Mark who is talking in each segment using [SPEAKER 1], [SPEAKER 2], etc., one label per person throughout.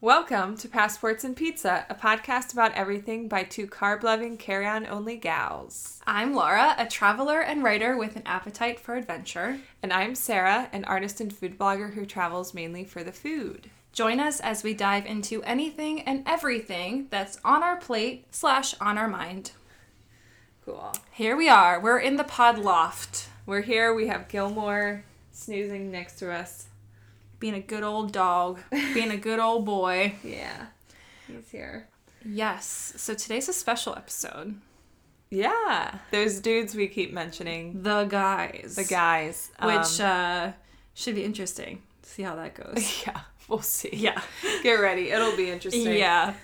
[SPEAKER 1] Welcome to Passports and Pizza, a podcast about everything by two carb loving, carry on only gals.
[SPEAKER 2] I'm Laura, a traveler and writer with an appetite for adventure.
[SPEAKER 1] And I'm Sarah, an artist and food blogger who travels mainly for the food.
[SPEAKER 2] Join us as we dive into anything and everything that's on our plate slash on our mind.
[SPEAKER 1] Cool.
[SPEAKER 2] Here we are. We're in the pod loft,
[SPEAKER 1] We're here, we have Gilmore snoozing next to us.
[SPEAKER 2] being a good old dog, being a good old boy.
[SPEAKER 1] Yeah, he's here.
[SPEAKER 2] Yes. So today's a special episode.
[SPEAKER 1] Yeah, those dudes we keep mentioning,
[SPEAKER 2] The guys.
[SPEAKER 1] the guys.
[SPEAKER 2] Which
[SPEAKER 1] um,
[SPEAKER 2] uh, should be interesting. See how that goes.
[SPEAKER 1] yeah, we'll see.
[SPEAKER 2] yeah.
[SPEAKER 1] Get ready, it'll be interesting.
[SPEAKER 2] Yeah.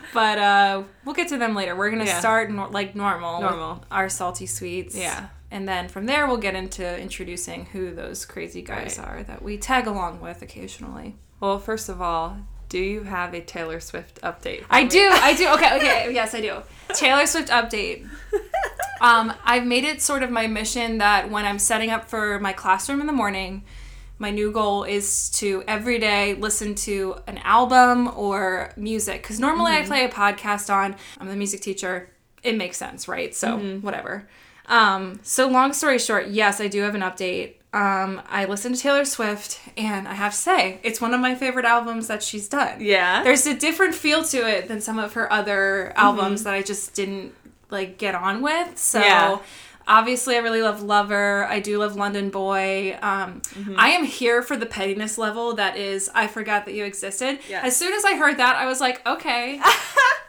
[SPEAKER 2] but uh, we'll get to them later. We're going to
[SPEAKER 1] Yeah.
[SPEAKER 2] start nor- like normal. with
[SPEAKER 1] Normal.
[SPEAKER 2] Our salty sweets.
[SPEAKER 1] Yeah.
[SPEAKER 2] And then from there, we'll get into introducing who those crazy guys
[SPEAKER 1] Right.
[SPEAKER 2] are that we tag along with occasionally.
[SPEAKER 1] Well, first of all, do you have a Taylor Swift update? for
[SPEAKER 2] I
[SPEAKER 1] me?
[SPEAKER 2] do. I do. Okay. Okay. Yes, I do. Taylor Swift update. Um, I've made it sort of my mission that when I'm setting up for my classroom in the morning, my new goal is to every day listen to an album or music. Because normally I play a podcast on, I'm the music teacher. It makes sense, right? So, whatever. Um, so, long story short, yes, I do have an update. Um, I listened to Taylor Swift, and I have to say, it's one of my favorite albums that she's done
[SPEAKER 1] Yeah.
[SPEAKER 2] there's a different feel to it than some of her other
[SPEAKER 1] Mm-hmm.
[SPEAKER 2] albums that I just didn't like get on with. So
[SPEAKER 1] Yeah.
[SPEAKER 2] obviously I really love Lover. I do love London Boy. Um,
[SPEAKER 1] Mm-hmm.
[SPEAKER 2] I am here for the pettiness level that is I forgot that you existed.
[SPEAKER 1] Yes.
[SPEAKER 2] As soon as I heard that, I was like, okay.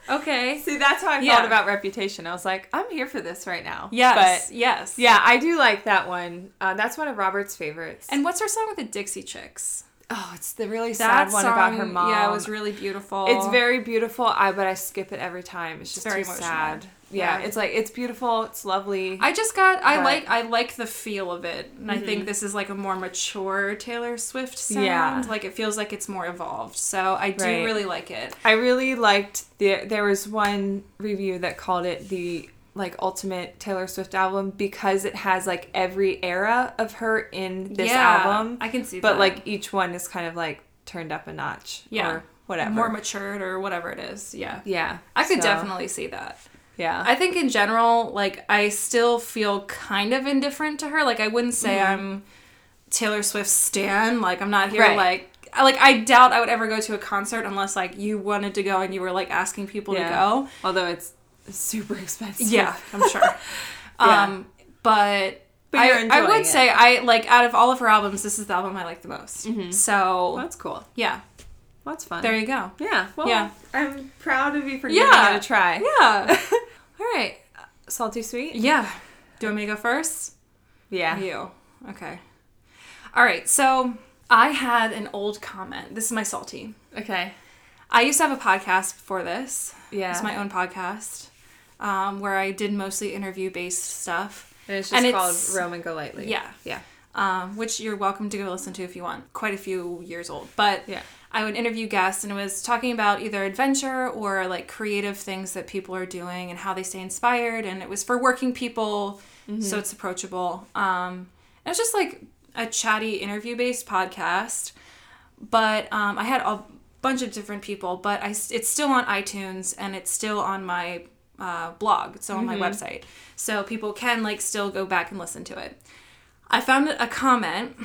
[SPEAKER 2] okay.
[SPEAKER 1] See, that's how I
[SPEAKER 2] Yeah.
[SPEAKER 1] felt about Reputation. I was like, I'm here for this right now.
[SPEAKER 2] Yes.
[SPEAKER 1] But
[SPEAKER 2] yes.
[SPEAKER 1] yeah, I do like that one. Uh, that's one of Robert's favorites.
[SPEAKER 2] And what's her song with the Dixie Chicks?
[SPEAKER 1] oh, it's the really
[SPEAKER 2] That
[SPEAKER 1] sad one about her
[SPEAKER 2] song,
[SPEAKER 1] mom.
[SPEAKER 2] Yeah, it was really beautiful.
[SPEAKER 1] It's very beautiful. I but I skip it every time. It's just
[SPEAKER 2] very
[SPEAKER 1] too
[SPEAKER 2] emotional.
[SPEAKER 1] sad. Yeah,
[SPEAKER 2] Yeah.
[SPEAKER 1] it's like it's beautiful. It's lovely.
[SPEAKER 2] I just got
[SPEAKER 1] But-
[SPEAKER 2] I
[SPEAKER 1] Mm-hmm.
[SPEAKER 2] like I like the feel of it, and I think this is like a more mature Taylor Swift sound.
[SPEAKER 1] Yeah.
[SPEAKER 2] Like it feels like it's more evolved. So I do
[SPEAKER 1] Right.
[SPEAKER 2] really like it.
[SPEAKER 1] I really liked the. There was one review that called it the like ultimate Taylor Swift album because it has like every era of her in this
[SPEAKER 2] Yeah,
[SPEAKER 1] album.
[SPEAKER 2] I can see
[SPEAKER 1] but
[SPEAKER 2] that.
[SPEAKER 1] like each one is kind of like turned up a notch.
[SPEAKER 2] Yeah.
[SPEAKER 1] or whatever.
[SPEAKER 2] more matured or whatever it is. Yeah.
[SPEAKER 1] yeah,
[SPEAKER 2] I could
[SPEAKER 1] so,
[SPEAKER 2] definitely see that.
[SPEAKER 1] Yeah,
[SPEAKER 2] I think in general, like I still feel kind of indifferent to her. Like I wouldn't say
[SPEAKER 1] Mm-hmm.
[SPEAKER 2] I'm Taylor Swift's stan. Like I'm not here
[SPEAKER 1] Right.
[SPEAKER 2] like I- like I doubt I would ever go to a concert unless like you wanted to go and you were like asking people
[SPEAKER 1] Yeah.
[SPEAKER 2] to go.
[SPEAKER 1] although it's super expensive.
[SPEAKER 2] Yeah, I'm sure.
[SPEAKER 1] Yeah.
[SPEAKER 2] Um, but,
[SPEAKER 1] But
[SPEAKER 2] I,
[SPEAKER 1] you're
[SPEAKER 2] I
[SPEAKER 1] enjoying
[SPEAKER 2] would
[SPEAKER 1] it.
[SPEAKER 2] say I like out of all of her albums, this is the album I like the most. So
[SPEAKER 1] Mm-hmm. Well, that's cool.
[SPEAKER 2] yeah,
[SPEAKER 1] That's fun.
[SPEAKER 2] there you go.
[SPEAKER 1] yeah. Well,
[SPEAKER 2] Yeah.
[SPEAKER 1] I'm proud of you for
[SPEAKER 2] Yeah.
[SPEAKER 1] giving it a try.
[SPEAKER 2] Yeah. all right.
[SPEAKER 1] Salty sweet.
[SPEAKER 2] Yeah. Do you want me to go first?
[SPEAKER 1] Yeah.
[SPEAKER 2] You. Okay. All right. So I had an old comment. This is my salty.
[SPEAKER 1] Okay.
[SPEAKER 2] I used to have a podcast before this.
[SPEAKER 1] Yeah.
[SPEAKER 2] It's my own podcast um, where I did mostly interview based stuff.
[SPEAKER 1] and it's just
[SPEAKER 2] and
[SPEAKER 1] called
[SPEAKER 2] it's-
[SPEAKER 1] Roman Go Lightly.
[SPEAKER 2] Yeah.
[SPEAKER 1] Yeah.
[SPEAKER 2] um, which you're welcome to go listen to if you want. Quite a few years old, but
[SPEAKER 1] Yeah.
[SPEAKER 2] I would interview guests, and it was talking about either adventure or like creative things that people are doing and how they stay inspired. And it was for working people, so it's approachable. Um, it was just like a chatty interview based podcast, but um, I had a bunch of different people. But I s- it's still on iTunes and it's still on my uh, blog, it's on my website, so people can like still go back and listen to it. I found a comment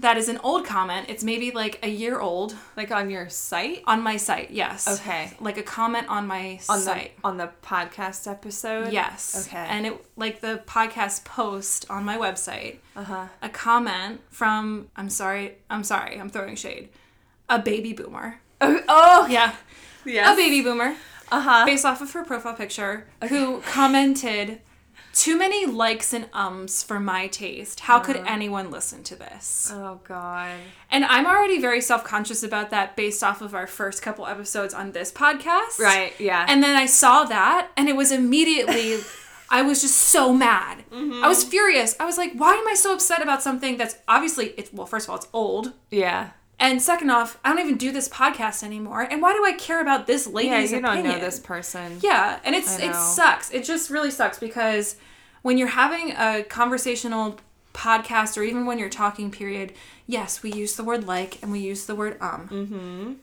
[SPEAKER 2] that is an old comment. It's maybe like a year old
[SPEAKER 1] Like on your site.
[SPEAKER 2] on my site. Yes.
[SPEAKER 1] Okay.
[SPEAKER 2] Like a comment on my
[SPEAKER 1] On
[SPEAKER 2] site.
[SPEAKER 1] the on the podcast episode.
[SPEAKER 2] yes.
[SPEAKER 1] Okay.
[SPEAKER 2] And it like the podcast post on my website.
[SPEAKER 1] Uh huh.
[SPEAKER 2] A comment from I'm sorry. I'm sorry. I'm throwing shade. A baby boomer.
[SPEAKER 1] Oh, oh
[SPEAKER 2] Yeah.
[SPEAKER 1] yeah.
[SPEAKER 2] A baby boomer
[SPEAKER 1] Uh huh.
[SPEAKER 2] based off of her profile picture who commented too many likes and ums for my taste. How could
[SPEAKER 1] Uh-huh.
[SPEAKER 2] anyone listen to this?
[SPEAKER 1] Oh god.
[SPEAKER 2] And I'm already very self conscious about that based off of our first couple episodes on this podcast.
[SPEAKER 1] Right. Yeah.
[SPEAKER 2] And then I saw that, and it was immediately, I was just so mad.
[SPEAKER 1] Mm-hmm.
[SPEAKER 2] I was furious. I was like, why am I so upset about something that's obviously, it's, well, first of all, it's old.
[SPEAKER 1] yeah.
[SPEAKER 2] And second off, I don't even do this podcast anymore. And why do I care about this lady's
[SPEAKER 1] Yeah. You don't know
[SPEAKER 2] opinion?
[SPEAKER 1] this person.
[SPEAKER 2] Yeah, and it's
[SPEAKER 1] I
[SPEAKER 2] it
[SPEAKER 1] know.
[SPEAKER 2] sucks. It just really sucks because when you're having a conversational podcast or even
[SPEAKER 1] Mm-hmm.
[SPEAKER 2] when you're talking period, yes, we use the word like and we use the word um. Mhm.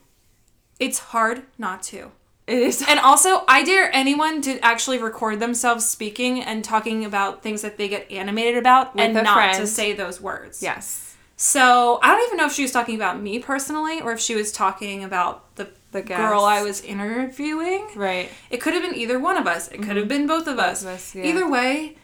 [SPEAKER 2] It's hard not to.
[SPEAKER 1] It is.
[SPEAKER 2] And also, I dare anyone to actually record themselves speaking and talking about things that they get animated about and
[SPEAKER 1] a
[SPEAKER 2] not to
[SPEAKER 1] friend.
[SPEAKER 2] say those words.
[SPEAKER 1] yes.
[SPEAKER 2] So I don't even know if she was talking about me personally or if she was talking about the,
[SPEAKER 1] The guest.
[SPEAKER 2] girl I was interviewing.
[SPEAKER 1] Right. Mm-hmm.
[SPEAKER 2] It could have been either one of us. It could have been both of us.
[SPEAKER 1] of us, yeah.
[SPEAKER 2] Either way,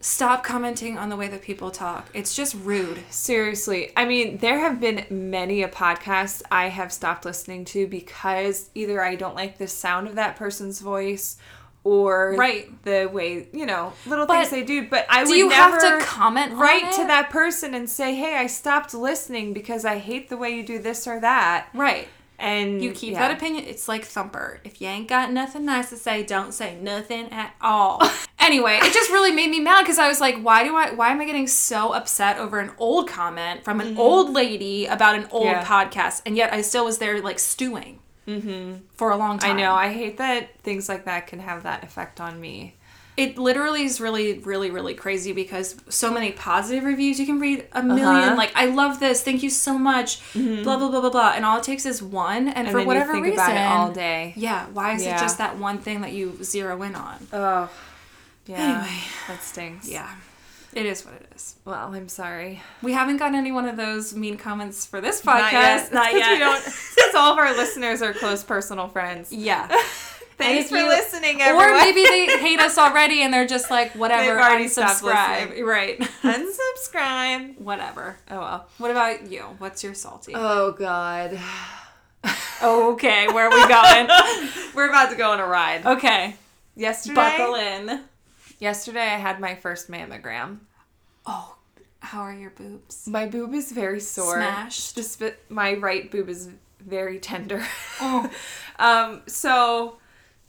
[SPEAKER 2] stop commenting on the way that people talk. It's just rude.
[SPEAKER 1] Seriously. I mean, there have been many a podcast I have stopped listening to because either I don't like the sound of that person's voice or
[SPEAKER 2] Right.
[SPEAKER 1] the way, you know, little
[SPEAKER 2] But
[SPEAKER 1] things they do, but I
[SPEAKER 2] Do
[SPEAKER 1] would
[SPEAKER 2] you
[SPEAKER 1] never
[SPEAKER 2] have to comment on
[SPEAKER 1] write to
[SPEAKER 2] it?
[SPEAKER 1] that person and say, "Hey, I stopped listening because I hate the way you do this or that."
[SPEAKER 2] Right.
[SPEAKER 1] And
[SPEAKER 2] You keep
[SPEAKER 1] yeah.
[SPEAKER 2] that opinion. It's like Thumper. If you ain't got nothing nice to say, don't say nothing at all. anyway, it just really made me mad because I was like, why do I? Why am I getting so upset over an old comment from an old lady about an old
[SPEAKER 1] Yeah.
[SPEAKER 2] podcast? And yet I still was there like stewing for a long
[SPEAKER 1] I
[SPEAKER 2] time.
[SPEAKER 1] know. I hate that things like that can have that effect on me.
[SPEAKER 2] It literally is really, really, really crazy because so many positive reviews you can read a 1000000
[SPEAKER 1] Uh-huh.
[SPEAKER 2] Like, I love this. Thank you so much. Blah blah blah blah blah. And all it takes is one. Mm-hmm. And,
[SPEAKER 1] And
[SPEAKER 2] for
[SPEAKER 1] then
[SPEAKER 2] whatever
[SPEAKER 1] you think
[SPEAKER 2] reason,
[SPEAKER 1] about it all day.
[SPEAKER 2] Yeah, why is
[SPEAKER 1] Yeah.
[SPEAKER 2] it just that one thing that you zero in on?
[SPEAKER 1] Oh. Yeah.
[SPEAKER 2] Anyway.
[SPEAKER 1] That stinks.
[SPEAKER 2] Yeah. It is what it is.
[SPEAKER 1] Well, I'm sorry.
[SPEAKER 2] We haven't gotten any one of those mean comments for this
[SPEAKER 1] Not yet.
[SPEAKER 2] podcast.
[SPEAKER 1] Since we don't- since all of our listeners are close personal friends.
[SPEAKER 2] yeah.
[SPEAKER 1] Thanks
[SPEAKER 2] if
[SPEAKER 1] for
[SPEAKER 2] you-
[SPEAKER 1] listening, everyone.
[SPEAKER 2] or maybe they hate us already and they're just like, whatever,
[SPEAKER 1] They've already stopped
[SPEAKER 2] unsubscribe.
[SPEAKER 1] listening.
[SPEAKER 2] Right.
[SPEAKER 1] unsubscribe.
[SPEAKER 2] whatever.
[SPEAKER 1] Oh well.
[SPEAKER 2] What about you? What's your salty?
[SPEAKER 1] Oh god.
[SPEAKER 2] okay, where are we going?
[SPEAKER 1] We're about to go on a ride.
[SPEAKER 2] okay.
[SPEAKER 1] Yesterday.
[SPEAKER 2] Buckle in.
[SPEAKER 1] Yesterday I had my first mammogram.
[SPEAKER 2] Oh, how are your boobs?
[SPEAKER 1] My boob is very sore.
[SPEAKER 2] Smashed.
[SPEAKER 1] Just but my right boob is very tender.
[SPEAKER 2] Oh.
[SPEAKER 1] um, so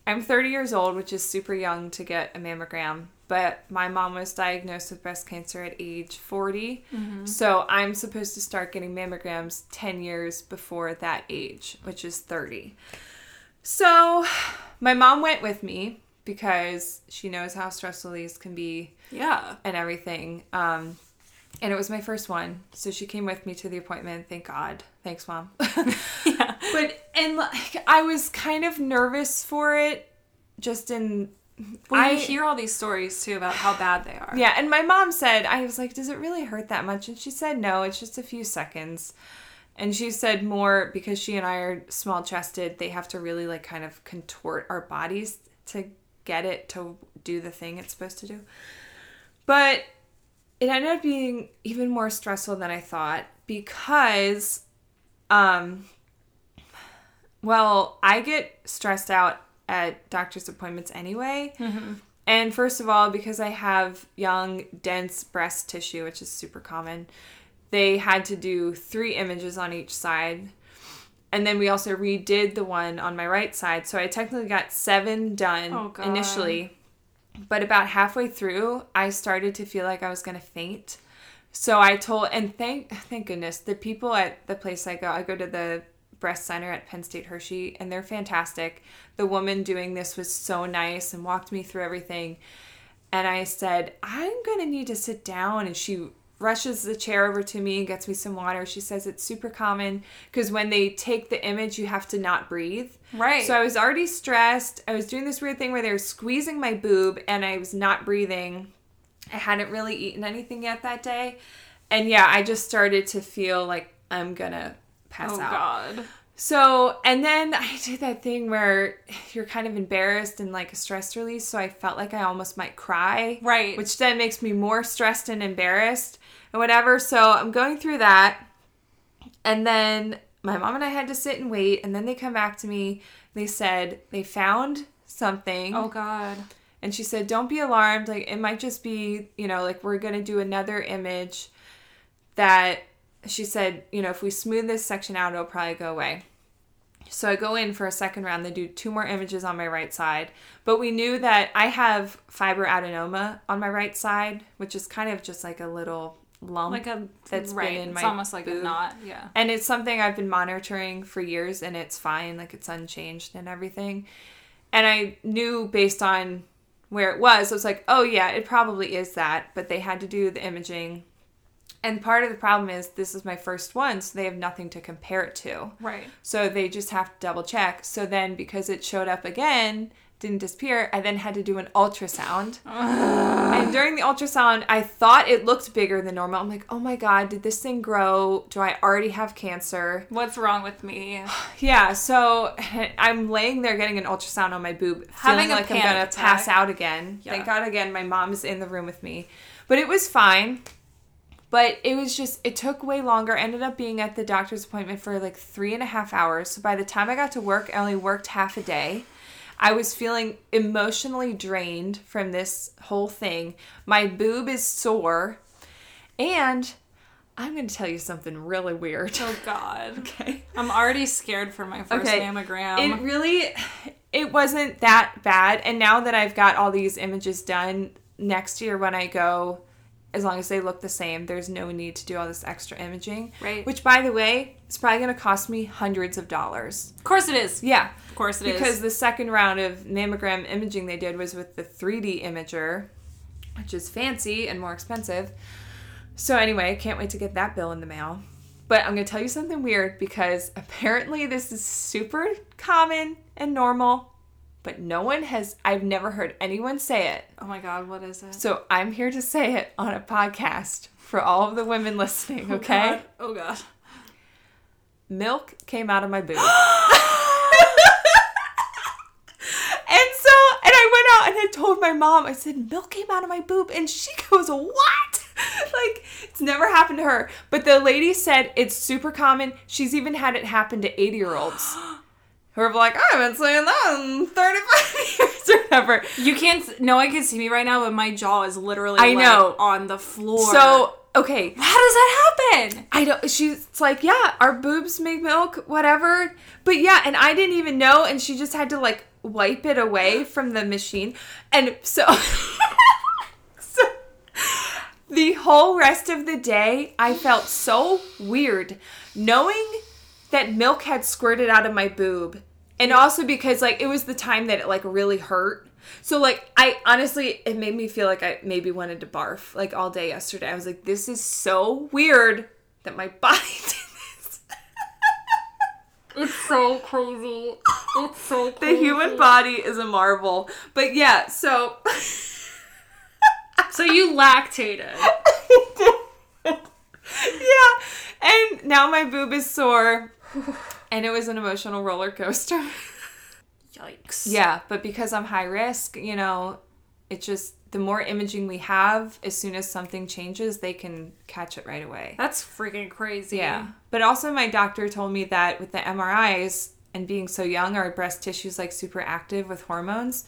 [SPEAKER 1] I'm 30 years old, which is super young to get a mammogram. But my mom was diagnosed with breast cancer at age 40. So I'm supposed to start getting mammograms 10 years before that age, which is 30. So my mom went with me because she knows how stressful these can be
[SPEAKER 2] Yeah.
[SPEAKER 1] and everything. Um, and it was my first one, so she came with me to the appointment. Thank God. Thanks, mom.
[SPEAKER 2] Yeah.
[SPEAKER 1] but and like I was kind of nervous for it, just in.
[SPEAKER 2] Well,
[SPEAKER 1] I
[SPEAKER 2] you hear all these stories too about how bad they are.
[SPEAKER 1] yeah, and my mom said I was like, "Does it really hurt that much?" And she said, "No, it's just a few seconds." And she said more because she and I are small chested. They have to really like kind of contort our bodies to get it to do the thing it's supposed to do. But it ended up being even more stressful than I thought because, um, well, I get stressed out at doctor's appointments anyway.
[SPEAKER 2] Mm-hmm.
[SPEAKER 1] And first of all, because I have young, dense breast tissue, which is super common, they had to do three images on each side. And then we also redid the one on my right side. So I technically got seven done
[SPEAKER 2] Oh, God.
[SPEAKER 1] initially. But about halfway through, I started to feel like I was going to faint. So I told, and thank thank goodness, the people at the place I go, I go to the breast center at Penn State Hershey, and they're fantastic. The woman doing this was so nice and walked me through everything. And I said, I'm gonna need to sit down. And she rushes the chair over to me and gets me some water. She says it's super common because when they take the image, you have to not breathe.
[SPEAKER 2] Right.
[SPEAKER 1] So I was already stressed. I was doing this weird thing where they were squeezing my boob and I was not breathing. I hadn't really eaten anything yet that day. And yeah, I just started to feel like I'm gonna pass
[SPEAKER 2] Oh
[SPEAKER 1] out.
[SPEAKER 2] God.
[SPEAKER 1] So, and then I did that thing where you're kind of embarrassed and like a stress release. So I felt like I almost might cry.
[SPEAKER 2] Right.
[SPEAKER 1] Which then makes me more stressed and embarrassed and whatever. So I'm going through that. And then my mom and I had to sit and wait. And then they come back to me. They said they found something.
[SPEAKER 2] Oh God.
[SPEAKER 1] And she said, Don't be alarmed. Like, it might just be, you know, like we're going to do another image that she said, you know, if we smooth this section out, it'll probably go away. So I go in for a second round. They do two more images on my right side. But we knew that I have fibroadenoma on my right side, which is kind of just like a little lump.
[SPEAKER 2] Like a
[SPEAKER 1] that's been
[SPEAKER 2] right.
[SPEAKER 1] in
[SPEAKER 2] it's
[SPEAKER 1] my
[SPEAKER 2] almost like a
[SPEAKER 1] boob.
[SPEAKER 2] knot. Yeah.
[SPEAKER 1] And it's something I've been monitoring for years and it's fine, like it's unchanged and everything. And I knew based on where it was, I was like, oh yeah, it probably is that. But they had to do the imaging. and part of the problem is this is my first one, so they have nothing to compare it to.
[SPEAKER 2] Right.
[SPEAKER 1] So they just have to double check. So then, because it showed up again, didn't disappear, I then had to do an ultrasound. and during the ultrasound, I thought it looked bigger than normal. I'm like, oh my God, did this thing grow? Do I already have cancer?
[SPEAKER 2] What's wrong with me?
[SPEAKER 1] Yeah, so I'm laying there getting an ultrasound on my boob, feeling
[SPEAKER 2] Having a
[SPEAKER 1] like I'm
[SPEAKER 2] panic
[SPEAKER 1] gonna
[SPEAKER 2] attack.
[SPEAKER 1] pass out again.
[SPEAKER 2] Yeah.
[SPEAKER 1] Thank God again, my mom's in the room with me. But it was fine. But it was just, it took way longer. I ended up being at the doctor's appointment for like three and a half hours. So by the time I got to work, I only worked half a day. I was feeling emotionally drained from this whole thing. My boob is sore. And I'm going to tell you something really weird.
[SPEAKER 2] Oh God.
[SPEAKER 1] Okay.
[SPEAKER 2] I'm already scared for my first
[SPEAKER 1] Okay.
[SPEAKER 2] mammogram.
[SPEAKER 1] It really, it wasn't that bad. And now that I've got all these images done, next year when I go, as long as they look the same, there's no need to do all this extra imaging.
[SPEAKER 2] Right.
[SPEAKER 1] Which, by the way, is probably going to cost me hundreds of dollars.
[SPEAKER 2] of course it is.
[SPEAKER 1] Yeah.
[SPEAKER 2] Of course it is.
[SPEAKER 1] because the second round of mammogram imaging they did was with the 3D imager, which is fancy and more expensive. So anyway, can't wait to get that bill in the mail. But I'm going to tell you something weird because apparently this is super common and normal, but no one has I've never heard anyone say it.
[SPEAKER 2] oh my God, what is it?
[SPEAKER 1] So I'm here to say it on a podcast for all of the women listening, okay?
[SPEAKER 2] Oh God.
[SPEAKER 1] milk came out of my boob. and so, and I went out and I told my mom, I said, milk came out of my boob. And she goes, what? like, it's never happened to her. But the lady said it's super common. She's even had it happen to 80 year olds. Who are like, I haven't seen that in 35 years or whatever.
[SPEAKER 2] You can't. s- No one can see me right now, but my jaw is literally.
[SPEAKER 1] I
[SPEAKER 2] like,
[SPEAKER 1] know.
[SPEAKER 2] on the floor.
[SPEAKER 1] So, okay,
[SPEAKER 2] how does that happen?
[SPEAKER 1] I don't. She's like, yeah, our boobs make milk, whatever. But yeah, and I didn't even know, and she just had to like wipe it away from the machine, and so, so the whole rest of the day, I felt so weird, knowing that milk had squirted out of my boob, and also because like it was the time that it like really hurt. So like I honestly it made me feel like I maybe wanted to barf like all day yesterday. I was like this is so weird that my body did this.
[SPEAKER 2] It's so crazy. It's so
[SPEAKER 1] The human body is a marvel. But yeah, so
[SPEAKER 2] So you lactated.
[SPEAKER 1] yeah, and now my boob is sore and it was an emotional roller coaster.
[SPEAKER 2] Yikes.
[SPEAKER 1] Yeah, but because I'm high risk, you know, it just the more imaging we have, as soon as something changes, they can catch it right away.
[SPEAKER 2] That's freaking crazy.
[SPEAKER 1] Yeah. But also, my doctor told me that with the MRIs and being so young, our breast tissue's like super active with hormones.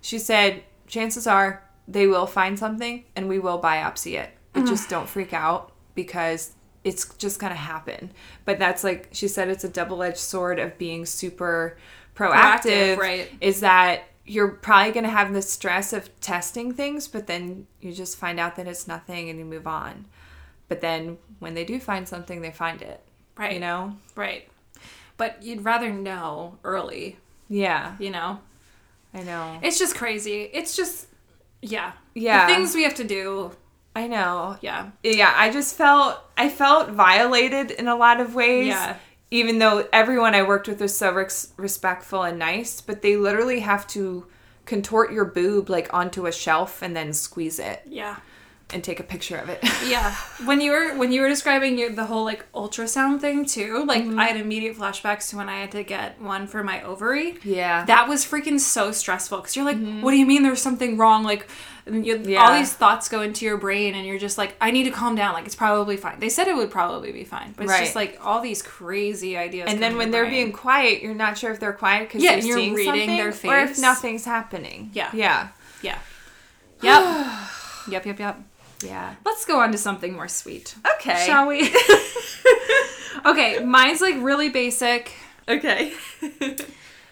[SPEAKER 1] She said, chances are they will find something and we will biopsy it. But just don't freak out because it's just going to happen. But that's like, she said it's a double edged sword of being super proactive.
[SPEAKER 2] Proactive, right.
[SPEAKER 1] Is that you're probably going to have the stress of testing things, but then you just find out that it's nothing and you move on. But then when they do find something, they find it.
[SPEAKER 2] Right.
[SPEAKER 1] You know?
[SPEAKER 2] Right. But you'd rather know early,
[SPEAKER 1] Yeah.
[SPEAKER 2] you know?
[SPEAKER 1] I know.
[SPEAKER 2] It's just crazy. It's just, yeah.
[SPEAKER 1] Yeah.
[SPEAKER 2] The things we have to do.
[SPEAKER 1] I know.
[SPEAKER 2] Yeah.
[SPEAKER 1] Yeah, I just felt I felt violated in a lot of ways.
[SPEAKER 2] Yeah.
[SPEAKER 1] Even though everyone I worked with was so res- respectful and nice, but they literally have to contort your boob like onto a shelf and then squeeze it
[SPEAKER 2] Yeah.
[SPEAKER 1] and take a picture of it.
[SPEAKER 2] Yeah. When you were when you were describing your, the whole like ultrasound thing too, like
[SPEAKER 1] Mm-hmm.
[SPEAKER 2] I had immediate flashbacks to when I had to get one for my ovary.
[SPEAKER 1] Yeah. Mm-hmm.
[SPEAKER 2] That was freaking so stressful because you're like, what do you mean there's something wrong? Like, and you, all
[SPEAKER 1] Yeah.
[SPEAKER 2] these thoughts go into your brain, and you're just like, I need to calm down. Like, it's probably fine. They said it would probably be fine, but it's just
[SPEAKER 1] Right.
[SPEAKER 2] like all these crazy ideas.
[SPEAKER 1] and
[SPEAKER 2] come
[SPEAKER 1] then
[SPEAKER 2] to
[SPEAKER 1] when
[SPEAKER 2] your
[SPEAKER 1] they're
[SPEAKER 2] brain.
[SPEAKER 1] being quiet, you're not sure if they're quiet because
[SPEAKER 2] Yeah,
[SPEAKER 1] you're,
[SPEAKER 2] and you're
[SPEAKER 1] seeing
[SPEAKER 2] reading
[SPEAKER 1] something
[SPEAKER 2] their
[SPEAKER 1] or if
[SPEAKER 2] face.
[SPEAKER 1] nothing's happening.
[SPEAKER 2] Yeah.
[SPEAKER 1] Yeah.
[SPEAKER 2] yeah, yep, yep, yep, yep.
[SPEAKER 1] Yeah.
[SPEAKER 2] Let's go on to something more sweet.
[SPEAKER 1] Okay.
[SPEAKER 2] Shall we? okay, mine's like really basic.
[SPEAKER 1] Okay.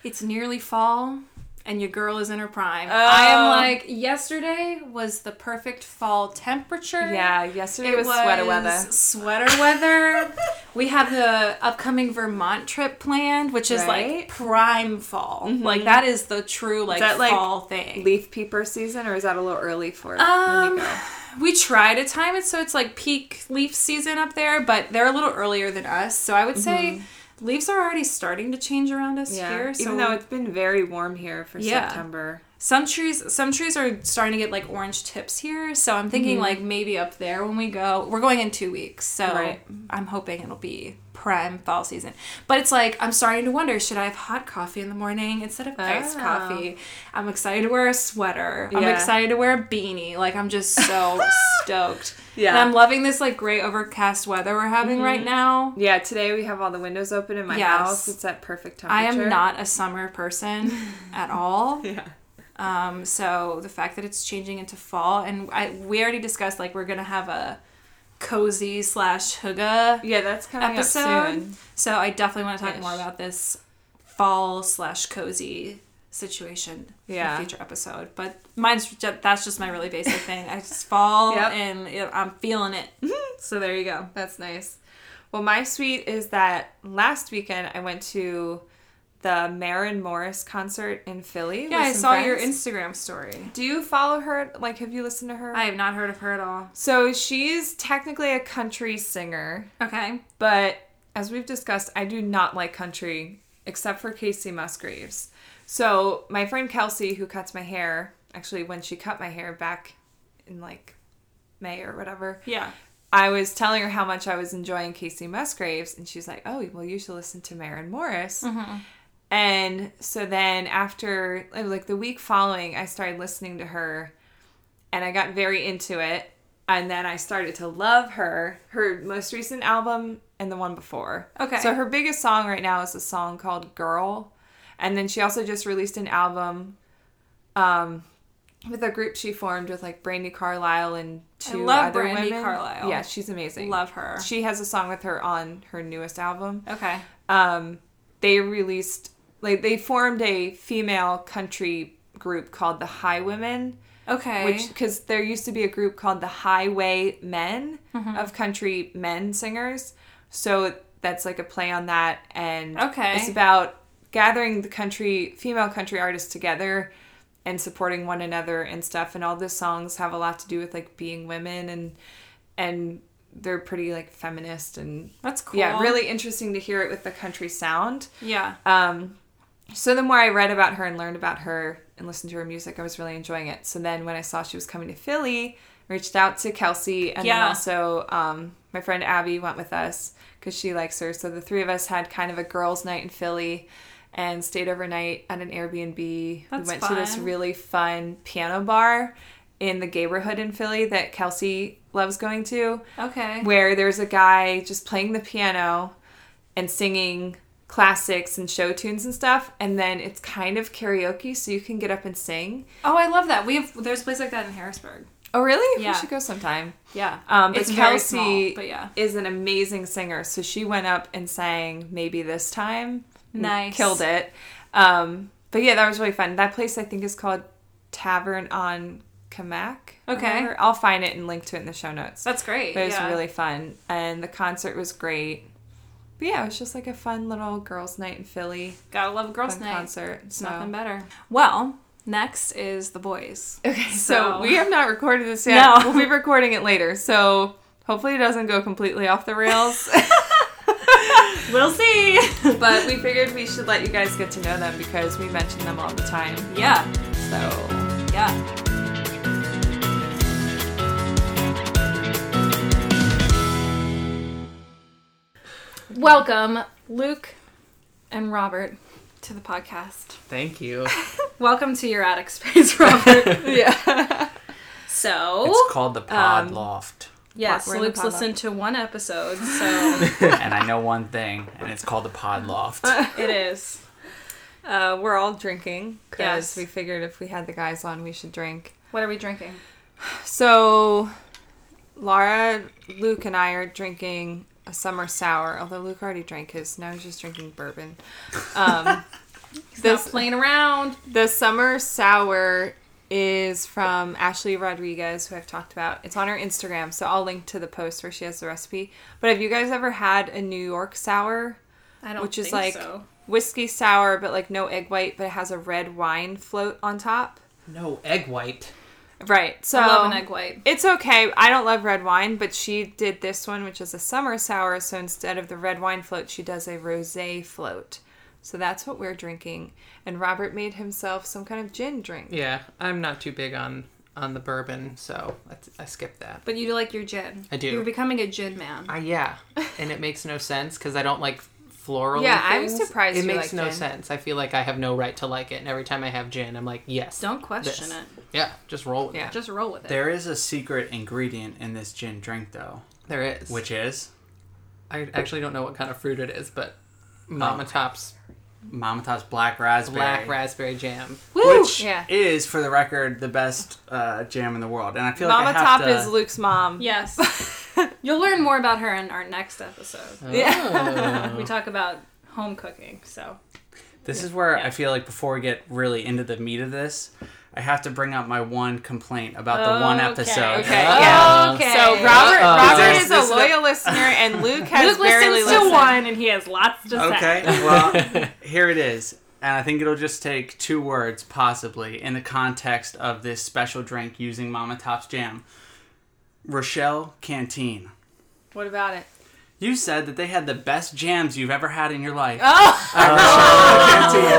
[SPEAKER 2] It's nearly fall. and your girl is in her prime. I
[SPEAKER 1] Oh.
[SPEAKER 2] am like, yesterday was the perfect fall temperature.
[SPEAKER 1] Yeah, yesterday was, sweater weather.
[SPEAKER 2] Sweater weather. we have the upcoming Vermont trip planned, which is
[SPEAKER 1] Right? Mm-hmm.
[SPEAKER 2] like prime fall. Like that is the true like
[SPEAKER 1] that, like,
[SPEAKER 2] fall thing.
[SPEAKER 1] Leaf peeper season, or is that a little early for?
[SPEAKER 2] Um,
[SPEAKER 1] indigo?
[SPEAKER 2] we try to time it so it's like peak leaf season up there, but they're a little earlier than us. So I would say leaves are already starting to change around us
[SPEAKER 1] Mm-hmm. yeah.
[SPEAKER 2] here. So
[SPEAKER 1] Even though it's been very warm here for
[SPEAKER 2] Yeah.
[SPEAKER 1] September.
[SPEAKER 2] some trees some trees are starting to get like orange tips here so i'm
[SPEAKER 1] Mm-hmm.
[SPEAKER 2] thinking like maybe up there when we go we're going in two weeks so
[SPEAKER 1] Right.
[SPEAKER 2] i'm hoping it'll be prime fall season but it's like i'm starting to wonder should i have hot coffee in the morning instead of iced
[SPEAKER 1] Oh.
[SPEAKER 2] coffee i'm excited to wear a sweater i'm
[SPEAKER 1] Yeah.
[SPEAKER 2] excited to wear a beanie like i'm just so stoked
[SPEAKER 1] Yeah. Mm-hmm.
[SPEAKER 2] and i'm loving this like great overcast weather we're having right now
[SPEAKER 1] Yeah, today we have all the windows open in my
[SPEAKER 2] Yes.
[SPEAKER 1] house. It's at perfect
[SPEAKER 2] i
[SPEAKER 1] temperature.
[SPEAKER 2] am not a summer person at all
[SPEAKER 1] Yeah.
[SPEAKER 2] Um, so the fact that it's changing into fall, and I, we already discussed like we're gonna have a cozy slash hygge
[SPEAKER 1] Yeah, that's coming up
[SPEAKER 2] episode.
[SPEAKER 1] soon.
[SPEAKER 2] So I definitely want to talk
[SPEAKER 1] Ish.
[SPEAKER 2] more about this fall slash cozy situation
[SPEAKER 1] Yeah.
[SPEAKER 2] in a future episode. But mine's ju- that's just my really basic thing. I just fall
[SPEAKER 1] Yep.
[SPEAKER 2] and it, I'm feeling it. so there you go.
[SPEAKER 1] That's nice. Well, my sweet is that last weekend I went to the Marin Morris concert in Philly.
[SPEAKER 2] Yeah,
[SPEAKER 1] with
[SPEAKER 2] I
[SPEAKER 1] some
[SPEAKER 2] saw your
[SPEAKER 1] friends.
[SPEAKER 2] Instagram story.
[SPEAKER 1] Do you follow her? Like, have you listened to her?
[SPEAKER 2] I have not heard of her at all.
[SPEAKER 1] so she's technically a country singer,
[SPEAKER 2] Okay.
[SPEAKER 1] but as we've discussed, I do not like country except for Casey Musgraves. So my friend Kelsey, who cuts my hair, actually when she cut my hair back in like May or whatever,
[SPEAKER 2] Yeah.
[SPEAKER 1] I was telling her how much I was enjoying Casey Musgraves, and she's like, "Oh, well, you should listen to Maren Morris."
[SPEAKER 2] Mm-hmm.
[SPEAKER 1] And so then after it was like the week following, I started listening to her, and I got very into it. And then I started to love her, her most recent album and the one before.
[SPEAKER 2] Okay.
[SPEAKER 1] So her biggest song right now is a song called "Girl," and then she also just released an album. Um, with a group she formed with like Brandy Carlisle and two
[SPEAKER 2] love
[SPEAKER 1] other
[SPEAKER 2] Brandy
[SPEAKER 1] women.
[SPEAKER 2] Carlile.
[SPEAKER 1] Yeah, she's amazing.
[SPEAKER 2] Love her.
[SPEAKER 1] She has a song with her on her newest album.
[SPEAKER 2] Okay.
[SPEAKER 1] Um, they released like they formed a female country group called the High Women,
[SPEAKER 2] Okay.
[SPEAKER 1] which because there used to be a group called the Highway Men
[SPEAKER 2] Mm-hmm.
[SPEAKER 1] of country men singers. So that's like a play on that, and
[SPEAKER 2] Okay.
[SPEAKER 1] it's about gathering the country female country artists together and supporting one another and stuff. And all the songs have a lot to do with like being women and and they're pretty like feminist and
[SPEAKER 2] that's cool.
[SPEAKER 1] yeah, really interesting to hear it with the country sound.
[SPEAKER 2] Yeah.
[SPEAKER 1] Um, so the more I read about her and learned about her and listened to her music, I was really enjoying it. So then when I saw she was coming to Philly, I reached out to Kelsey and then
[SPEAKER 2] Yeah.
[SPEAKER 1] also um, my friend Abby went with us because she likes her. So the three of us had kind of a girls' night in Philly and stayed overnight at an Airbnb.
[SPEAKER 2] That's
[SPEAKER 1] we went to this
[SPEAKER 2] fun.
[SPEAKER 1] really fun piano bar in the neighborhood in Philly that Kelsey loves going to
[SPEAKER 2] Okay.
[SPEAKER 1] where there's a guy just playing the piano and singing classics and show tunes and stuff and then it's kind of karaoke so you can get up and sing
[SPEAKER 2] Oh, I love that. We have there's a place like that in Harrisburg.
[SPEAKER 1] oh really
[SPEAKER 2] Yeah.
[SPEAKER 1] we should go sometime
[SPEAKER 2] Yeah.
[SPEAKER 1] um but
[SPEAKER 2] it's very
[SPEAKER 1] kelsey
[SPEAKER 2] small, but yeah.
[SPEAKER 1] is an amazing singer so she went up and sang maybe this time and
[SPEAKER 2] Nice.
[SPEAKER 1] killed it um but yeah that was really fun that place i think is called tavern on kamak or
[SPEAKER 2] Okay.
[SPEAKER 1] whatever. i'll find it and link to it in the show notes
[SPEAKER 2] That's great.
[SPEAKER 1] But it was
[SPEAKER 2] yeah.
[SPEAKER 1] really fun, and the concert was great. But yeah, it was just like a fun little girls' night in Philly.
[SPEAKER 2] gotta love girls'
[SPEAKER 1] fun
[SPEAKER 2] night.
[SPEAKER 1] concert.
[SPEAKER 2] It's
[SPEAKER 1] so.
[SPEAKER 2] nothing better. Well, next is the boys.
[SPEAKER 1] Okay, so.
[SPEAKER 2] So-
[SPEAKER 1] we have not recorded this yet.
[SPEAKER 2] No.
[SPEAKER 1] We'll be recording it later, so hopefully it doesn't go completely off the rails.
[SPEAKER 2] We'll see.
[SPEAKER 1] but we figured we should let you guys get to know them because we mention them all the time.
[SPEAKER 2] yeah.
[SPEAKER 1] So
[SPEAKER 2] Yeah. Welcome, Luke and Robert, to the podcast.
[SPEAKER 3] Thank you.
[SPEAKER 2] Welcome to your attic space, Robert.
[SPEAKER 1] yeah,
[SPEAKER 2] so
[SPEAKER 3] It's called the Pod
[SPEAKER 2] Um,
[SPEAKER 3] Loft.
[SPEAKER 2] Yes,
[SPEAKER 1] We're in the
[SPEAKER 2] Luke's
[SPEAKER 1] pod
[SPEAKER 2] listened to one episode, so
[SPEAKER 3] and I know one thing, and it's called the Pod Loft.
[SPEAKER 2] it is.
[SPEAKER 1] uh, we're all drinking because
[SPEAKER 2] Yes.
[SPEAKER 1] we figured if we had the guys on, we should drink.
[SPEAKER 2] What are we drinking?
[SPEAKER 1] So, Laura, Luke, and I are drinking a summer sour. Although Luke already drank his, now he's just drinking bourbon. Um,
[SPEAKER 2] this
[SPEAKER 1] This-
[SPEAKER 2] playing around.
[SPEAKER 1] The summer sour is from Ashley Rodriguez, who I've talked about. It's on her Instagram, so I'll link to the post where she has the recipe. But have you guys ever had a New York sour?
[SPEAKER 2] I don't
[SPEAKER 1] Which is
[SPEAKER 2] think
[SPEAKER 1] like
[SPEAKER 2] so.
[SPEAKER 1] whiskey sour, but like no egg white, but it has a red wine float on top.
[SPEAKER 3] No egg white.
[SPEAKER 1] Right. So
[SPEAKER 2] I love an egg white.
[SPEAKER 1] It's okay. I don't love red wine, but she did this one, which is a summer sour. So instead of the red wine float, she does a rosé float. So that's what we're drinking. And Robert made himself some kind of gin drink.
[SPEAKER 4] Yeah, I'm not too big on on the bourbon, so I, I skip that.
[SPEAKER 2] But you do like your gin.
[SPEAKER 4] I do.
[SPEAKER 2] You're becoming a gin man.
[SPEAKER 4] Uh, yeah, and it makes no sense because I don't like floral.
[SPEAKER 1] Yeah, I'm
[SPEAKER 4] things.
[SPEAKER 1] surprised
[SPEAKER 4] It
[SPEAKER 1] you like
[SPEAKER 4] makes no
[SPEAKER 1] gin.
[SPEAKER 4] sense. I feel like I have no right to like it, and every time I have gin, I'm like, yes.
[SPEAKER 2] Don't question
[SPEAKER 4] this.
[SPEAKER 2] it.
[SPEAKER 4] Yeah, just roll with
[SPEAKER 1] Yeah.
[SPEAKER 4] it.
[SPEAKER 2] Just roll with it.
[SPEAKER 3] There is a secret ingredient in this gin drink, though,
[SPEAKER 4] There is.
[SPEAKER 3] which is
[SPEAKER 4] I actually don't know what kind of fruit it is, but Mama Top's
[SPEAKER 3] Mama Top's um, black Oh. raspberry.
[SPEAKER 4] black raspberry jam.
[SPEAKER 3] Which
[SPEAKER 1] Yeah.
[SPEAKER 3] is, for the record, the best uh, jam in the world. And I feel
[SPEAKER 1] Mama
[SPEAKER 3] like I have
[SPEAKER 1] Top
[SPEAKER 3] to...
[SPEAKER 1] is Luke's mom.
[SPEAKER 2] Yes. You'll learn more about her in our next episode.
[SPEAKER 3] Oh,
[SPEAKER 4] Yeah.
[SPEAKER 2] We talk about home cooking, so
[SPEAKER 3] This is where I feel like before we get really into the meat of this, I have to bring up my one complaint about the one
[SPEAKER 2] Okay,
[SPEAKER 3] episode. Uh,
[SPEAKER 1] Okay.
[SPEAKER 4] Uh-oh.
[SPEAKER 1] Yeah.
[SPEAKER 2] Okay.
[SPEAKER 1] So Robert
[SPEAKER 4] Uh-oh.
[SPEAKER 1] Robert
[SPEAKER 3] This-
[SPEAKER 1] is
[SPEAKER 3] this is
[SPEAKER 1] a
[SPEAKER 3] the-
[SPEAKER 1] loyal listener, and Luke has
[SPEAKER 2] Luke
[SPEAKER 1] barely
[SPEAKER 2] listens to
[SPEAKER 1] listened.
[SPEAKER 2] one, and he has lots to
[SPEAKER 3] Okay,
[SPEAKER 2] say.
[SPEAKER 3] well, here it is. And I think it'll just take two words, possibly, in the context of this special drink using Mama Top's jam Rochelle Canteen.
[SPEAKER 1] What about it?
[SPEAKER 3] You said that they had the best jams you've ever had in your life.
[SPEAKER 1] Oh,
[SPEAKER 3] at Rochelle Canteen.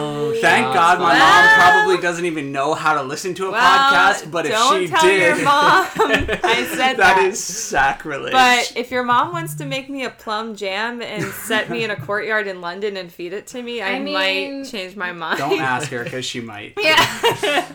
[SPEAKER 4] Oh,
[SPEAKER 3] Thank
[SPEAKER 4] shots
[SPEAKER 3] God my
[SPEAKER 4] fired.
[SPEAKER 3] mom probably doesn't even know how to listen to a
[SPEAKER 1] well,
[SPEAKER 3] podcast, but if
[SPEAKER 1] don't
[SPEAKER 3] she
[SPEAKER 1] tell
[SPEAKER 3] did,
[SPEAKER 1] your mom. I said that.
[SPEAKER 3] that is sacrilege.
[SPEAKER 1] But if your mom wants to make me a plum jam and set me in a courtyard in London and feed it to me, I,
[SPEAKER 2] I mean-
[SPEAKER 1] might change my mind.
[SPEAKER 3] Don't ask her because she might.
[SPEAKER 1] Yeah.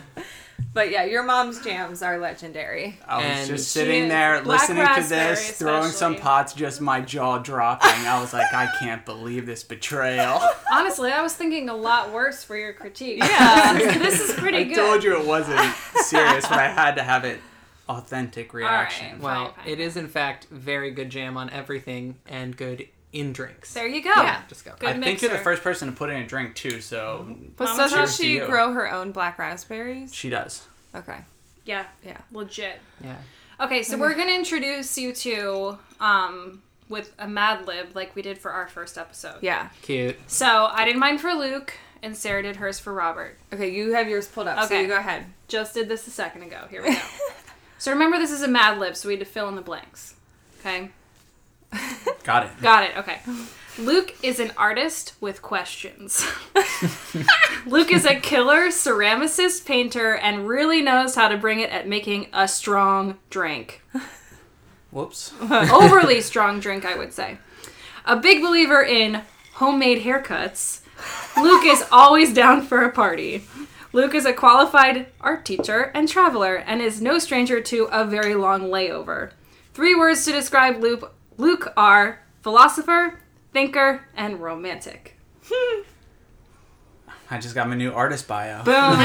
[SPEAKER 1] but yeah, your mom's jams are legendary.
[SPEAKER 3] I was
[SPEAKER 4] And
[SPEAKER 3] just
[SPEAKER 4] she
[SPEAKER 3] sitting
[SPEAKER 2] is-
[SPEAKER 3] there
[SPEAKER 2] black
[SPEAKER 3] listening to
[SPEAKER 2] raspberry
[SPEAKER 3] this, throwing some
[SPEAKER 2] especially.
[SPEAKER 3] pots, just my jaw dropping. I was like, I can't believe this betrayal.
[SPEAKER 2] Honestly, I was thinking a lot worse for your critique.
[SPEAKER 1] Yeah.
[SPEAKER 2] This is- this is pretty
[SPEAKER 3] I
[SPEAKER 2] good.
[SPEAKER 3] told you
[SPEAKER 2] uh,
[SPEAKER 3] it wasn't serious, but I had to have it authentic reaction.
[SPEAKER 2] All
[SPEAKER 4] Well,
[SPEAKER 2] Fine, fine,
[SPEAKER 4] it is in fact very good jam on everything and good in drinks.
[SPEAKER 2] There you go.
[SPEAKER 1] Yeah.
[SPEAKER 4] Just go.
[SPEAKER 2] Good.
[SPEAKER 3] I think you're the
[SPEAKER 2] mixer.
[SPEAKER 3] first person to put in a drink too, so
[SPEAKER 1] But
[SPEAKER 2] Mama
[SPEAKER 1] so does
[SPEAKER 3] cheers to
[SPEAKER 1] she
[SPEAKER 3] you.
[SPEAKER 1] grow her own black raspberries?
[SPEAKER 3] she does.
[SPEAKER 1] Okay.
[SPEAKER 2] Yeah.
[SPEAKER 1] Yeah. Mm-hmm.
[SPEAKER 2] Legit.
[SPEAKER 4] Yeah.
[SPEAKER 2] Okay, so we're gonna introduce you to um with a Mad Lib like we did for our first episode.
[SPEAKER 1] Yeah.
[SPEAKER 4] Cute.
[SPEAKER 2] So I did mine for Luke, and Sarah did hers for Robert.
[SPEAKER 1] Okay, you have yours pulled up, so
[SPEAKER 2] Okay.
[SPEAKER 1] you go ahead.
[SPEAKER 2] Just did this a second ago. Here we go. so remember, this is a Mad Lib, so we had to fill in the blanks. Okay.
[SPEAKER 3] Got it.
[SPEAKER 2] Got it. Okay. Luke is an artist with questions. Luke is a killer ceramicist painter and really knows how to bring it at making a strong drink.
[SPEAKER 3] Whoops.
[SPEAKER 2] Overly strong drink, I would say. A big believer in homemade haircuts. Luke is always down for a party. Luke is a qualified art teacher and traveler and is no stranger to a very long layover. Three words to describe Luke, Luke are philosopher, thinker, and romantic.
[SPEAKER 3] I just got my new artist bio.
[SPEAKER 1] Boom.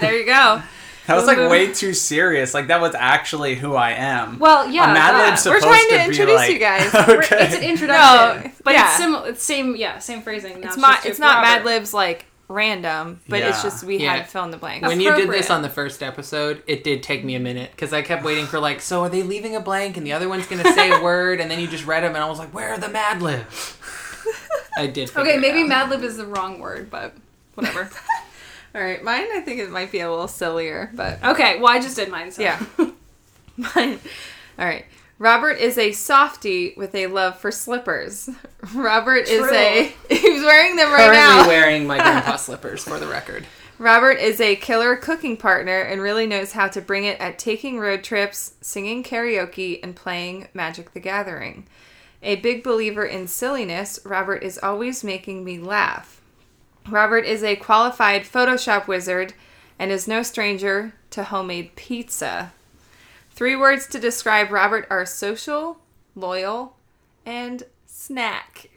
[SPEAKER 1] there you go.
[SPEAKER 3] that was like
[SPEAKER 2] boom.
[SPEAKER 3] way too serious. Like that was actually who I am.
[SPEAKER 2] Well, yeah,
[SPEAKER 3] A Mad Lib's
[SPEAKER 2] that.
[SPEAKER 1] We're
[SPEAKER 3] supposed
[SPEAKER 1] trying to
[SPEAKER 3] be
[SPEAKER 1] introduce
[SPEAKER 3] like-
[SPEAKER 1] you guys.
[SPEAKER 2] We're-
[SPEAKER 3] okay.
[SPEAKER 2] It's an introduction,
[SPEAKER 1] No,
[SPEAKER 2] but
[SPEAKER 1] yeah.
[SPEAKER 2] it's similar. It's same, yeah, same phrasing. Now
[SPEAKER 1] It's not
[SPEAKER 2] just
[SPEAKER 1] it's not
[SPEAKER 2] Robert.
[SPEAKER 1] Mad Lib's like random, but it's
[SPEAKER 3] Yeah.
[SPEAKER 1] just we
[SPEAKER 4] Yeah.
[SPEAKER 1] had fill in the blanks.
[SPEAKER 4] When you did this
[SPEAKER 2] Appropriate.
[SPEAKER 4] on the first episode, it did take me a minute because I kept waiting for like, so are they leaving a blank and the other one's gonna say a word, and then you just read them, and I was like, where are the Mad Libs? I did. figure
[SPEAKER 2] Okay,
[SPEAKER 4] it
[SPEAKER 2] maybe
[SPEAKER 4] out.
[SPEAKER 2] Mad Lib is the wrong word, but whatever.
[SPEAKER 1] All right, mine I think it might be a little sillier, but
[SPEAKER 2] okay, well, I just did mine. So.
[SPEAKER 1] Yeah. Mine. All right. Robert is a softie with a love for slippers. Robert is
[SPEAKER 2] True.
[SPEAKER 1] a he's wearing them right
[SPEAKER 4] Currently
[SPEAKER 1] now.
[SPEAKER 4] wearing my grandpa slippers for the record.
[SPEAKER 1] Robert is a killer cooking partner and really knows how to bring it at taking road trips, singing karaoke, and playing Magic the Gathering. A big believer in silliness, Robert is always making me laugh. Robert is a qualified Photoshop wizard and is no stranger to homemade pizza. Three words to describe Robert are social, loyal, and snack.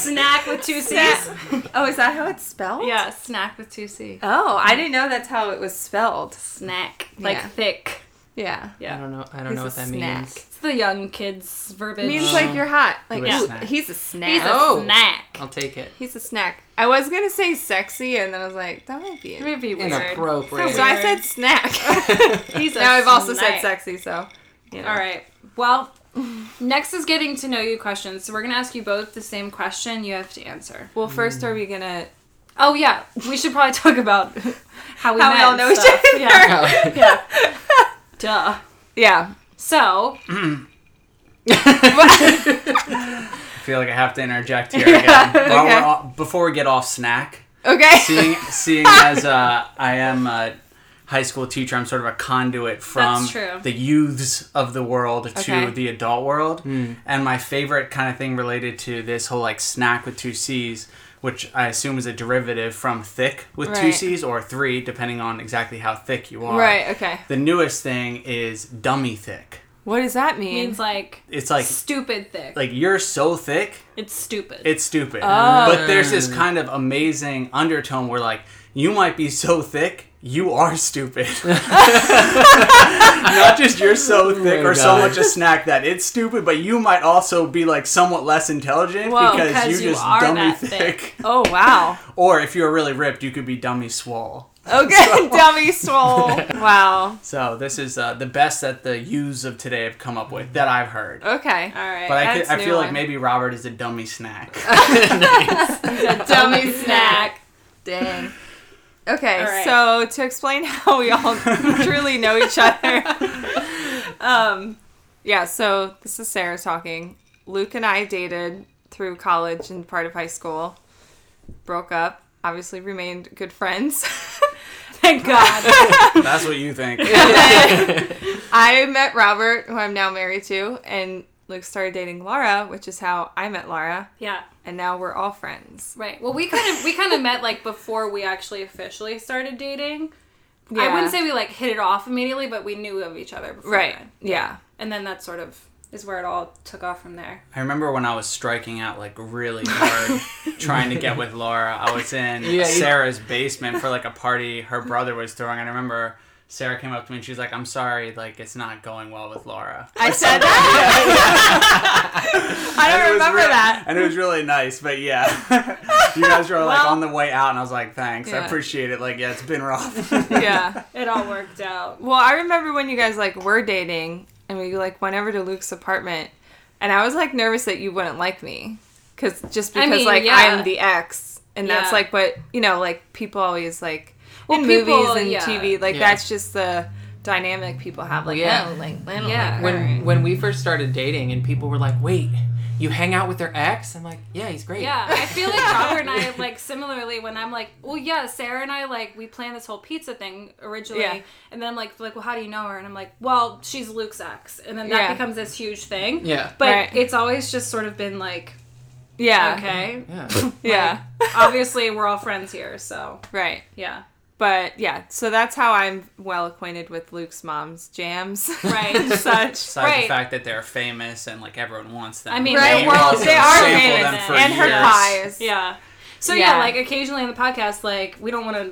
[SPEAKER 2] Snack with two C's.
[SPEAKER 1] Oh, is that how it's spelled?
[SPEAKER 2] Yeah, snack with two C.
[SPEAKER 1] Oh, I didn't know that's how it was spelled.
[SPEAKER 2] Snack. Like
[SPEAKER 1] Yeah.
[SPEAKER 2] thick.
[SPEAKER 1] Yeah.
[SPEAKER 4] I
[SPEAKER 2] Yeah.
[SPEAKER 4] don't know. I don't
[SPEAKER 1] He's
[SPEAKER 4] know
[SPEAKER 1] a
[SPEAKER 4] what that
[SPEAKER 1] snack.
[SPEAKER 4] means.
[SPEAKER 2] the young kids verbiage.
[SPEAKER 1] means like you're hot. Like
[SPEAKER 3] a
[SPEAKER 1] ooh,
[SPEAKER 3] snack.
[SPEAKER 1] he's a snack.
[SPEAKER 2] He's a
[SPEAKER 4] Oh.
[SPEAKER 2] snack.
[SPEAKER 4] I'll take it.
[SPEAKER 1] He's a snack. I was gonna say sexy, and then I was like, that might be it.
[SPEAKER 2] It'd be weird.
[SPEAKER 4] Inappropriate.
[SPEAKER 1] So I
[SPEAKER 2] weird.
[SPEAKER 1] said snack.
[SPEAKER 2] He's a
[SPEAKER 1] now I've also said
[SPEAKER 2] snack.
[SPEAKER 1] sexy, so. You know.
[SPEAKER 2] All right. Well, next is getting to know you questions. So we're gonna ask you both the same question. You have to answer.
[SPEAKER 1] Well, first, are we gonna?
[SPEAKER 2] Oh yeah, we should probably talk about how we
[SPEAKER 1] How we
[SPEAKER 2] met.
[SPEAKER 1] all
[SPEAKER 2] and
[SPEAKER 1] know each
[SPEAKER 2] stuff.
[SPEAKER 1] other.
[SPEAKER 2] Yeah.
[SPEAKER 4] Oh.
[SPEAKER 2] yeah. Duh.
[SPEAKER 1] Yeah.
[SPEAKER 2] So
[SPEAKER 3] I feel like I have to interject here again.
[SPEAKER 1] Yeah,
[SPEAKER 3] While
[SPEAKER 1] okay.
[SPEAKER 3] we're off, before we get off snack,
[SPEAKER 1] Okay.
[SPEAKER 3] seeing seeing as uh, I am a high school teacher, I'm sort of a conduit from
[SPEAKER 2] That's true.
[SPEAKER 3] the youths of the world
[SPEAKER 1] Okay.
[SPEAKER 3] to the adult world. And my favorite kind of thing related to this whole like snack with two C's, which I assume is a derivative from thick with two
[SPEAKER 1] Right.
[SPEAKER 3] C's or three, depending on exactly how thick you are.
[SPEAKER 1] Right. Okay.
[SPEAKER 3] The newest thing is dummy thick.
[SPEAKER 1] What does that mean?
[SPEAKER 2] means like
[SPEAKER 3] It's like
[SPEAKER 2] stupid thick.
[SPEAKER 3] like you're so thick
[SPEAKER 2] it's stupid.
[SPEAKER 3] it's stupid. But there's this kind of amazing undertone where like you might be so thick, you are stupid. Not just you're so thick
[SPEAKER 4] my
[SPEAKER 3] or so
[SPEAKER 4] God.
[SPEAKER 3] much a snack that it's stupid, but you might also be like somewhat less intelligent
[SPEAKER 1] Whoa,
[SPEAKER 3] because,
[SPEAKER 2] because
[SPEAKER 3] you
[SPEAKER 2] you
[SPEAKER 3] just
[SPEAKER 2] are
[SPEAKER 3] dummy
[SPEAKER 2] that
[SPEAKER 3] thick.
[SPEAKER 1] oh wow.
[SPEAKER 3] Or if you're really ripped, you could be dummy swole.
[SPEAKER 1] Okay. Dummy swole. Wow.
[SPEAKER 3] So this is uh, the best that the yous of today have come up with that I've heard.
[SPEAKER 1] Okay.
[SPEAKER 2] All right.
[SPEAKER 3] But I, could,
[SPEAKER 1] that's
[SPEAKER 3] I
[SPEAKER 1] new
[SPEAKER 3] feel like
[SPEAKER 1] one.
[SPEAKER 3] maybe Robert is a dummy snack.
[SPEAKER 1] Dummy snack. Dang. Okay,
[SPEAKER 2] All right.
[SPEAKER 1] so to explain how we all truly know each other, um, yeah, so this is Sarah talking. Luke and I dated through college and part of high school, broke up, obviously remained good friends.
[SPEAKER 2] Thank God.
[SPEAKER 3] That's what you think.
[SPEAKER 1] I met Robert, who I'm now married to, and Luke started dating Laura, which is how I met Laura,
[SPEAKER 2] yeah.
[SPEAKER 1] and now we're all friends.
[SPEAKER 2] Right. Well, we kind of we kind of met like before we actually officially started dating. I
[SPEAKER 1] Yeah.
[SPEAKER 2] wouldn't say we like hit it off immediately, but we knew of each other. Before
[SPEAKER 1] Right.
[SPEAKER 2] then.
[SPEAKER 1] Yeah.
[SPEAKER 2] And then that sort of is where it all took off from there.
[SPEAKER 3] I remember when I was striking out like really hard trying to get with Laura. I was in
[SPEAKER 4] Yeah, you-
[SPEAKER 3] Sarah's basement for like a party her brother was throwing. I remember Sarah came up to me and she's like, "I'm sorry, like it's not going well with Laura."
[SPEAKER 1] I said that. I
[SPEAKER 3] And
[SPEAKER 1] don't
[SPEAKER 3] it was
[SPEAKER 1] remember
[SPEAKER 3] real-
[SPEAKER 1] that.
[SPEAKER 3] And it was really nice, but yeah, you guys were like on the way out, and I was like, "Thanks, I
[SPEAKER 1] Yeah.
[SPEAKER 3] appreciate it." Like, yeah, it's been rough.
[SPEAKER 1] Yeah.
[SPEAKER 2] It all worked out.
[SPEAKER 1] Well, I remember when you guys like were dating and we like went over to Luke's apartment and I was like nervous that you wouldn't like me cuz just
[SPEAKER 2] I
[SPEAKER 1] because
[SPEAKER 2] mean,
[SPEAKER 1] like
[SPEAKER 2] yeah.
[SPEAKER 1] I'm the ex and that's
[SPEAKER 2] Yeah.
[SPEAKER 1] like what, you know, like people always like in
[SPEAKER 2] people-
[SPEAKER 1] movies and
[SPEAKER 2] yeah.
[SPEAKER 1] TV like
[SPEAKER 4] Yeah.
[SPEAKER 1] that's just the dynamic people have like
[SPEAKER 4] Yeah.
[SPEAKER 1] oh, like I don't
[SPEAKER 2] Yeah.
[SPEAKER 1] like
[SPEAKER 4] when
[SPEAKER 1] her.
[SPEAKER 4] when we first started dating and people were like, "Wait, you hang out with their ex?" I'm like, "Yeah, he's great."
[SPEAKER 2] Yeah, I feel like Robert and I like similarly when I'm like, well, yeah, Sarah and I like we planned this whole pizza thing originally,
[SPEAKER 1] Yeah.
[SPEAKER 2] and then like like well, how do you know her? And I'm like, well, she's Luke's ex, and then that
[SPEAKER 1] Yeah.
[SPEAKER 2] becomes this huge thing.
[SPEAKER 4] Yeah.
[SPEAKER 2] But
[SPEAKER 1] Right.
[SPEAKER 2] it's always just sort of been like,
[SPEAKER 1] Yeah.
[SPEAKER 2] okay,
[SPEAKER 4] Yeah.
[SPEAKER 1] Yeah.
[SPEAKER 2] obviously we're all friends here, so
[SPEAKER 1] right.
[SPEAKER 2] yeah,
[SPEAKER 1] But yeah, so that's how I'm well acquainted with Luke's mom's jams.
[SPEAKER 2] right.
[SPEAKER 1] Such
[SPEAKER 3] Besides
[SPEAKER 2] Right.
[SPEAKER 3] the fact that they're famous and like everyone wants them.
[SPEAKER 2] I mean,
[SPEAKER 1] Right.
[SPEAKER 2] the world
[SPEAKER 1] They are
[SPEAKER 3] Sample
[SPEAKER 1] famous.
[SPEAKER 3] them for
[SPEAKER 1] and her
[SPEAKER 3] years.
[SPEAKER 1] pies.
[SPEAKER 2] Yeah. So yeah.
[SPEAKER 1] Yeah.
[SPEAKER 2] like occasionally on the podcast, like we don't want to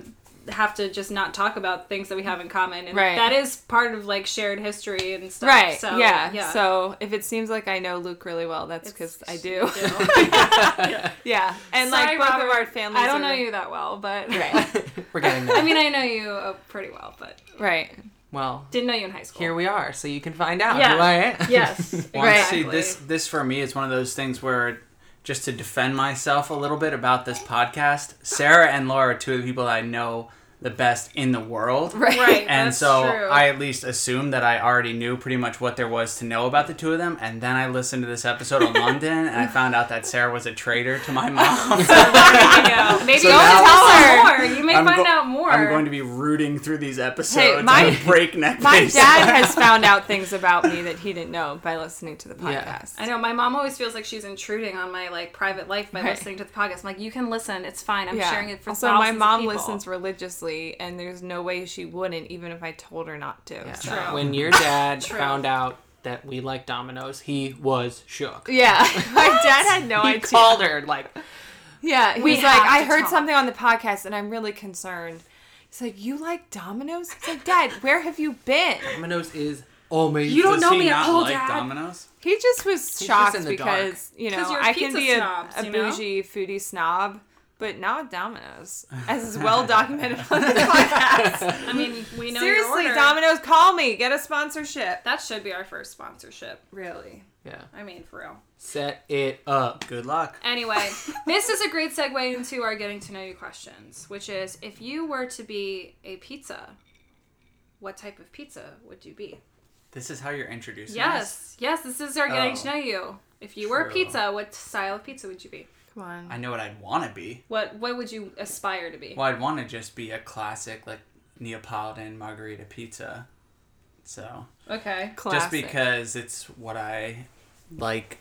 [SPEAKER 2] have to just not talk about things that we have in common, and
[SPEAKER 1] Right.
[SPEAKER 2] that is part of like shared history and stuff.
[SPEAKER 1] Right.
[SPEAKER 2] So,
[SPEAKER 1] yeah. So if it seems like I know Luke really well, that's because I do. yeah. And like
[SPEAKER 2] Sorry,
[SPEAKER 1] both
[SPEAKER 2] Robert.
[SPEAKER 1] of our families.
[SPEAKER 2] I don't know
[SPEAKER 1] are-
[SPEAKER 2] you that well, but
[SPEAKER 1] Right.
[SPEAKER 4] We're getting
[SPEAKER 2] I
[SPEAKER 4] there.
[SPEAKER 2] mean, I know you uh, pretty well, but
[SPEAKER 1] Right.
[SPEAKER 4] Well,
[SPEAKER 2] didn't know you in high school.
[SPEAKER 4] here we are, so you can find out
[SPEAKER 2] Yeah.
[SPEAKER 4] who I am.
[SPEAKER 2] yes.
[SPEAKER 3] Well,
[SPEAKER 1] Right.
[SPEAKER 3] see, this this for me is one of those things where, just to defend myself a little bit about this podcast, Sarah and Laura are two of the people that I know the best in the world.
[SPEAKER 1] Right.
[SPEAKER 2] Right.
[SPEAKER 3] And
[SPEAKER 2] that's
[SPEAKER 3] so
[SPEAKER 2] true.
[SPEAKER 3] I at least assumed that I already knew pretty much what there was to know about the two of them. And then I listened to this episode on London and I found out that Sarah was a traitor to my mom.
[SPEAKER 2] Yeah. Maybe
[SPEAKER 3] So
[SPEAKER 2] you
[SPEAKER 3] now-
[SPEAKER 2] tell her more. You may
[SPEAKER 3] I'm
[SPEAKER 2] find
[SPEAKER 3] go-
[SPEAKER 2] out more.
[SPEAKER 3] I'm going to be rooting through these episodes
[SPEAKER 1] my-
[SPEAKER 3] at a breakneck
[SPEAKER 1] My
[SPEAKER 3] pace.
[SPEAKER 1] dad has found out things about me that he didn't know by listening to the
[SPEAKER 4] Yeah.
[SPEAKER 1] podcast.
[SPEAKER 2] I know my mom always feels like she's intruding on my like private life by
[SPEAKER 1] Right.
[SPEAKER 2] listening to the podcast. I'm like, you can listen, it's fine. I'm
[SPEAKER 1] Yeah.
[SPEAKER 2] sharing it for
[SPEAKER 1] also,
[SPEAKER 2] thousands
[SPEAKER 1] my
[SPEAKER 2] of
[SPEAKER 1] mom
[SPEAKER 2] people."
[SPEAKER 1] listens religiously, and there's no way she wouldn't, even if I told her not to. Yeah. So.
[SPEAKER 2] True.
[SPEAKER 4] When your dad found out that we like Domino's, he was shook.
[SPEAKER 1] Yeah, my dad had no
[SPEAKER 4] he
[SPEAKER 1] idea.
[SPEAKER 4] called her like,
[SPEAKER 1] Yeah, he's
[SPEAKER 2] We
[SPEAKER 1] like,
[SPEAKER 2] have
[SPEAKER 1] I
[SPEAKER 2] to
[SPEAKER 1] heard
[SPEAKER 2] talk."
[SPEAKER 1] something on the podcast and I'm really concerned. He's like, You like Domino's? It's like, Dad, where have you been?
[SPEAKER 4] Domino's is Oh, man.
[SPEAKER 2] You don't
[SPEAKER 3] Does
[SPEAKER 2] know
[SPEAKER 3] he
[SPEAKER 2] me at
[SPEAKER 3] not
[SPEAKER 2] all,
[SPEAKER 3] like
[SPEAKER 2] Dad.
[SPEAKER 3] Domino's?
[SPEAKER 1] He just was
[SPEAKER 4] just
[SPEAKER 1] shocked
[SPEAKER 4] in the
[SPEAKER 1] because you know
[SPEAKER 2] 'Cause you're
[SPEAKER 1] I can
[SPEAKER 2] pizza
[SPEAKER 1] be a,
[SPEAKER 2] snobs,
[SPEAKER 1] a
[SPEAKER 2] you know?
[SPEAKER 1] bougie foodie snob, but not with Domino's, as is well documented on this podcast.
[SPEAKER 2] I mean, we know your
[SPEAKER 1] Seriously,
[SPEAKER 2] order.
[SPEAKER 1] Domino's, call me, get a sponsorship.
[SPEAKER 2] That should be our first sponsorship.
[SPEAKER 1] Really?
[SPEAKER 4] Yeah.
[SPEAKER 2] I mean, for real.
[SPEAKER 4] Set it up.
[SPEAKER 3] Good luck.
[SPEAKER 2] Anyway, this is a great segue into our getting to know you questions, which is if you were to be a pizza, what type of pizza would you be?
[SPEAKER 3] This is how you're introducing
[SPEAKER 2] Yes,
[SPEAKER 3] us?
[SPEAKER 2] yes, this is our getting
[SPEAKER 3] Oh.
[SPEAKER 2] to know you. If you were a
[SPEAKER 3] True.
[SPEAKER 2] pizza, what style of pizza would you be?
[SPEAKER 1] Come on.
[SPEAKER 3] I know what I'd want to be.
[SPEAKER 2] What what would you aspire to be?
[SPEAKER 3] Well, I'd want to just be a classic, like, Neapolitan margarita pizza. So,
[SPEAKER 2] Okay.
[SPEAKER 1] Classic.
[SPEAKER 3] just because it's what I like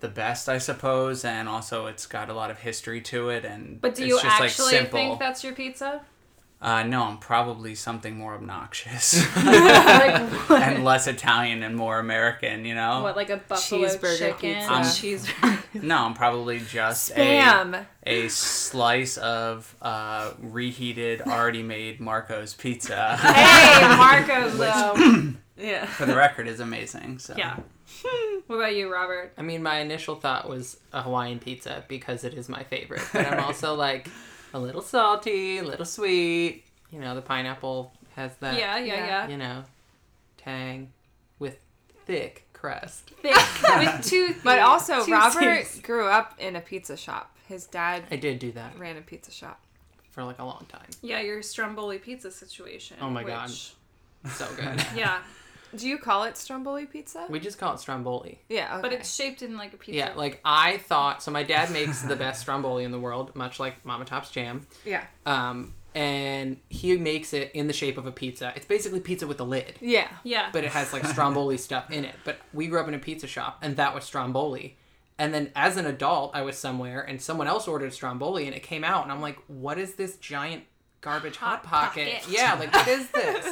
[SPEAKER 3] the best, I suppose, and also it's got a lot of history to it, and
[SPEAKER 2] But do
[SPEAKER 3] it's
[SPEAKER 2] you
[SPEAKER 3] just, like,
[SPEAKER 2] actually
[SPEAKER 3] simple.
[SPEAKER 2] think that's your pizza?
[SPEAKER 3] Uh, no, I'm probably something more obnoxious
[SPEAKER 2] like what?
[SPEAKER 3] and um, less Italian and more American, you know?
[SPEAKER 2] what like a buffalo
[SPEAKER 1] Cheeseburger
[SPEAKER 2] chicken
[SPEAKER 1] pizza.
[SPEAKER 2] and
[SPEAKER 3] Um,
[SPEAKER 2] cheese
[SPEAKER 3] No, I'm probably just a,
[SPEAKER 1] Spam.
[SPEAKER 3] a slice of uh, reheated, already made Marco's pizza.
[SPEAKER 2] Hey, Marco's though.
[SPEAKER 1] Yeah.
[SPEAKER 3] For the record, is amazing. So
[SPEAKER 2] yeah. What about you, Robert?
[SPEAKER 4] I mean, my initial thought was a Hawaiian pizza because it is my favorite, but I'm also like a little salty, a little sweet. You know, the pineapple has that,
[SPEAKER 2] Yeah, yeah,
[SPEAKER 1] Yeah.
[SPEAKER 2] yeah.
[SPEAKER 4] you know, tang with thick crust.
[SPEAKER 2] Thick with two
[SPEAKER 1] But also,
[SPEAKER 2] two
[SPEAKER 1] Robert
[SPEAKER 2] C's.
[SPEAKER 1] grew up in a pizza shop. His dad
[SPEAKER 4] I did do that
[SPEAKER 1] ran a pizza shop.
[SPEAKER 4] for like a long time.
[SPEAKER 2] Yeah, your Stromboli pizza situation.
[SPEAKER 4] Oh my
[SPEAKER 2] which-
[SPEAKER 4] God. So good.
[SPEAKER 2] Yeah,
[SPEAKER 1] Do you call it Stromboli pizza?
[SPEAKER 4] we just call it Stromboli.
[SPEAKER 1] yeah.
[SPEAKER 2] but
[SPEAKER 1] okay.
[SPEAKER 2] it's shaped in like a pizza.
[SPEAKER 4] Yeah, like I thought. So my dad makes the best Stromboli in the world, much like Mama Top's jam.
[SPEAKER 1] yeah.
[SPEAKER 4] Um, and he makes it in the shape of a pizza. It's basically pizza with a lid.
[SPEAKER 1] Yeah.
[SPEAKER 2] yeah.
[SPEAKER 4] but it has like stromboli stuff in it. But we grew up in a pizza shop, and that was stromboli. And then as an adult, I was somewhere, and someone else ordered stromboli, and it came out, and I'm like, "What is this giant garbage
[SPEAKER 2] Hot
[SPEAKER 4] hot, pocket?
[SPEAKER 2] Pocket.
[SPEAKER 4] Yeah, like what is this?"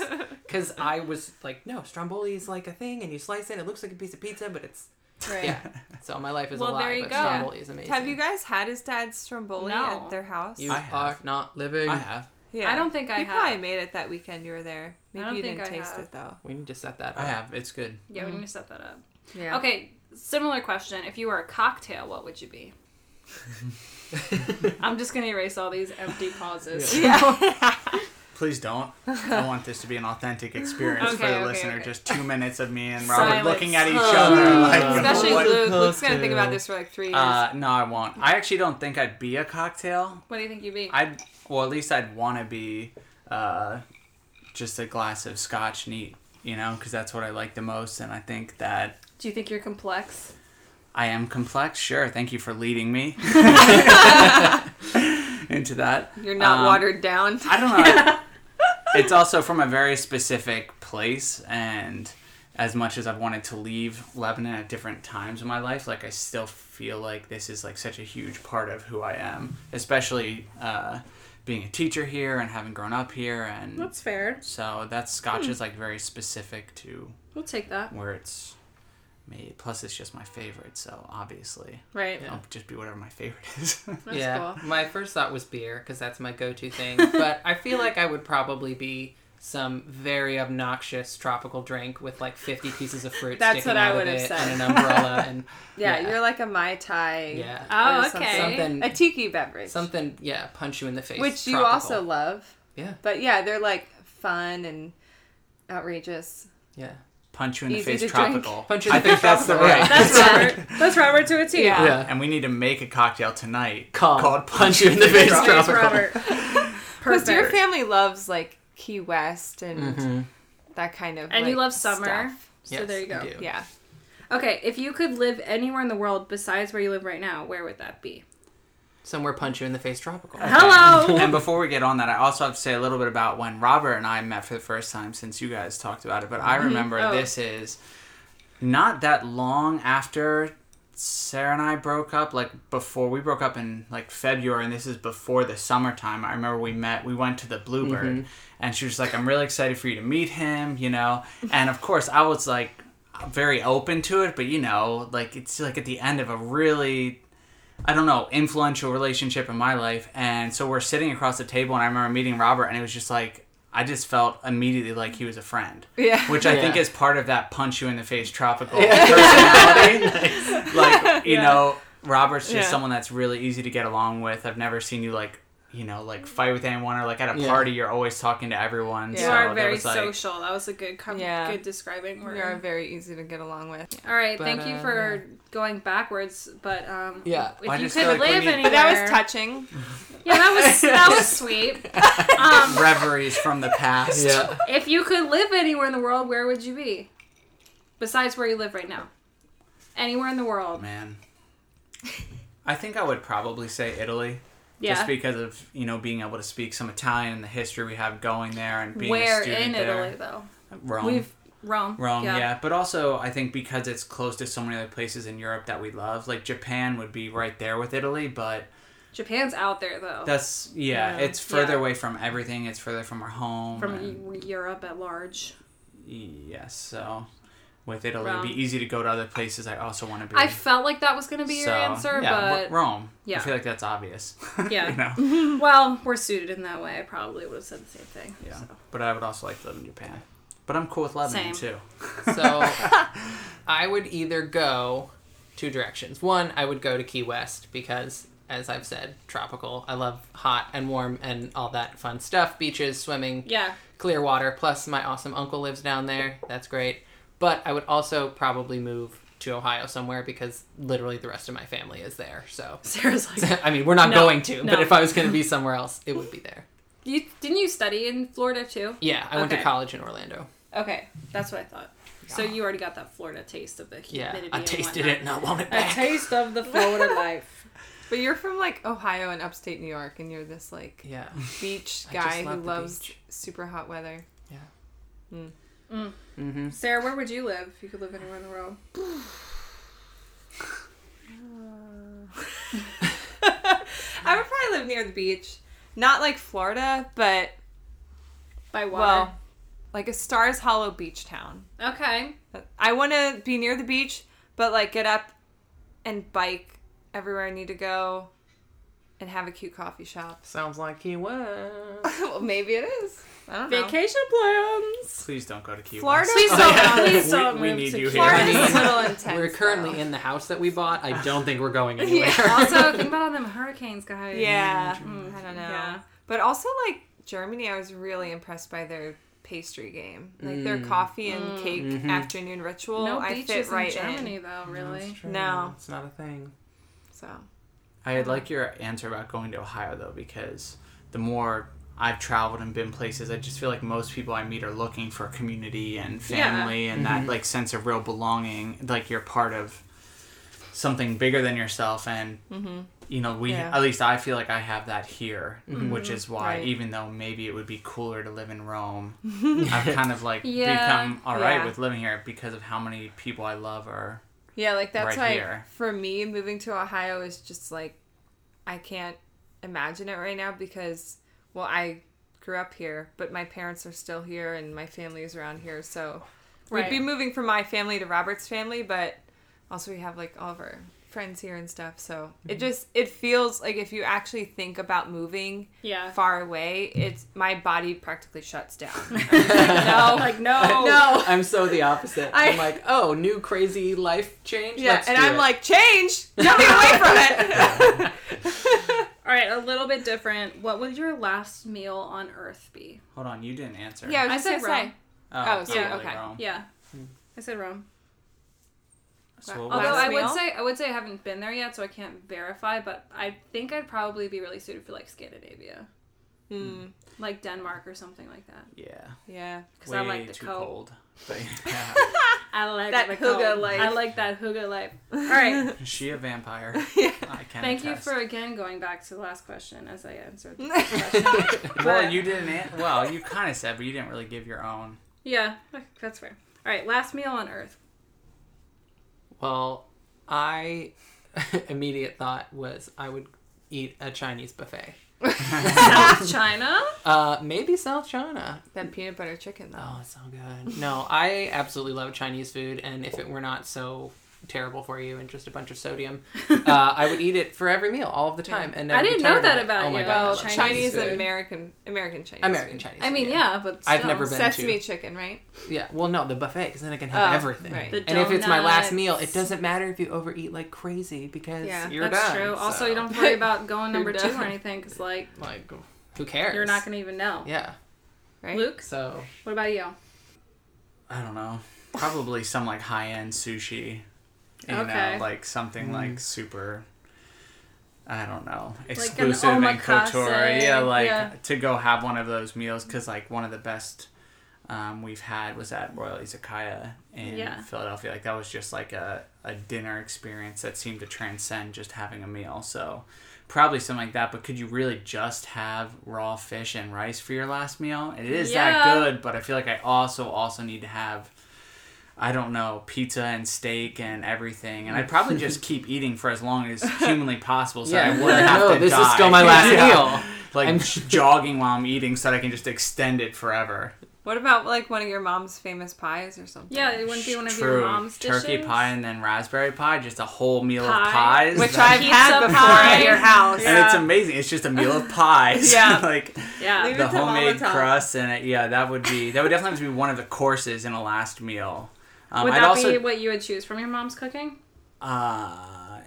[SPEAKER 4] Because I was like, "No, stromboli is like a thing, and you slice it. It looks like a piece of pizza, but it's
[SPEAKER 2] Right.
[SPEAKER 4] yeah." So my life is
[SPEAKER 2] Well,
[SPEAKER 4] a lie,
[SPEAKER 2] there you
[SPEAKER 4] but
[SPEAKER 2] go.
[SPEAKER 4] stromboli is amazing.
[SPEAKER 1] Have you guys had his dad's Stromboli
[SPEAKER 2] No.
[SPEAKER 1] at their house?
[SPEAKER 4] You
[SPEAKER 3] I have.
[SPEAKER 4] are not living.
[SPEAKER 3] I have.
[SPEAKER 1] yeah.
[SPEAKER 2] I don't think I
[SPEAKER 1] you
[SPEAKER 2] have.
[SPEAKER 1] probably made it that weekend you were there. Maybe
[SPEAKER 2] don't
[SPEAKER 1] you
[SPEAKER 2] think
[SPEAKER 1] didn't
[SPEAKER 2] I
[SPEAKER 1] taste
[SPEAKER 2] have.
[SPEAKER 1] it though.
[SPEAKER 4] We need to set that. Up.
[SPEAKER 3] I have. It's good.
[SPEAKER 2] Yeah, we need to set that up.
[SPEAKER 1] Yeah.
[SPEAKER 2] Okay, similar question. If you were a cocktail, what would you be? I'm just gonna erase all these empty pauses.
[SPEAKER 3] Please don't. I want this to be an authentic experience for
[SPEAKER 2] Okay,
[SPEAKER 3] the
[SPEAKER 2] okay,
[SPEAKER 3] listener.
[SPEAKER 2] okay.
[SPEAKER 3] Just two minutes of me and Robert
[SPEAKER 2] Silence.
[SPEAKER 3] looking at each other like,
[SPEAKER 1] Especially
[SPEAKER 3] what?
[SPEAKER 1] Luke. Luke's gonna think about
[SPEAKER 4] cocktail?
[SPEAKER 1] this for like three years.
[SPEAKER 3] Uh, no, I won't. I actually don't think I'd be a cocktail.
[SPEAKER 2] What do you think you'd be?
[SPEAKER 3] I'd, well, at least I'd want to be uh, just a glass of scotch neat, you know, because that's what I like the most. And I think that
[SPEAKER 2] do you think you're complex?
[SPEAKER 3] I am complex. Sure. Thank you for leading me into that.
[SPEAKER 1] You're not
[SPEAKER 3] um,
[SPEAKER 1] watered down.
[SPEAKER 3] I don't know. it's also from a very specific place and as much as I've wanted to leave Lebanon at different times in my life, like I still feel like this is like such a huge part of who I am, especially uh, being a teacher here and having grown up here and
[SPEAKER 2] fair.
[SPEAKER 3] so that
[SPEAKER 4] Hmm.
[SPEAKER 3] scotch is like very specific to
[SPEAKER 2] We'll take that.
[SPEAKER 3] where it's made. Plus it's just my favorite, so obviously
[SPEAKER 2] Right.
[SPEAKER 4] Yeah.
[SPEAKER 3] I'll just be whatever my favorite is.
[SPEAKER 2] That's
[SPEAKER 4] yeah,
[SPEAKER 2] cool.
[SPEAKER 4] my first thought was beer because that's my go-to thing. but I feel like I would probably be some very obnoxious tropical drink with like 50 pieces of fruit
[SPEAKER 1] That's
[SPEAKER 4] sticking
[SPEAKER 1] what I
[SPEAKER 4] out of
[SPEAKER 1] would have
[SPEAKER 4] it
[SPEAKER 1] said.
[SPEAKER 4] and an umbrella and
[SPEAKER 1] yeah,
[SPEAKER 4] yeah.
[SPEAKER 1] you're like a mai tai.
[SPEAKER 4] Yeah.
[SPEAKER 2] Oh,
[SPEAKER 1] or something.
[SPEAKER 2] okay.
[SPEAKER 1] A
[SPEAKER 4] something
[SPEAKER 1] tiki beverage,
[SPEAKER 4] something yeah, punch you in the face.
[SPEAKER 1] which you
[SPEAKER 4] tropical.
[SPEAKER 1] also love.
[SPEAKER 4] Yeah.
[SPEAKER 1] But yeah, they're like fun and outrageous.
[SPEAKER 4] yeah.
[SPEAKER 3] Punch you in the
[SPEAKER 1] Easy to
[SPEAKER 3] face
[SPEAKER 1] drink.
[SPEAKER 3] tropical.
[SPEAKER 4] Punch you in
[SPEAKER 3] I
[SPEAKER 4] the
[SPEAKER 3] think
[SPEAKER 4] face
[SPEAKER 3] that's the
[SPEAKER 4] tropical,
[SPEAKER 3] right.
[SPEAKER 2] That's Robert. That's Robert to a T.
[SPEAKER 1] Yeah.
[SPEAKER 4] Yeah.
[SPEAKER 3] And we need to make a cocktail tonight
[SPEAKER 4] Called
[SPEAKER 3] Uh, Punch You in the Face
[SPEAKER 4] Face
[SPEAKER 3] Tropical.
[SPEAKER 2] Robert.
[SPEAKER 1] Because
[SPEAKER 2] Perfect.
[SPEAKER 1] your family loves like Key West and
[SPEAKER 4] Mhm.
[SPEAKER 1] that kind of.
[SPEAKER 2] and you
[SPEAKER 1] like,
[SPEAKER 2] love summer.
[SPEAKER 1] stuff.
[SPEAKER 2] So
[SPEAKER 4] Yes,
[SPEAKER 2] there you
[SPEAKER 4] I
[SPEAKER 2] go.
[SPEAKER 4] do.
[SPEAKER 1] Yeah.
[SPEAKER 2] Okay, if you could live anywhere in the world besides where you live right now, where would that be?
[SPEAKER 4] Somewhere punch you in the face tropical.
[SPEAKER 2] Hello.
[SPEAKER 3] and before we get on that, I also have to say a little bit about when Robert and I met for the first time since you guys talked about it. But I remember
[SPEAKER 2] Oh.
[SPEAKER 3] this is not that long after Sarah and I broke up, like before we broke up in like February, and this is before the summertime. I remember we met, we went to the Bluebird, and she was like, I'm really excited for you to meet him, you know? And of course, I was like, very open to it, but you know, like it's like at the end of a really I don't know, influential relationship in my life. And so we're sitting across the table, and I remember meeting Robert, and it was just like, I just felt immediately like he was a friend.
[SPEAKER 1] Yeah.
[SPEAKER 3] Which I think
[SPEAKER 4] Yeah.
[SPEAKER 3] is part of that punch you in the face tropical personality. like, you know, Robert's just
[SPEAKER 1] Yeah.
[SPEAKER 3] someone that's really easy to get along with. I've never seen you like, you know, like fight with anyone or like at a
[SPEAKER 4] Yeah.
[SPEAKER 3] party you're always talking to everyone.
[SPEAKER 1] You
[SPEAKER 3] So
[SPEAKER 2] you
[SPEAKER 3] that
[SPEAKER 2] are very
[SPEAKER 3] was, like,
[SPEAKER 2] social. That was a good, com-
[SPEAKER 1] Yeah.
[SPEAKER 2] good describing word.
[SPEAKER 1] We are very easy to get along with.
[SPEAKER 2] All right,
[SPEAKER 4] But,
[SPEAKER 2] thank you
[SPEAKER 4] uh,
[SPEAKER 2] for going backwards, but um,
[SPEAKER 4] Yeah,
[SPEAKER 2] if
[SPEAKER 3] I
[SPEAKER 2] you
[SPEAKER 3] just
[SPEAKER 2] could
[SPEAKER 3] feel like we
[SPEAKER 2] live
[SPEAKER 3] need-
[SPEAKER 2] anywhere,
[SPEAKER 1] But that was touching.
[SPEAKER 2] yeah, that was that was sweet. Um,
[SPEAKER 3] reveries from the past.
[SPEAKER 4] Yeah.
[SPEAKER 2] if you could live anywhere in the world, where would you be? Besides where you live right now, anywhere in the world.
[SPEAKER 3] Man. I think I would probably say Italy.
[SPEAKER 2] yeah.
[SPEAKER 3] Just because of, you know, being able to speak some Italian and the history we have going there and being
[SPEAKER 2] where
[SPEAKER 3] a student
[SPEAKER 2] in
[SPEAKER 3] there.
[SPEAKER 2] Italy though?
[SPEAKER 3] Rome.
[SPEAKER 2] We've Rome.
[SPEAKER 3] Rome, yeah. But also, I think because it's close to so many other places in Europe that we love, like Japan would be right there with Italy, but
[SPEAKER 2] Japan's out there though.
[SPEAKER 3] that's, yeah,
[SPEAKER 1] Yeah.
[SPEAKER 3] it's further
[SPEAKER 2] Yeah.
[SPEAKER 3] away from everything. It's further from our home.
[SPEAKER 2] from E-
[SPEAKER 3] and-
[SPEAKER 2] Eu- Europe at large.
[SPEAKER 3] yes, so with Italy, it'd
[SPEAKER 2] Rome.
[SPEAKER 3] be easy to go to other places I also want to be.
[SPEAKER 2] I felt like that was going to be your
[SPEAKER 3] So,
[SPEAKER 2] answer,
[SPEAKER 3] yeah,
[SPEAKER 2] but
[SPEAKER 3] Ro- Rome.
[SPEAKER 2] Yeah.
[SPEAKER 3] I feel like that's obvious.
[SPEAKER 2] Yeah.
[SPEAKER 3] you know?
[SPEAKER 2] well, we're suited in that way. I probably would have said the same thing.
[SPEAKER 3] Yeah.
[SPEAKER 2] so.
[SPEAKER 3] But I would also like to live in Japan. But I'm cool with Lebanon
[SPEAKER 2] Same.
[SPEAKER 3] too.
[SPEAKER 4] So I would either go two directions. One, I would go to Key West because, as I've said, tropical. I love hot and warm and all that fun stuff beaches, swimming,
[SPEAKER 2] Yeah.
[SPEAKER 4] clear water. Plus, my awesome uncle lives down there. That's great. But I would also probably move to Ohio somewhere because literally the rest of my family is there. So,
[SPEAKER 2] Sarah's like,
[SPEAKER 4] I mean, we're not
[SPEAKER 2] No,
[SPEAKER 4] going to,
[SPEAKER 2] no.
[SPEAKER 4] but if I was going to be somewhere else, it would be there.
[SPEAKER 2] you didn't you study in Florida too?
[SPEAKER 4] Yeah, I went to
[SPEAKER 2] Okay.
[SPEAKER 4] college in Orlando.
[SPEAKER 2] Okay, that's what I thought. So you already got that Florida taste of the
[SPEAKER 4] Yeah,
[SPEAKER 2] humidity.
[SPEAKER 4] I
[SPEAKER 2] and
[SPEAKER 4] tasted
[SPEAKER 2] whatnot.
[SPEAKER 4] it and I want it
[SPEAKER 2] A
[SPEAKER 4] back.
[SPEAKER 2] taste of the Florida life.
[SPEAKER 1] But you're from like Ohio and upstate New York, and you're this like
[SPEAKER 4] yeah.
[SPEAKER 1] beach
[SPEAKER 4] I just
[SPEAKER 1] guy
[SPEAKER 4] love
[SPEAKER 1] who
[SPEAKER 4] the
[SPEAKER 1] loves
[SPEAKER 4] beach.
[SPEAKER 1] super hot weather.
[SPEAKER 4] Mm-hmm.
[SPEAKER 2] Sarah, where would you live if you could live anywhere in the world?
[SPEAKER 1] I would probably live near the beach, not like Florida, but
[SPEAKER 2] By water.
[SPEAKER 1] well, like a Stars Hollow beach town.
[SPEAKER 2] okay.
[SPEAKER 1] I want to be near the beach, but like get up and bike everywhere I need to go, and have a cute coffee shop.
[SPEAKER 4] Sounds like Key West.
[SPEAKER 1] well, maybe it is. I don't know.
[SPEAKER 2] Vacation plans.
[SPEAKER 3] Please don't go to Key
[SPEAKER 1] Florida.
[SPEAKER 3] West.
[SPEAKER 2] Please
[SPEAKER 1] Oh,
[SPEAKER 2] don't.
[SPEAKER 1] yeah.
[SPEAKER 2] Please
[SPEAKER 3] We-
[SPEAKER 2] don't.
[SPEAKER 3] we
[SPEAKER 2] move
[SPEAKER 3] need
[SPEAKER 2] to
[SPEAKER 3] you here.
[SPEAKER 4] Florida.
[SPEAKER 1] Florida's a little intense.
[SPEAKER 4] We're currently
[SPEAKER 1] though.
[SPEAKER 4] in the house that we bought. I don't think we're going anywhere.
[SPEAKER 1] Yeah.
[SPEAKER 2] also, think about all them hurricanes, guys.
[SPEAKER 1] Yeah,
[SPEAKER 2] Mm,
[SPEAKER 1] I don't know.
[SPEAKER 2] yeah.
[SPEAKER 1] But also, like Germany, I was really impressed by their pastry game, like their coffee and cake
[SPEAKER 4] Mhm.
[SPEAKER 1] afternoon ritual.
[SPEAKER 2] Mm. No
[SPEAKER 1] I
[SPEAKER 2] beaches
[SPEAKER 1] fit right
[SPEAKER 2] in Germany,
[SPEAKER 1] in.
[SPEAKER 2] though, really.
[SPEAKER 1] No.
[SPEAKER 4] It's not a thing.
[SPEAKER 1] So
[SPEAKER 3] I like your answer about going to Ohio though, because the more I've traveled and been places, I just feel like most people I meet are looking for community and family and
[SPEAKER 1] Mm-hmm.
[SPEAKER 3] that like sense of real belonging, like you're part of something bigger than yourself and you know we
[SPEAKER 1] Mm-hmm. Yeah. Mm-hmm.
[SPEAKER 3] at least i feel like i have that here which is why
[SPEAKER 1] Right.
[SPEAKER 3] even though maybe it would be cooler to live in rome i've kind of like
[SPEAKER 2] Yeah.
[SPEAKER 3] become all right
[SPEAKER 1] Yeah.
[SPEAKER 3] with living here because of how many people i love are
[SPEAKER 1] yeah, like that's
[SPEAKER 3] Right
[SPEAKER 1] why
[SPEAKER 3] here.
[SPEAKER 1] for me moving to Ohio is just like I can't imagine it right now because well I grew up here, but my parents are still here and my family is around here, so
[SPEAKER 2] Right.
[SPEAKER 1] we'd be moving from my family to Robert's family, but also we have like all of our friends here and stuff. So it just it feels like if you actually think about moving
[SPEAKER 2] Yeah.
[SPEAKER 1] far away, it's my body practically shuts down. no,
[SPEAKER 2] Like, no.
[SPEAKER 1] Oh. no.
[SPEAKER 4] I'm so the opposite. I,
[SPEAKER 1] I-
[SPEAKER 4] am like, oh, new crazy life change.
[SPEAKER 1] Yeah,
[SPEAKER 4] Let's
[SPEAKER 1] and
[SPEAKER 4] do
[SPEAKER 1] I'm
[SPEAKER 4] it.
[SPEAKER 1] like, change, get me away from it.
[SPEAKER 2] All right, a little bit different. What would your last meal on Earth be?
[SPEAKER 3] hold on you didn't answer
[SPEAKER 1] yeah, I was
[SPEAKER 2] I
[SPEAKER 1] just
[SPEAKER 2] said
[SPEAKER 1] gonna say.
[SPEAKER 2] Rome.
[SPEAKER 1] Oh,
[SPEAKER 3] it's
[SPEAKER 1] yeah,
[SPEAKER 3] totally
[SPEAKER 1] okay.
[SPEAKER 3] Rome.
[SPEAKER 2] Yeah, I said Rome.
[SPEAKER 3] So what
[SPEAKER 2] Although
[SPEAKER 3] was-
[SPEAKER 1] Last
[SPEAKER 2] I would
[SPEAKER 1] meal?
[SPEAKER 2] say I would say I haven't been there yet, so I can't verify. But I think I'd probably be really suited for like Scandinavia,
[SPEAKER 1] Mm,
[SPEAKER 2] like Denmark or something like that.
[SPEAKER 3] yeah
[SPEAKER 1] yeah,
[SPEAKER 2] Because I like the
[SPEAKER 3] too
[SPEAKER 2] cold.
[SPEAKER 3] cold. But yeah.
[SPEAKER 2] I like
[SPEAKER 1] That
[SPEAKER 2] the
[SPEAKER 1] hygge
[SPEAKER 2] cold.
[SPEAKER 1] life.
[SPEAKER 2] I like that hygge life. All right.
[SPEAKER 3] Is she a vampire? I can
[SPEAKER 2] Thank you
[SPEAKER 3] attest.
[SPEAKER 2] for again going back to the last question as I answered.
[SPEAKER 3] Well, you didn't. An- well, you kind of said, but you didn't really give your own.
[SPEAKER 2] Yeah, that's fair. All right, last meal on Earth.
[SPEAKER 4] well, I immediate thought was I would eat a Chinese buffet.
[SPEAKER 2] South China.
[SPEAKER 4] Uh, maybe South China.
[SPEAKER 1] that peanut butter chicken though.
[SPEAKER 4] Oh, it's so good. No, I absolutely love Chinese food, and if it were not so terrible for you and just a bunch of sodium. Uh, I would eat it for every meal, all of the time. And
[SPEAKER 2] I
[SPEAKER 4] never be
[SPEAKER 2] didn't know
[SPEAKER 4] tired of
[SPEAKER 2] that
[SPEAKER 4] it.
[SPEAKER 2] about
[SPEAKER 4] oh my
[SPEAKER 2] you.
[SPEAKER 4] God, I
[SPEAKER 2] Well,
[SPEAKER 4] love
[SPEAKER 2] Chinese
[SPEAKER 4] Chinese
[SPEAKER 2] food.
[SPEAKER 4] food.
[SPEAKER 1] American American Chinese.
[SPEAKER 4] American
[SPEAKER 1] food.
[SPEAKER 4] Chinese.
[SPEAKER 2] I mean,
[SPEAKER 4] food,
[SPEAKER 2] yeah, but still.
[SPEAKER 4] I've never been
[SPEAKER 1] Sesame
[SPEAKER 4] to.
[SPEAKER 1] chicken, right?
[SPEAKER 4] Yeah, well, no, the buffet because then I can have
[SPEAKER 1] Oh,
[SPEAKER 4] everything.
[SPEAKER 1] right.
[SPEAKER 2] The
[SPEAKER 4] And if it's my last meal,
[SPEAKER 2] donuts.
[SPEAKER 4] it doesn't matter if you overeat like crazy because
[SPEAKER 1] Yeah,
[SPEAKER 4] you're
[SPEAKER 2] That's
[SPEAKER 4] done.
[SPEAKER 2] true. Also,
[SPEAKER 4] so,
[SPEAKER 2] you don't have to worry about going number two
[SPEAKER 1] done?
[SPEAKER 2] or anything because, like,
[SPEAKER 4] like who cares?
[SPEAKER 2] you're not going to even know.
[SPEAKER 4] Yeah.
[SPEAKER 1] Right.
[SPEAKER 2] Luke,
[SPEAKER 4] So
[SPEAKER 2] what about you?
[SPEAKER 3] I don't know. Probably some like high end sushi. You
[SPEAKER 2] Okay.
[SPEAKER 3] know, like something like super. I don't know,
[SPEAKER 2] an
[SPEAKER 3] exclusive and
[SPEAKER 2] omakase,
[SPEAKER 3] couture. Yeah, like
[SPEAKER 2] yeah.
[SPEAKER 3] to go have one of those meals because like one of the best um, we've had was at Royal Izakaya in
[SPEAKER 2] Yeah.
[SPEAKER 3] Philadelphia. Like that was just like a a dinner experience that seemed to transcend just having a meal. So probably something like that. But could you really just have raw fish and rice for your last meal? It is
[SPEAKER 2] Yeah.
[SPEAKER 3] that good, but I feel like I also also need to have I don't know, pizza and steak and everything. And I'd probably just keep eating for as long as humanly possible so
[SPEAKER 4] yeah,
[SPEAKER 3] I wouldn't have
[SPEAKER 4] no,
[SPEAKER 3] to
[SPEAKER 4] this
[SPEAKER 3] die.
[SPEAKER 4] is still my last
[SPEAKER 3] Yeah.
[SPEAKER 4] meal.
[SPEAKER 3] Like
[SPEAKER 4] I'm-
[SPEAKER 3] jogging while I'm eating so that I can just extend it forever.
[SPEAKER 1] What about like one of your mom's famous pies or something?
[SPEAKER 2] Yeah, it wouldn't be one of
[SPEAKER 3] True.
[SPEAKER 2] your mom's dishes.
[SPEAKER 3] Turkey pie and then raspberry pie, just a whole meal
[SPEAKER 2] Pie.
[SPEAKER 3] of pies.
[SPEAKER 1] which
[SPEAKER 3] that-
[SPEAKER 1] I've had
[SPEAKER 2] Pizza
[SPEAKER 1] before
[SPEAKER 2] pie.
[SPEAKER 1] at your house.
[SPEAKER 3] and it's amazing. It's just a meal of pies.
[SPEAKER 1] Yeah.
[SPEAKER 3] like
[SPEAKER 2] Yeah.
[SPEAKER 1] Leave it
[SPEAKER 3] the
[SPEAKER 1] to Mama
[SPEAKER 3] homemade
[SPEAKER 1] Tom.
[SPEAKER 3] crust and it, yeah, that would be that would definitely have to be one of the courses in a last meal. Um,
[SPEAKER 2] Would
[SPEAKER 3] I'd
[SPEAKER 2] that
[SPEAKER 3] also
[SPEAKER 2] be what you would choose from your mom's cooking?
[SPEAKER 3] Uh,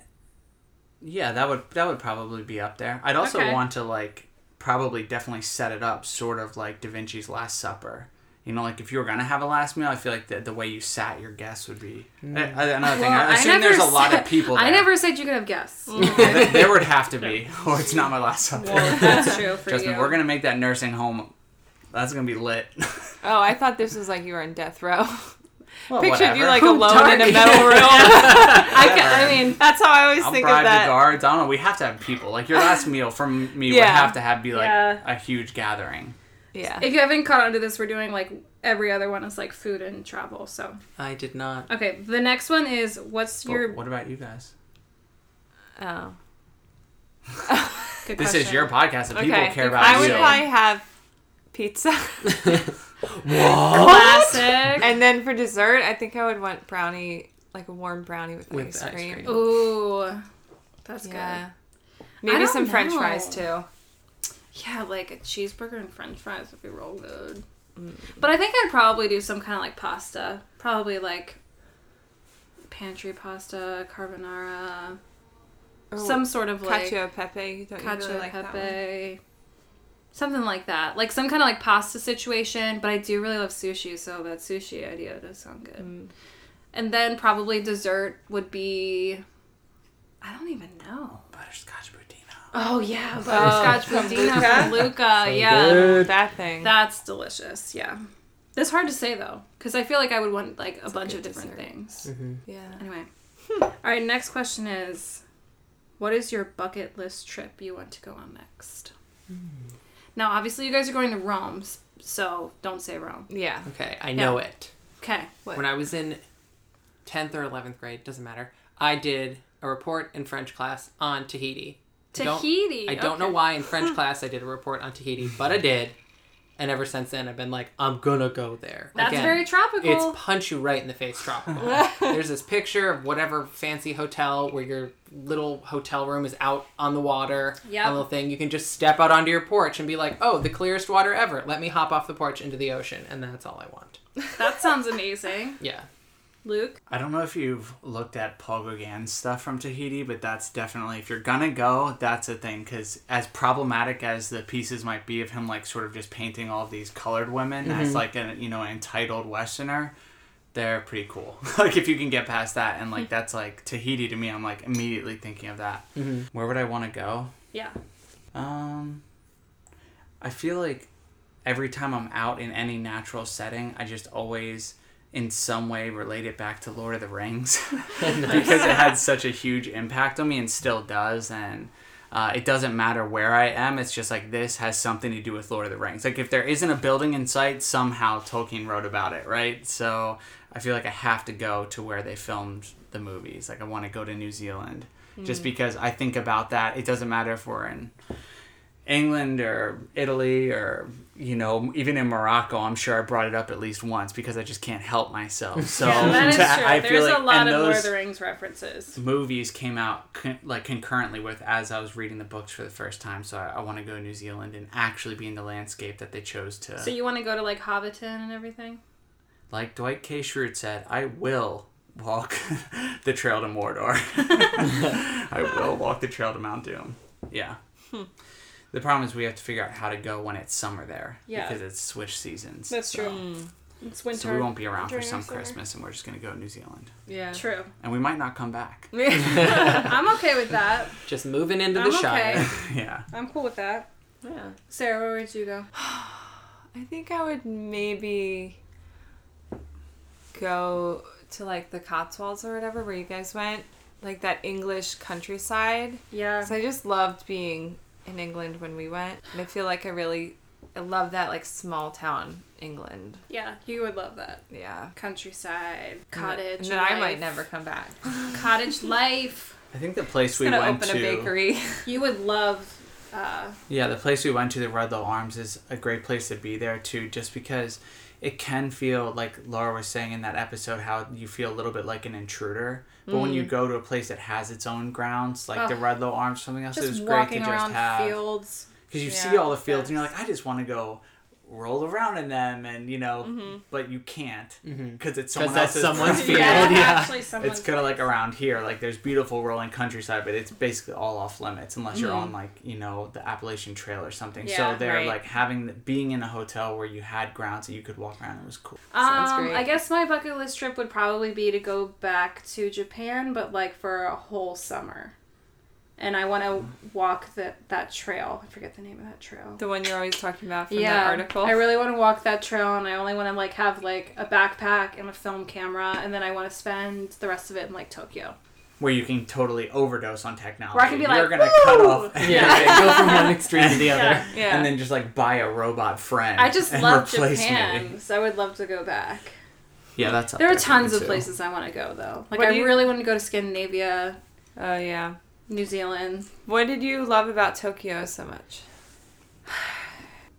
[SPEAKER 3] yeah, that would that would probably be up there. I'd also
[SPEAKER 2] Okay.
[SPEAKER 3] want to like probably definitely set it up sort of like Da Vinci's Last Supper. You know, like if you were gonna have a last meal, I feel like the, the way you sat your guests would be I- I- another thing. I assume there's a lot of people. There.
[SPEAKER 2] I never said you could have guests.
[SPEAKER 3] There- there would have to be, or it's not my last supper.
[SPEAKER 2] Well, that's true for
[SPEAKER 3] Trust
[SPEAKER 2] you.
[SPEAKER 3] me, we're gonna make that nursing home. That's gonna be lit.
[SPEAKER 1] Oh, I thought this was like you were on death row.
[SPEAKER 3] well,
[SPEAKER 1] Pictured you
[SPEAKER 3] whatever.
[SPEAKER 1] like
[SPEAKER 4] Oh,
[SPEAKER 1] alone in a
[SPEAKER 4] dark.
[SPEAKER 1] metal room. I, ca- I
[SPEAKER 3] Whatever.
[SPEAKER 1] mean, that's how I always
[SPEAKER 3] I'll
[SPEAKER 1] think
[SPEAKER 3] bribe
[SPEAKER 1] of that.
[SPEAKER 3] the guards. I don't know. We have to have people. Like your last meal from me would
[SPEAKER 1] Yeah.
[SPEAKER 3] have to have be like
[SPEAKER 2] Yeah.
[SPEAKER 3] a huge gathering.
[SPEAKER 1] Yeah.
[SPEAKER 2] If you haven't caught on to this, we're doing like every other one is like food and travel. So
[SPEAKER 4] I did not.
[SPEAKER 2] okay, the next one is what's
[SPEAKER 3] But
[SPEAKER 2] your
[SPEAKER 3] what about you guys?
[SPEAKER 1] Oh.
[SPEAKER 2] good
[SPEAKER 3] This
[SPEAKER 2] question.
[SPEAKER 3] is your podcast. If people
[SPEAKER 1] Okay.
[SPEAKER 3] care about
[SPEAKER 1] I would
[SPEAKER 3] you,
[SPEAKER 1] probably have pizza.
[SPEAKER 2] classic.
[SPEAKER 1] and then for dessert, I think I would want brownie, like a warm brownie with,
[SPEAKER 4] With
[SPEAKER 1] ice,
[SPEAKER 4] ice
[SPEAKER 1] cream.
[SPEAKER 4] cream.
[SPEAKER 2] Ooh, that's
[SPEAKER 1] Yeah.
[SPEAKER 2] I
[SPEAKER 1] Maybe
[SPEAKER 2] don't
[SPEAKER 1] some french
[SPEAKER 2] know.
[SPEAKER 1] fries too.
[SPEAKER 2] good. Yeah, like a cheeseburger and French fries would be real good.
[SPEAKER 3] Mm.
[SPEAKER 2] But I think I'd probably do some kind of like pasta, probably like pantry pasta, carbonara,
[SPEAKER 1] Or
[SPEAKER 2] some sort of like
[SPEAKER 1] cacio e pepe. Don't you
[SPEAKER 2] cacio
[SPEAKER 1] really
[SPEAKER 2] e
[SPEAKER 1] like that one?
[SPEAKER 2] pepe, something like that, like some kind of like pasta situation. But I do really love sushi, so that sushi idea does sound good.
[SPEAKER 1] Mm.
[SPEAKER 2] And then probably dessert would be, I don't even know.
[SPEAKER 3] butterscotch budino.
[SPEAKER 2] Oh yeah, butterscotch budino from Luca. yeah,
[SPEAKER 1] Oh, that thing.
[SPEAKER 2] that's delicious. Yeah, that's hard to say though, because I feel like I would want like a bunch of
[SPEAKER 1] good
[SPEAKER 2] different
[SPEAKER 1] dessert.
[SPEAKER 2] things.
[SPEAKER 1] yeah.
[SPEAKER 2] Anyway, all right. Next question is, what is your bucket list trip you want to go on next?
[SPEAKER 4] Hmm.
[SPEAKER 2] Now, obviously, you guys are going to Rome, s- so don't say Rome.
[SPEAKER 1] Yeah.
[SPEAKER 4] Okay, I know it.
[SPEAKER 2] Okay.
[SPEAKER 1] What?
[SPEAKER 4] When I was in 10th or 11th grade, doesn't matter, I did a report in French class on Tahiti. I don't-
[SPEAKER 2] Tahiti.
[SPEAKER 4] I don't know
[SPEAKER 2] okay.
[SPEAKER 4] why in French class I did a report on Tahiti, but I did. And ever since then, I've been like, I'm gonna go there.
[SPEAKER 2] That's
[SPEAKER 4] Again,
[SPEAKER 2] very tropical.
[SPEAKER 4] It's punch you right in the face tropical. There's this picture of whatever fancy hotel where your little hotel room is out on the water.
[SPEAKER 2] Yep.
[SPEAKER 4] A little thing. You can just step out onto your porch and be like, oh, the clearest water ever. Let me hop off the porch into the ocean. And that's all I want.
[SPEAKER 2] that sounds amazing,
[SPEAKER 4] Yeah.
[SPEAKER 2] Luke.
[SPEAKER 3] I don't know if you've looked at Paul Gauguin's stuff from Tahiti, but that's definitely if you're gonna go, that's a thing. Because as problematic as the pieces might be of him, like sort of just painting all these colored women as like an you know an entitled Westerner, they're pretty cool. like if you can get past that, and like that's like Tahiti to me, I'm like immediately thinking of that. Where would I want to go?
[SPEAKER 2] Yeah.
[SPEAKER 3] Um, I feel like every time I'm out in any natural setting, I just always, in some way, relate it back to Lord of the Rings because it had such a huge impact on me and still does. And uh, it doesn't matter where I am. It's just like this has something to do with Lord of the Rings. Like if there isn't a building in sight, somehow Tolkien wrote about it, right? So I feel like I have to go to where they filmed the movies. Like I
[SPEAKER 2] Hmm.
[SPEAKER 3] want to go to New Zealand. Just because I think about that, it doesn't matter if we're in England or Italy or you know even in Morocco, I'm sure I brought it up at least once because I just can't help myself. So
[SPEAKER 2] that is true.
[SPEAKER 3] to- I feel
[SPEAKER 2] There's
[SPEAKER 3] like
[SPEAKER 2] a lot
[SPEAKER 3] and
[SPEAKER 2] of
[SPEAKER 3] those
[SPEAKER 2] Lord of the Rings references.
[SPEAKER 3] movies came out con- like concurrently with as I was reading the books for the first time. So I, I want to go to New Zealand and actually be in the landscape that they chose to.
[SPEAKER 2] So you want to go to like Hobbiton and everything?
[SPEAKER 3] like Dwight K. Schrute said, I will walk the trail to Mordor. I will walk the trail to Mount Doom. Yeah.
[SPEAKER 2] Hmm.
[SPEAKER 3] The problem is we have to figure out how to go when it's summer there.
[SPEAKER 2] Yeah.
[SPEAKER 3] Because it's switch seasons.
[SPEAKER 2] That's
[SPEAKER 3] So-
[SPEAKER 2] true. It's winter.
[SPEAKER 3] So we won't be around for
[SPEAKER 2] during
[SPEAKER 3] some
[SPEAKER 2] our summer.
[SPEAKER 3] Christmas and we're just going to go to New Zealand.
[SPEAKER 5] Yeah.
[SPEAKER 2] True.
[SPEAKER 3] And we might not come back.
[SPEAKER 2] Mm-hmm. I'm okay with that.
[SPEAKER 4] Just moving into
[SPEAKER 2] I'm
[SPEAKER 4] the Shire.
[SPEAKER 2] okay.
[SPEAKER 3] yeah.
[SPEAKER 2] I'm cool with that.
[SPEAKER 5] Yeah.
[SPEAKER 2] Sarah, where would you go?
[SPEAKER 1] I think I would maybe go to like the Cotswolds or whatever where you guys went, like that English countryside.
[SPEAKER 2] Yeah.
[SPEAKER 1] 'Cause I just loved being in England when we went, and I feel like I really I love that like small town England.
[SPEAKER 2] Yeah, you would love that.
[SPEAKER 1] Yeah.
[SPEAKER 2] Countryside,
[SPEAKER 1] And that-
[SPEAKER 2] cottage.
[SPEAKER 1] And then I might
[SPEAKER 2] life.
[SPEAKER 1] never come back.
[SPEAKER 2] Cottage life.
[SPEAKER 3] I think the place we
[SPEAKER 1] gonna
[SPEAKER 3] went
[SPEAKER 1] open
[SPEAKER 3] to.
[SPEAKER 1] a bakery.
[SPEAKER 2] You would love. Uh,
[SPEAKER 3] Yeah, the place we went to, the Redlow Arms, is a great place to be there too, just because it can feel like Laura was saying in that episode how you feel a little bit like an intruder. But when you go to a place that has its own grounds, like the
[SPEAKER 2] Mm. Ugh.
[SPEAKER 3] Redlow Arms, something else, it was
[SPEAKER 2] just
[SPEAKER 3] great to
[SPEAKER 2] walking
[SPEAKER 3] just
[SPEAKER 2] around
[SPEAKER 3] have
[SPEAKER 2] fields.
[SPEAKER 3] because you
[SPEAKER 1] Yeah,
[SPEAKER 3] see all the fields and you're like, I just want to go roll around in them, and you know,
[SPEAKER 2] Mm-hmm.
[SPEAKER 3] but you can't because
[SPEAKER 4] Mm-hmm.
[SPEAKER 3] it's someone
[SPEAKER 4] that's
[SPEAKER 3] else's
[SPEAKER 4] someone's
[SPEAKER 3] property.
[SPEAKER 4] field, Yeah.
[SPEAKER 2] actually, someone.
[SPEAKER 3] It's kind of like around here, like there's beautiful rolling countryside, but it's basically all off limits unless you're on like you know the Appalachian Trail or something.
[SPEAKER 2] Mm-hmm. Yeah,
[SPEAKER 3] so they're
[SPEAKER 1] right.
[SPEAKER 3] like having the, being in a hotel where you had grounds that you could walk around. It was cool.
[SPEAKER 1] Sounds
[SPEAKER 2] Um,
[SPEAKER 1] great.
[SPEAKER 2] I guess my bucket list trip would probably be to go back to Japan, but like for a whole summer. And I want to walk that that trail. I forget the name of that trail.
[SPEAKER 1] the one you're always talking about from
[SPEAKER 2] yeah,
[SPEAKER 1] that article.
[SPEAKER 2] I really want to walk that trail, and I only want to like have like a backpack and a film camera, and then I want to spend the rest of it in like Tokyo.
[SPEAKER 3] Where you can totally overdose on technology.
[SPEAKER 2] Where I can be
[SPEAKER 3] You're
[SPEAKER 2] like,
[SPEAKER 3] gonna cut
[SPEAKER 2] "Woo!"
[SPEAKER 3] off,
[SPEAKER 4] Yeah, okay, go from one extreme to the other.
[SPEAKER 2] Yeah.
[SPEAKER 1] yeah.
[SPEAKER 3] and then just like buy a robot friend.
[SPEAKER 2] I just
[SPEAKER 3] and
[SPEAKER 2] love
[SPEAKER 3] replace me.
[SPEAKER 2] Japan, so I would love to go back.
[SPEAKER 3] Yeah, that's up
[SPEAKER 2] There are
[SPEAKER 3] for
[SPEAKER 2] tons
[SPEAKER 3] me,
[SPEAKER 2] of
[SPEAKER 3] too.
[SPEAKER 2] places I want to go though. Like
[SPEAKER 1] What
[SPEAKER 2] I
[SPEAKER 1] do you-
[SPEAKER 2] really want to go to Scandinavia,
[SPEAKER 1] oh yeah.
[SPEAKER 2] New Zealand.
[SPEAKER 1] What did you love about Tokyo so much?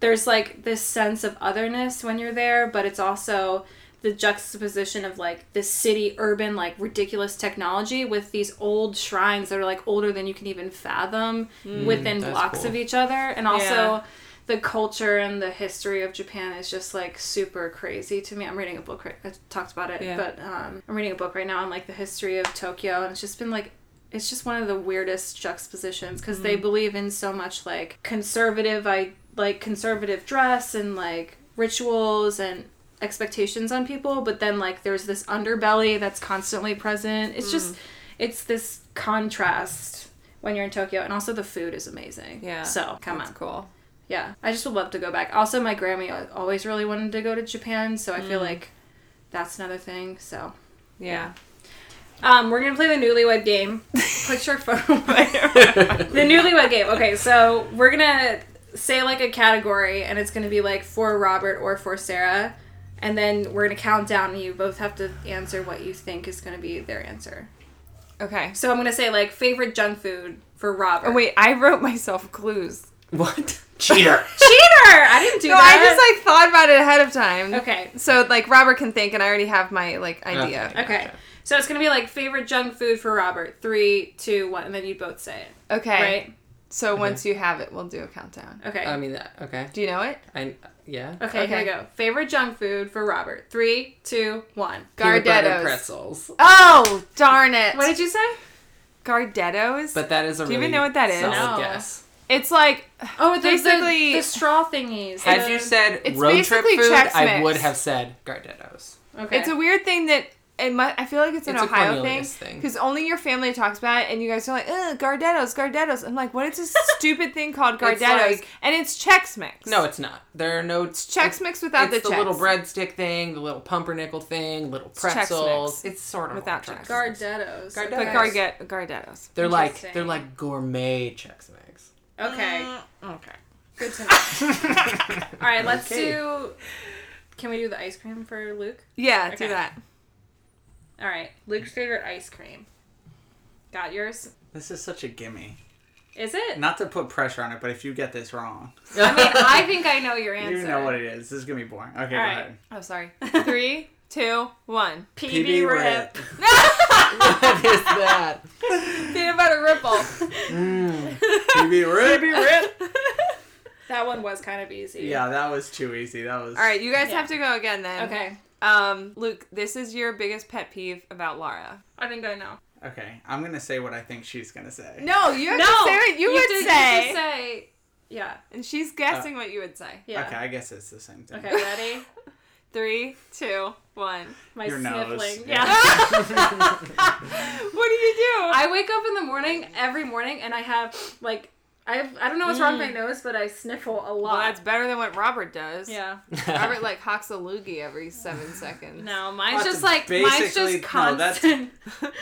[SPEAKER 2] there's like this sense of otherness when you're there, but it's also the juxtaposition of like this city urban like ridiculous technology with these old shrines that are like older than you can even fathom within
[SPEAKER 4] Mm, that's
[SPEAKER 2] blocks
[SPEAKER 4] cool.
[SPEAKER 2] of each other and also
[SPEAKER 1] Yeah.
[SPEAKER 2] the culture and the history of Japan is just like super crazy to me. I'm reading a book right I talked about it,
[SPEAKER 1] Yeah.
[SPEAKER 2] but um, I'm reading a book right now on like the history of Tokyo and it's just been like it's just one of the weirdest juxtapositions because
[SPEAKER 1] Mm-hmm.
[SPEAKER 2] they believe in so much like conservative i like conservative dress and like rituals and expectations on people but then like there's this underbelly that's constantly present it's just
[SPEAKER 1] Mm-hmm.
[SPEAKER 2] it's this contrast when you're in tokyo and also the food is amazing
[SPEAKER 1] Yeah.
[SPEAKER 2] so come
[SPEAKER 1] That's
[SPEAKER 2] on
[SPEAKER 1] cool.
[SPEAKER 2] yeah i just would love to go back also my grammy al- always really wanted to go to japan so i
[SPEAKER 1] Mm.
[SPEAKER 2] feel like that's another thing so
[SPEAKER 1] Yeah.
[SPEAKER 2] um, we're gonna play the newlywed game. Put your phone away. the newlywed game. Okay, so we're gonna say like a category, and it's gonna be like for Robert or for Sarah, and then we're gonna count down, and you both have to answer what you think is gonna be their answer.
[SPEAKER 1] Okay.
[SPEAKER 2] So I'm gonna say like favorite junk food for Robert.
[SPEAKER 1] Oh, wait, I wrote myself clues.
[SPEAKER 4] What?
[SPEAKER 3] Cheater.
[SPEAKER 2] cheater! I didn't do
[SPEAKER 1] No, I just
[SPEAKER 2] that.
[SPEAKER 1] like thought about it ahead of time.
[SPEAKER 2] okay.
[SPEAKER 1] So like Robert can think, and I already have my like idea.
[SPEAKER 4] Okay.
[SPEAKER 1] Okay,
[SPEAKER 2] Okay. So it's gonna be like favorite junk food for Robert. Three, two, one, and then you both say it. Right?
[SPEAKER 1] So once you have it, we'll do a countdown.
[SPEAKER 2] Okay.
[SPEAKER 4] I mean, that- okay.
[SPEAKER 1] Do you know it?
[SPEAKER 4] I yeah.
[SPEAKER 2] Okay, here
[SPEAKER 1] Okay.
[SPEAKER 2] we go. Favorite junk food for Robert. Three, two, one.
[SPEAKER 4] Peanut butter
[SPEAKER 1] Gardettos.
[SPEAKER 4] pretzels.
[SPEAKER 1] Oh darn it!
[SPEAKER 2] What did you say?
[SPEAKER 1] Gardettos?
[SPEAKER 4] But that is a
[SPEAKER 1] Do you
[SPEAKER 4] really
[SPEAKER 1] even know what that is?
[SPEAKER 2] No.
[SPEAKER 4] solid guess.
[SPEAKER 1] it's like
[SPEAKER 2] Oh, the,
[SPEAKER 1] Basically-
[SPEAKER 2] the, the straw thingies.
[SPEAKER 4] Had
[SPEAKER 2] the-
[SPEAKER 4] you said
[SPEAKER 1] It's
[SPEAKER 4] road trip
[SPEAKER 1] basically
[SPEAKER 4] food,
[SPEAKER 1] Chex
[SPEAKER 4] I
[SPEAKER 1] Mix.
[SPEAKER 4] would have said Gardettos.
[SPEAKER 2] okay,
[SPEAKER 1] it's a weird thing that. It mu I feel like it's an
[SPEAKER 4] It's a
[SPEAKER 1] Ohio thing
[SPEAKER 4] Cornelius thing.
[SPEAKER 1] because only your family talks about it, and you guys are like, "Ugh, Gardettos, Gardettos." I'm like, "What is this stupid thing called Gardettos?"
[SPEAKER 4] It's like-
[SPEAKER 1] and it's Chex Mix.
[SPEAKER 4] No, it's not. There are no
[SPEAKER 1] it's Chex Mix without
[SPEAKER 4] it's
[SPEAKER 1] the
[SPEAKER 4] the
[SPEAKER 1] Chex.
[SPEAKER 4] little breadstick thing, the little pumpernickel thing, little
[SPEAKER 1] Chex Mix.
[SPEAKER 4] pretzels. It's sort of
[SPEAKER 1] Without
[SPEAKER 4] like
[SPEAKER 1] Chex.
[SPEAKER 4] Chex.
[SPEAKER 2] Gardettos.
[SPEAKER 4] Gardettos.
[SPEAKER 1] but
[SPEAKER 4] Yes.
[SPEAKER 1] Garget- Gardettos.
[SPEAKER 4] They're like
[SPEAKER 2] Interesting.
[SPEAKER 4] they're like gourmet Chex Mix.
[SPEAKER 2] Okay,
[SPEAKER 4] Mm,
[SPEAKER 1] Okay.
[SPEAKER 2] good to know. All right, let's
[SPEAKER 4] Okay.
[SPEAKER 2] do. Can we do the ice cream for Luke?
[SPEAKER 1] Yeah,
[SPEAKER 2] Okay.
[SPEAKER 1] do that.
[SPEAKER 2] All right, Luke's favorite ice cream. Got yours?
[SPEAKER 3] This is such a gimme.
[SPEAKER 2] Is it?
[SPEAKER 3] Not to put pressure on it, but if you get this wrong,
[SPEAKER 2] I mean, I think I know your answer.
[SPEAKER 3] you know what it is. This is gonna be boring. Okay, go
[SPEAKER 2] All right.
[SPEAKER 3] ahead.
[SPEAKER 1] Oh, sorry. Three, two, one.
[SPEAKER 2] PB, rip.
[SPEAKER 4] what is that?
[SPEAKER 1] Peanut butter ripple.
[SPEAKER 3] PB rip. PB rip.
[SPEAKER 2] That one was kind of easy.
[SPEAKER 3] Yeah, that was too easy. That was
[SPEAKER 1] All right, you guys
[SPEAKER 2] Yeah.
[SPEAKER 1] have to go again then.
[SPEAKER 2] Okay.
[SPEAKER 1] Um, Luke, this is your biggest pet peeve about Laura.
[SPEAKER 2] I think I know.
[SPEAKER 3] Okay, I'm gonna say what I think she's gonna say.
[SPEAKER 1] No, you have
[SPEAKER 2] no,
[SPEAKER 1] to say what you, would
[SPEAKER 2] did-
[SPEAKER 1] say.
[SPEAKER 2] You did say. Yeah.
[SPEAKER 1] And she's guessing
[SPEAKER 4] Uh.
[SPEAKER 1] what you would say.
[SPEAKER 2] Yeah.
[SPEAKER 3] Okay, I guess it's the same thing.
[SPEAKER 2] Okay, ready?
[SPEAKER 1] Three, two, one.
[SPEAKER 2] My
[SPEAKER 3] Your nose.
[SPEAKER 2] sniffling.
[SPEAKER 3] Yeah.
[SPEAKER 2] Yeah.
[SPEAKER 1] What do you do?
[SPEAKER 2] I wake up in the morning every morning and I have like I have I don't know what's wrong with my nose, but I sniffle a
[SPEAKER 1] Well,
[SPEAKER 2] lot.
[SPEAKER 1] that's better than what Robert does.
[SPEAKER 2] yeah.
[SPEAKER 1] Robert like hawks a loogie every seven seconds.
[SPEAKER 2] No, mine's
[SPEAKER 3] That's
[SPEAKER 2] just like mine's
[SPEAKER 3] basically-
[SPEAKER 2] just
[SPEAKER 3] no, that's-
[SPEAKER 2] constant.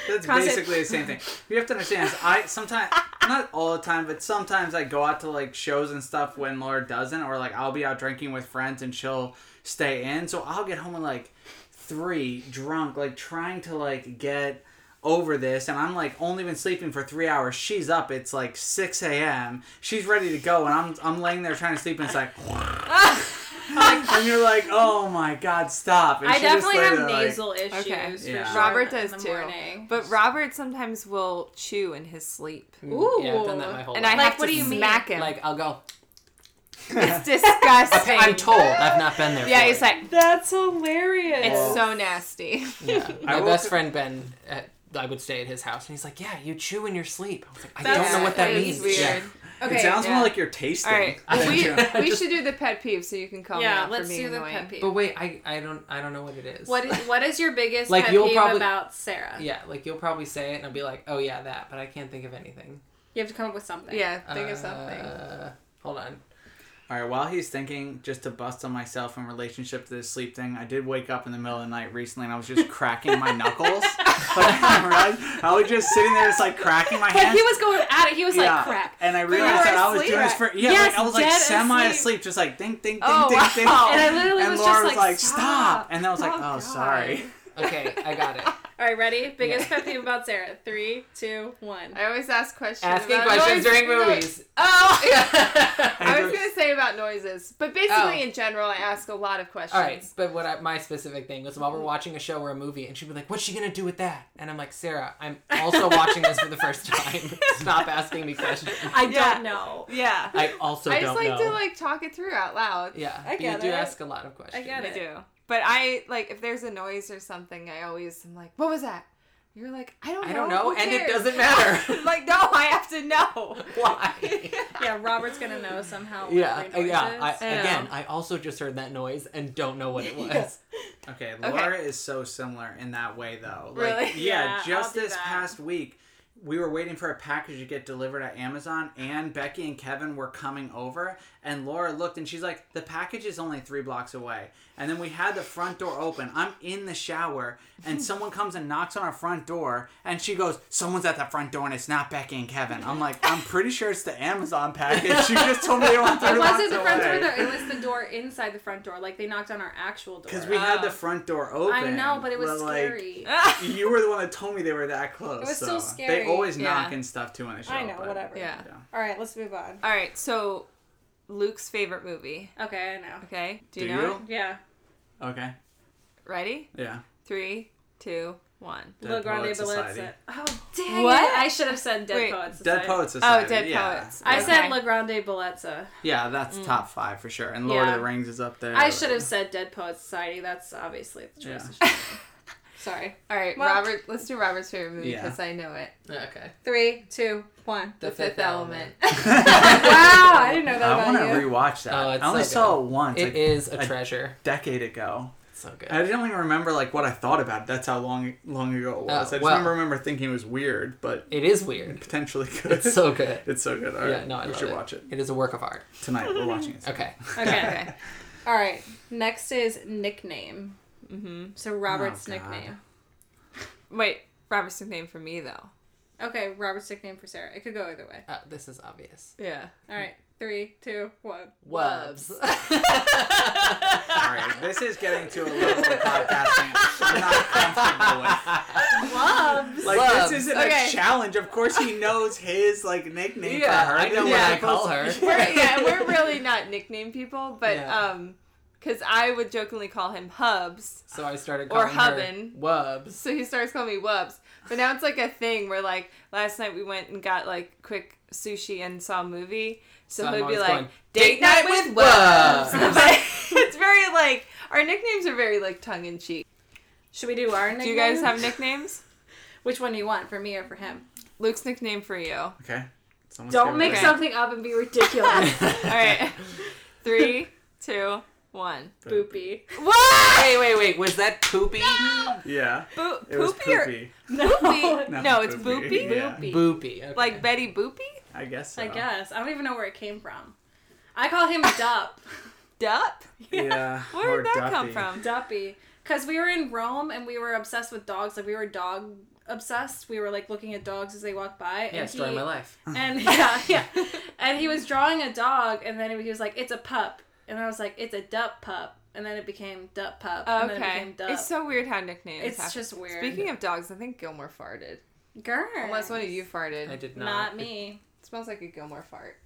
[SPEAKER 3] That's
[SPEAKER 2] Constant-
[SPEAKER 3] basically the same thing. You have to understand. is I sometimes, not all the time, but sometimes I go out to like shows and stuff when Laura doesn't, or like I'll be out drinking with friends and she'll stay in. So I'll get home at like three, drunk, like trying to like get over this, and I'm like only been sleeping for three hours. She's up. It's like six a.m. She's ready to go, and I'm I'm laying there trying to sleep, and it's like. and you're like, oh my god, stop! And
[SPEAKER 2] I
[SPEAKER 3] she just
[SPEAKER 2] definitely
[SPEAKER 3] laid
[SPEAKER 2] have
[SPEAKER 3] there, like-
[SPEAKER 2] nasal issues.
[SPEAKER 1] Okay.
[SPEAKER 2] for
[SPEAKER 3] uh, Yeah.
[SPEAKER 2] sure
[SPEAKER 1] Robert
[SPEAKER 2] in
[SPEAKER 1] does
[SPEAKER 2] the
[SPEAKER 1] too.
[SPEAKER 2] morning.
[SPEAKER 1] But Robert sometimes will chew in his sleep.
[SPEAKER 2] Ooh.
[SPEAKER 4] Yeah, I've done that my whole
[SPEAKER 1] And I
[SPEAKER 4] life.
[SPEAKER 2] Like,
[SPEAKER 1] have
[SPEAKER 2] what
[SPEAKER 1] to
[SPEAKER 2] do you mean?
[SPEAKER 1] smack him.
[SPEAKER 4] like I'll go.
[SPEAKER 1] it's disgusting.
[SPEAKER 4] Okay, I'm told. I've not been there.
[SPEAKER 1] Yeah,
[SPEAKER 4] for
[SPEAKER 1] he's
[SPEAKER 4] it.
[SPEAKER 1] like,
[SPEAKER 2] That's hilarious.
[SPEAKER 1] it's so nasty.
[SPEAKER 4] Yeah.
[SPEAKER 3] I
[SPEAKER 4] My
[SPEAKER 3] will-
[SPEAKER 4] best friend Ben, uh I would stay at his house, and he's like, "Yeah, you chew in your sleep." I was like, "I
[SPEAKER 2] That's-
[SPEAKER 4] don't know what that
[SPEAKER 1] That is weird.
[SPEAKER 4] means." Yeah.
[SPEAKER 2] Okay.
[SPEAKER 3] it sounds
[SPEAKER 1] yeah.
[SPEAKER 3] more like you're tasting.
[SPEAKER 1] All right,
[SPEAKER 4] I
[SPEAKER 1] we,
[SPEAKER 4] don't know.
[SPEAKER 1] we should do the pet peeve so you can call me
[SPEAKER 2] yeah,
[SPEAKER 1] out
[SPEAKER 2] let's
[SPEAKER 1] for being
[SPEAKER 2] do the
[SPEAKER 1] annoying.
[SPEAKER 2] pet peeve.
[SPEAKER 4] But wait, I, I don't I don't know what it is.
[SPEAKER 2] What is, what is your biggest
[SPEAKER 4] Like,
[SPEAKER 2] pet
[SPEAKER 4] you'll
[SPEAKER 2] peeve
[SPEAKER 4] probably-
[SPEAKER 2] about Sarah?
[SPEAKER 4] Yeah, like you'll probably say it, and I'll be like, "Oh yeah, that," but I can't think of anything.
[SPEAKER 2] You have to come up with something.
[SPEAKER 1] Yeah, think of something.
[SPEAKER 4] Uh, hold on.
[SPEAKER 3] All right, while he's thinking, just to bust on myself in relationship to this sleep thing, I did wake up in the middle of the night recently and I was just cracking my knuckles. Like, I realized- I was just sitting there, just like cracking my
[SPEAKER 2] But
[SPEAKER 3] hands.
[SPEAKER 2] he was going at it. He was
[SPEAKER 3] yeah.
[SPEAKER 2] like, "Crap!"
[SPEAKER 3] And I
[SPEAKER 2] were
[SPEAKER 3] realized that I was
[SPEAKER 2] asleep.
[SPEAKER 3] doing this for yeah,
[SPEAKER 2] Yes,
[SPEAKER 3] like I was
[SPEAKER 2] dead
[SPEAKER 3] like semi
[SPEAKER 2] asleep.
[SPEAKER 3] asleep. just like ding ding ding
[SPEAKER 1] Oh,
[SPEAKER 3] ding
[SPEAKER 1] wow.
[SPEAKER 3] ding.
[SPEAKER 2] And I literally
[SPEAKER 3] and
[SPEAKER 2] was
[SPEAKER 3] Laura
[SPEAKER 2] just
[SPEAKER 3] was
[SPEAKER 2] like,
[SPEAKER 3] like,
[SPEAKER 2] "Stop."
[SPEAKER 3] "Stop!" And then I was like, "Oh,
[SPEAKER 1] God.
[SPEAKER 3] sorry."
[SPEAKER 4] Okay, I got it.
[SPEAKER 2] All right, ready? Biggest
[SPEAKER 4] Yeah.
[SPEAKER 2] pet peeve about Sarah. Three, two, one.
[SPEAKER 1] I always ask questions.
[SPEAKER 4] Asking
[SPEAKER 1] about noise-
[SPEAKER 4] questions during
[SPEAKER 1] no-
[SPEAKER 4] movies.
[SPEAKER 1] Oh,
[SPEAKER 4] All
[SPEAKER 1] I was gonna say about noises, but basically in general, I ask a lot of questions.
[SPEAKER 4] Oh. right, but what I, my specific thing was while we're watching a show or a movie, and she'd be like, "What's she gonna do with that?" And I'm like, "Sarah, I'm also watching this for the first time. Stop asking me questions.
[SPEAKER 2] I
[SPEAKER 1] Yeah.
[SPEAKER 2] don't know.
[SPEAKER 1] Yeah,
[SPEAKER 4] I also
[SPEAKER 1] I
[SPEAKER 4] don't
[SPEAKER 1] just like
[SPEAKER 4] know."
[SPEAKER 1] to like talk it through out loud.
[SPEAKER 4] yeah,
[SPEAKER 2] I
[SPEAKER 4] but
[SPEAKER 2] get
[SPEAKER 4] you
[SPEAKER 2] it.
[SPEAKER 4] do ask a lot of questions.
[SPEAKER 2] get
[SPEAKER 1] I
[SPEAKER 2] it.
[SPEAKER 1] do. But I like if there's a noise or something, I always am like, "What was that?" You're like, "I don't know."
[SPEAKER 4] I don't know,
[SPEAKER 1] Who
[SPEAKER 4] and it
[SPEAKER 1] cares?"
[SPEAKER 4] doesn't matter.
[SPEAKER 1] like, no, I have to know.
[SPEAKER 4] Why?
[SPEAKER 2] Yeah, Robert's gonna know somehow. what
[SPEAKER 4] Yeah,
[SPEAKER 3] uh,
[SPEAKER 2] every noise
[SPEAKER 4] yeah.
[SPEAKER 2] is.
[SPEAKER 4] I,
[SPEAKER 1] Yeah.
[SPEAKER 4] again, I also just heard that noise and don't know what it was.
[SPEAKER 3] Okay, Laura is so similar in that way though. Like,
[SPEAKER 1] Really?
[SPEAKER 3] Yeah,
[SPEAKER 2] Yeah, I'll
[SPEAKER 3] just
[SPEAKER 2] do
[SPEAKER 3] this
[SPEAKER 2] that.
[SPEAKER 3] past week, we were waiting for a package to get delivered at Amazon, and Becky and Kevin were coming over, and Laura looked and she's like, The package is only three blocks away. And then we had the front door open. I'm in the shower, and someone comes and knocks on our front door, and she goes, Someone's at the front door, and it's not Becky and Kevin. I'm like, I'm pretty sure it's the Amazon package. You just told me they were three
[SPEAKER 2] It
[SPEAKER 3] blocks away.
[SPEAKER 2] wasn't the front door though. It was the door inside the front door. Like they knocked on our actual door.
[SPEAKER 3] Because we had the front door open.
[SPEAKER 2] I know, but it was
[SPEAKER 3] like,
[SPEAKER 2] scary.
[SPEAKER 3] you were the one that told me they were that close.
[SPEAKER 2] was
[SPEAKER 3] so.
[SPEAKER 2] still scary.
[SPEAKER 3] They always
[SPEAKER 1] Yeah.
[SPEAKER 3] knock and stuff too on the show.
[SPEAKER 2] I know,
[SPEAKER 3] but-
[SPEAKER 2] whatever.
[SPEAKER 1] Yeah.
[SPEAKER 3] Yeah.
[SPEAKER 2] All right, let's move on.
[SPEAKER 1] All right, so Luke's favorite movie.
[SPEAKER 2] Okay, I know.
[SPEAKER 1] Okay, do you
[SPEAKER 3] Do
[SPEAKER 1] know?
[SPEAKER 3] you?
[SPEAKER 1] it?
[SPEAKER 2] Yeah,
[SPEAKER 3] Okay.
[SPEAKER 1] Ready?
[SPEAKER 3] Yeah.
[SPEAKER 1] Three, two, one.
[SPEAKER 3] Dead
[SPEAKER 2] Le Grande
[SPEAKER 3] Poets
[SPEAKER 2] Ballet.
[SPEAKER 3] Society.
[SPEAKER 2] Set. Oh dang
[SPEAKER 1] What?
[SPEAKER 2] it! I should have said Dead
[SPEAKER 1] Wait.
[SPEAKER 2] Poets
[SPEAKER 3] Dead
[SPEAKER 2] Society.
[SPEAKER 3] Poets Society.
[SPEAKER 1] oh, Dead
[SPEAKER 3] yeah.
[SPEAKER 1] Poets. Mm.
[SPEAKER 2] I said
[SPEAKER 1] Okay.
[SPEAKER 2] La Grande Bellezza.
[SPEAKER 3] Yeah, that's top five for sure. And Lord
[SPEAKER 2] Yeah.
[SPEAKER 3] of the Rings is up there.
[SPEAKER 2] I should have said Dead Poets Society. That's obviously the
[SPEAKER 3] Yeah.
[SPEAKER 2] choice. Sorry.
[SPEAKER 1] All right,
[SPEAKER 2] Well-
[SPEAKER 1] Robert. Let's do Robert's favorite movie
[SPEAKER 3] Yeah.
[SPEAKER 1] because I know it.
[SPEAKER 4] Okay.
[SPEAKER 2] Three, two, one.
[SPEAKER 4] The,
[SPEAKER 1] Fifth, Element.
[SPEAKER 2] wow, I didn't know that
[SPEAKER 3] I want to
[SPEAKER 2] about you.
[SPEAKER 3] rewatch that.
[SPEAKER 4] Oh, it's
[SPEAKER 3] I only
[SPEAKER 4] so
[SPEAKER 3] saw
[SPEAKER 4] good.
[SPEAKER 3] it once, like
[SPEAKER 4] It is a
[SPEAKER 3] a-
[SPEAKER 4] treasure.
[SPEAKER 3] a decade ago.
[SPEAKER 4] It's so
[SPEAKER 3] I
[SPEAKER 4] good.
[SPEAKER 3] didn't even remember like what I thought about it. That's how long long ago it was.
[SPEAKER 4] Oh,
[SPEAKER 3] I just
[SPEAKER 4] well.
[SPEAKER 3] remember, remember thinking it was weird, but
[SPEAKER 4] It is weird.
[SPEAKER 3] potentially good.
[SPEAKER 4] It's so good.
[SPEAKER 3] It's so good. All right,
[SPEAKER 4] Yeah, no, I
[SPEAKER 3] we
[SPEAKER 4] love
[SPEAKER 3] should
[SPEAKER 4] it.
[SPEAKER 3] watch it
[SPEAKER 4] It is a work of art.
[SPEAKER 3] tonight. We're watching it.
[SPEAKER 4] Okay.
[SPEAKER 2] okay.
[SPEAKER 1] Okay.
[SPEAKER 2] All right. Next is nickname. Mm-hmm. So Robert's
[SPEAKER 3] Oh, God.
[SPEAKER 2] nickname.
[SPEAKER 1] Wait, Robert's nickname for me though.
[SPEAKER 2] Okay, Robert's nickname for Sarah. It could go either way.
[SPEAKER 4] Uh, this is obvious.
[SPEAKER 1] Yeah.
[SPEAKER 2] All right. Three, two, one.
[SPEAKER 4] Wubs.
[SPEAKER 3] All right, This is getting to a level of podcasting I'm not comfortable with.
[SPEAKER 2] Loves.
[SPEAKER 3] Like
[SPEAKER 4] Loves.
[SPEAKER 3] this isn't
[SPEAKER 1] Okay.
[SPEAKER 3] a challenge. Of course, he knows his like nickname
[SPEAKER 4] Yeah,
[SPEAKER 3] for her.
[SPEAKER 4] I know
[SPEAKER 3] This is
[SPEAKER 4] what I
[SPEAKER 3] supposed-
[SPEAKER 4] call her.
[SPEAKER 1] we're, yeah, we're really not nickname people, but
[SPEAKER 4] Yeah.
[SPEAKER 1] um, because I would jokingly call him Hubs,
[SPEAKER 4] So I started
[SPEAKER 1] Or
[SPEAKER 4] calling her
[SPEAKER 1] hubbin'.
[SPEAKER 4] Wubs.
[SPEAKER 1] so he starts calling me Wubs. But now it's like a thing where like last night we went and got like quick sushi and saw a movie, so,
[SPEAKER 4] So I'm
[SPEAKER 1] he'd be
[SPEAKER 4] always
[SPEAKER 1] like
[SPEAKER 4] going,
[SPEAKER 1] date night with Wubs. but it's very like our nicknames are very like tongue in cheek.
[SPEAKER 2] Should we do our nickname?
[SPEAKER 1] Do you guys have nicknames?
[SPEAKER 2] Which one do you want, for me or for him?
[SPEAKER 1] Luke's nickname for you. All
[SPEAKER 3] Okay. Someone's
[SPEAKER 2] Don't
[SPEAKER 3] giving
[SPEAKER 2] make
[SPEAKER 3] it-
[SPEAKER 2] something up and be ridiculous.
[SPEAKER 1] right, three, two, one.
[SPEAKER 2] Boopy.
[SPEAKER 1] What?
[SPEAKER 4] Wait, wait, wait. Was that poopy?
[SPEAKER 3] Yeah.
[SPEAKER 1] Bo-
[SPEAKER 3] It was
[SPEAKER 1] poopy or-
[SPEAKER 3] poopy.
[SPEAKER 1] Boopy?
[SPEAKER 3] Not
[SPEAKER 1] No, it's
[SPEAKER 3] poopy.
[SPEAKER 1] boopy.
[SPEAKER 3] Yeah,
[SPEAKER 2] Boopy.
[SPEAKER 4] Boopy. Okay.
[SPEAKER 1] Like Betty Boopy?
[SPEAKER 3] I guess so.
[SPEAKER 2] I guess. I don't even know where it came from. I call him Dup.
[SPEAKER 1] Dup?
[SPEAKER 3] Yeah.
[SPEAKER 1] Where
[SPEAKER 3] or
[SPEAKER 1] did that come
[SPEAKER 3] Duffy.
[SPEAKER 1] from?
[SPEAKER 2] Duppy. Because we were in Rome and we were obsessed with dogs. Like, we were dog obsessed. We were, like, looking at dogs as they walked by.
[SPEAKER 4] yeah,
[SPEAKER 2] and
[SPEAKER 4] story of
[SPEAKER 2] he-
[SPEAKER 4] my life.
[SPEAKER 2] And yeah, yeah. And he was drawing a dog, and then he was like, "It's a pup," and I was like, "It's a dup pup," and then it became dup pup, and then it
[SPEAKER 1] Okay.
[SPEAKER 2] became dup.
[SPEAKER 1] It's so weird how nicknames
[SPEAKER 2] It's
[SPEAKER 1] happen.
[SPEAKER 2] just weird.
[SPEAKER 1] Speaking of dogs, I think Gilmore farted.
[SPEAKER 2] Girl,
[SPEAKER 1] Unless one of you farted.
[SPEAKER 4] I did not.
[SPEAKER 2] not me.
[SPEAKER 1] It smells like a Gilmore fart.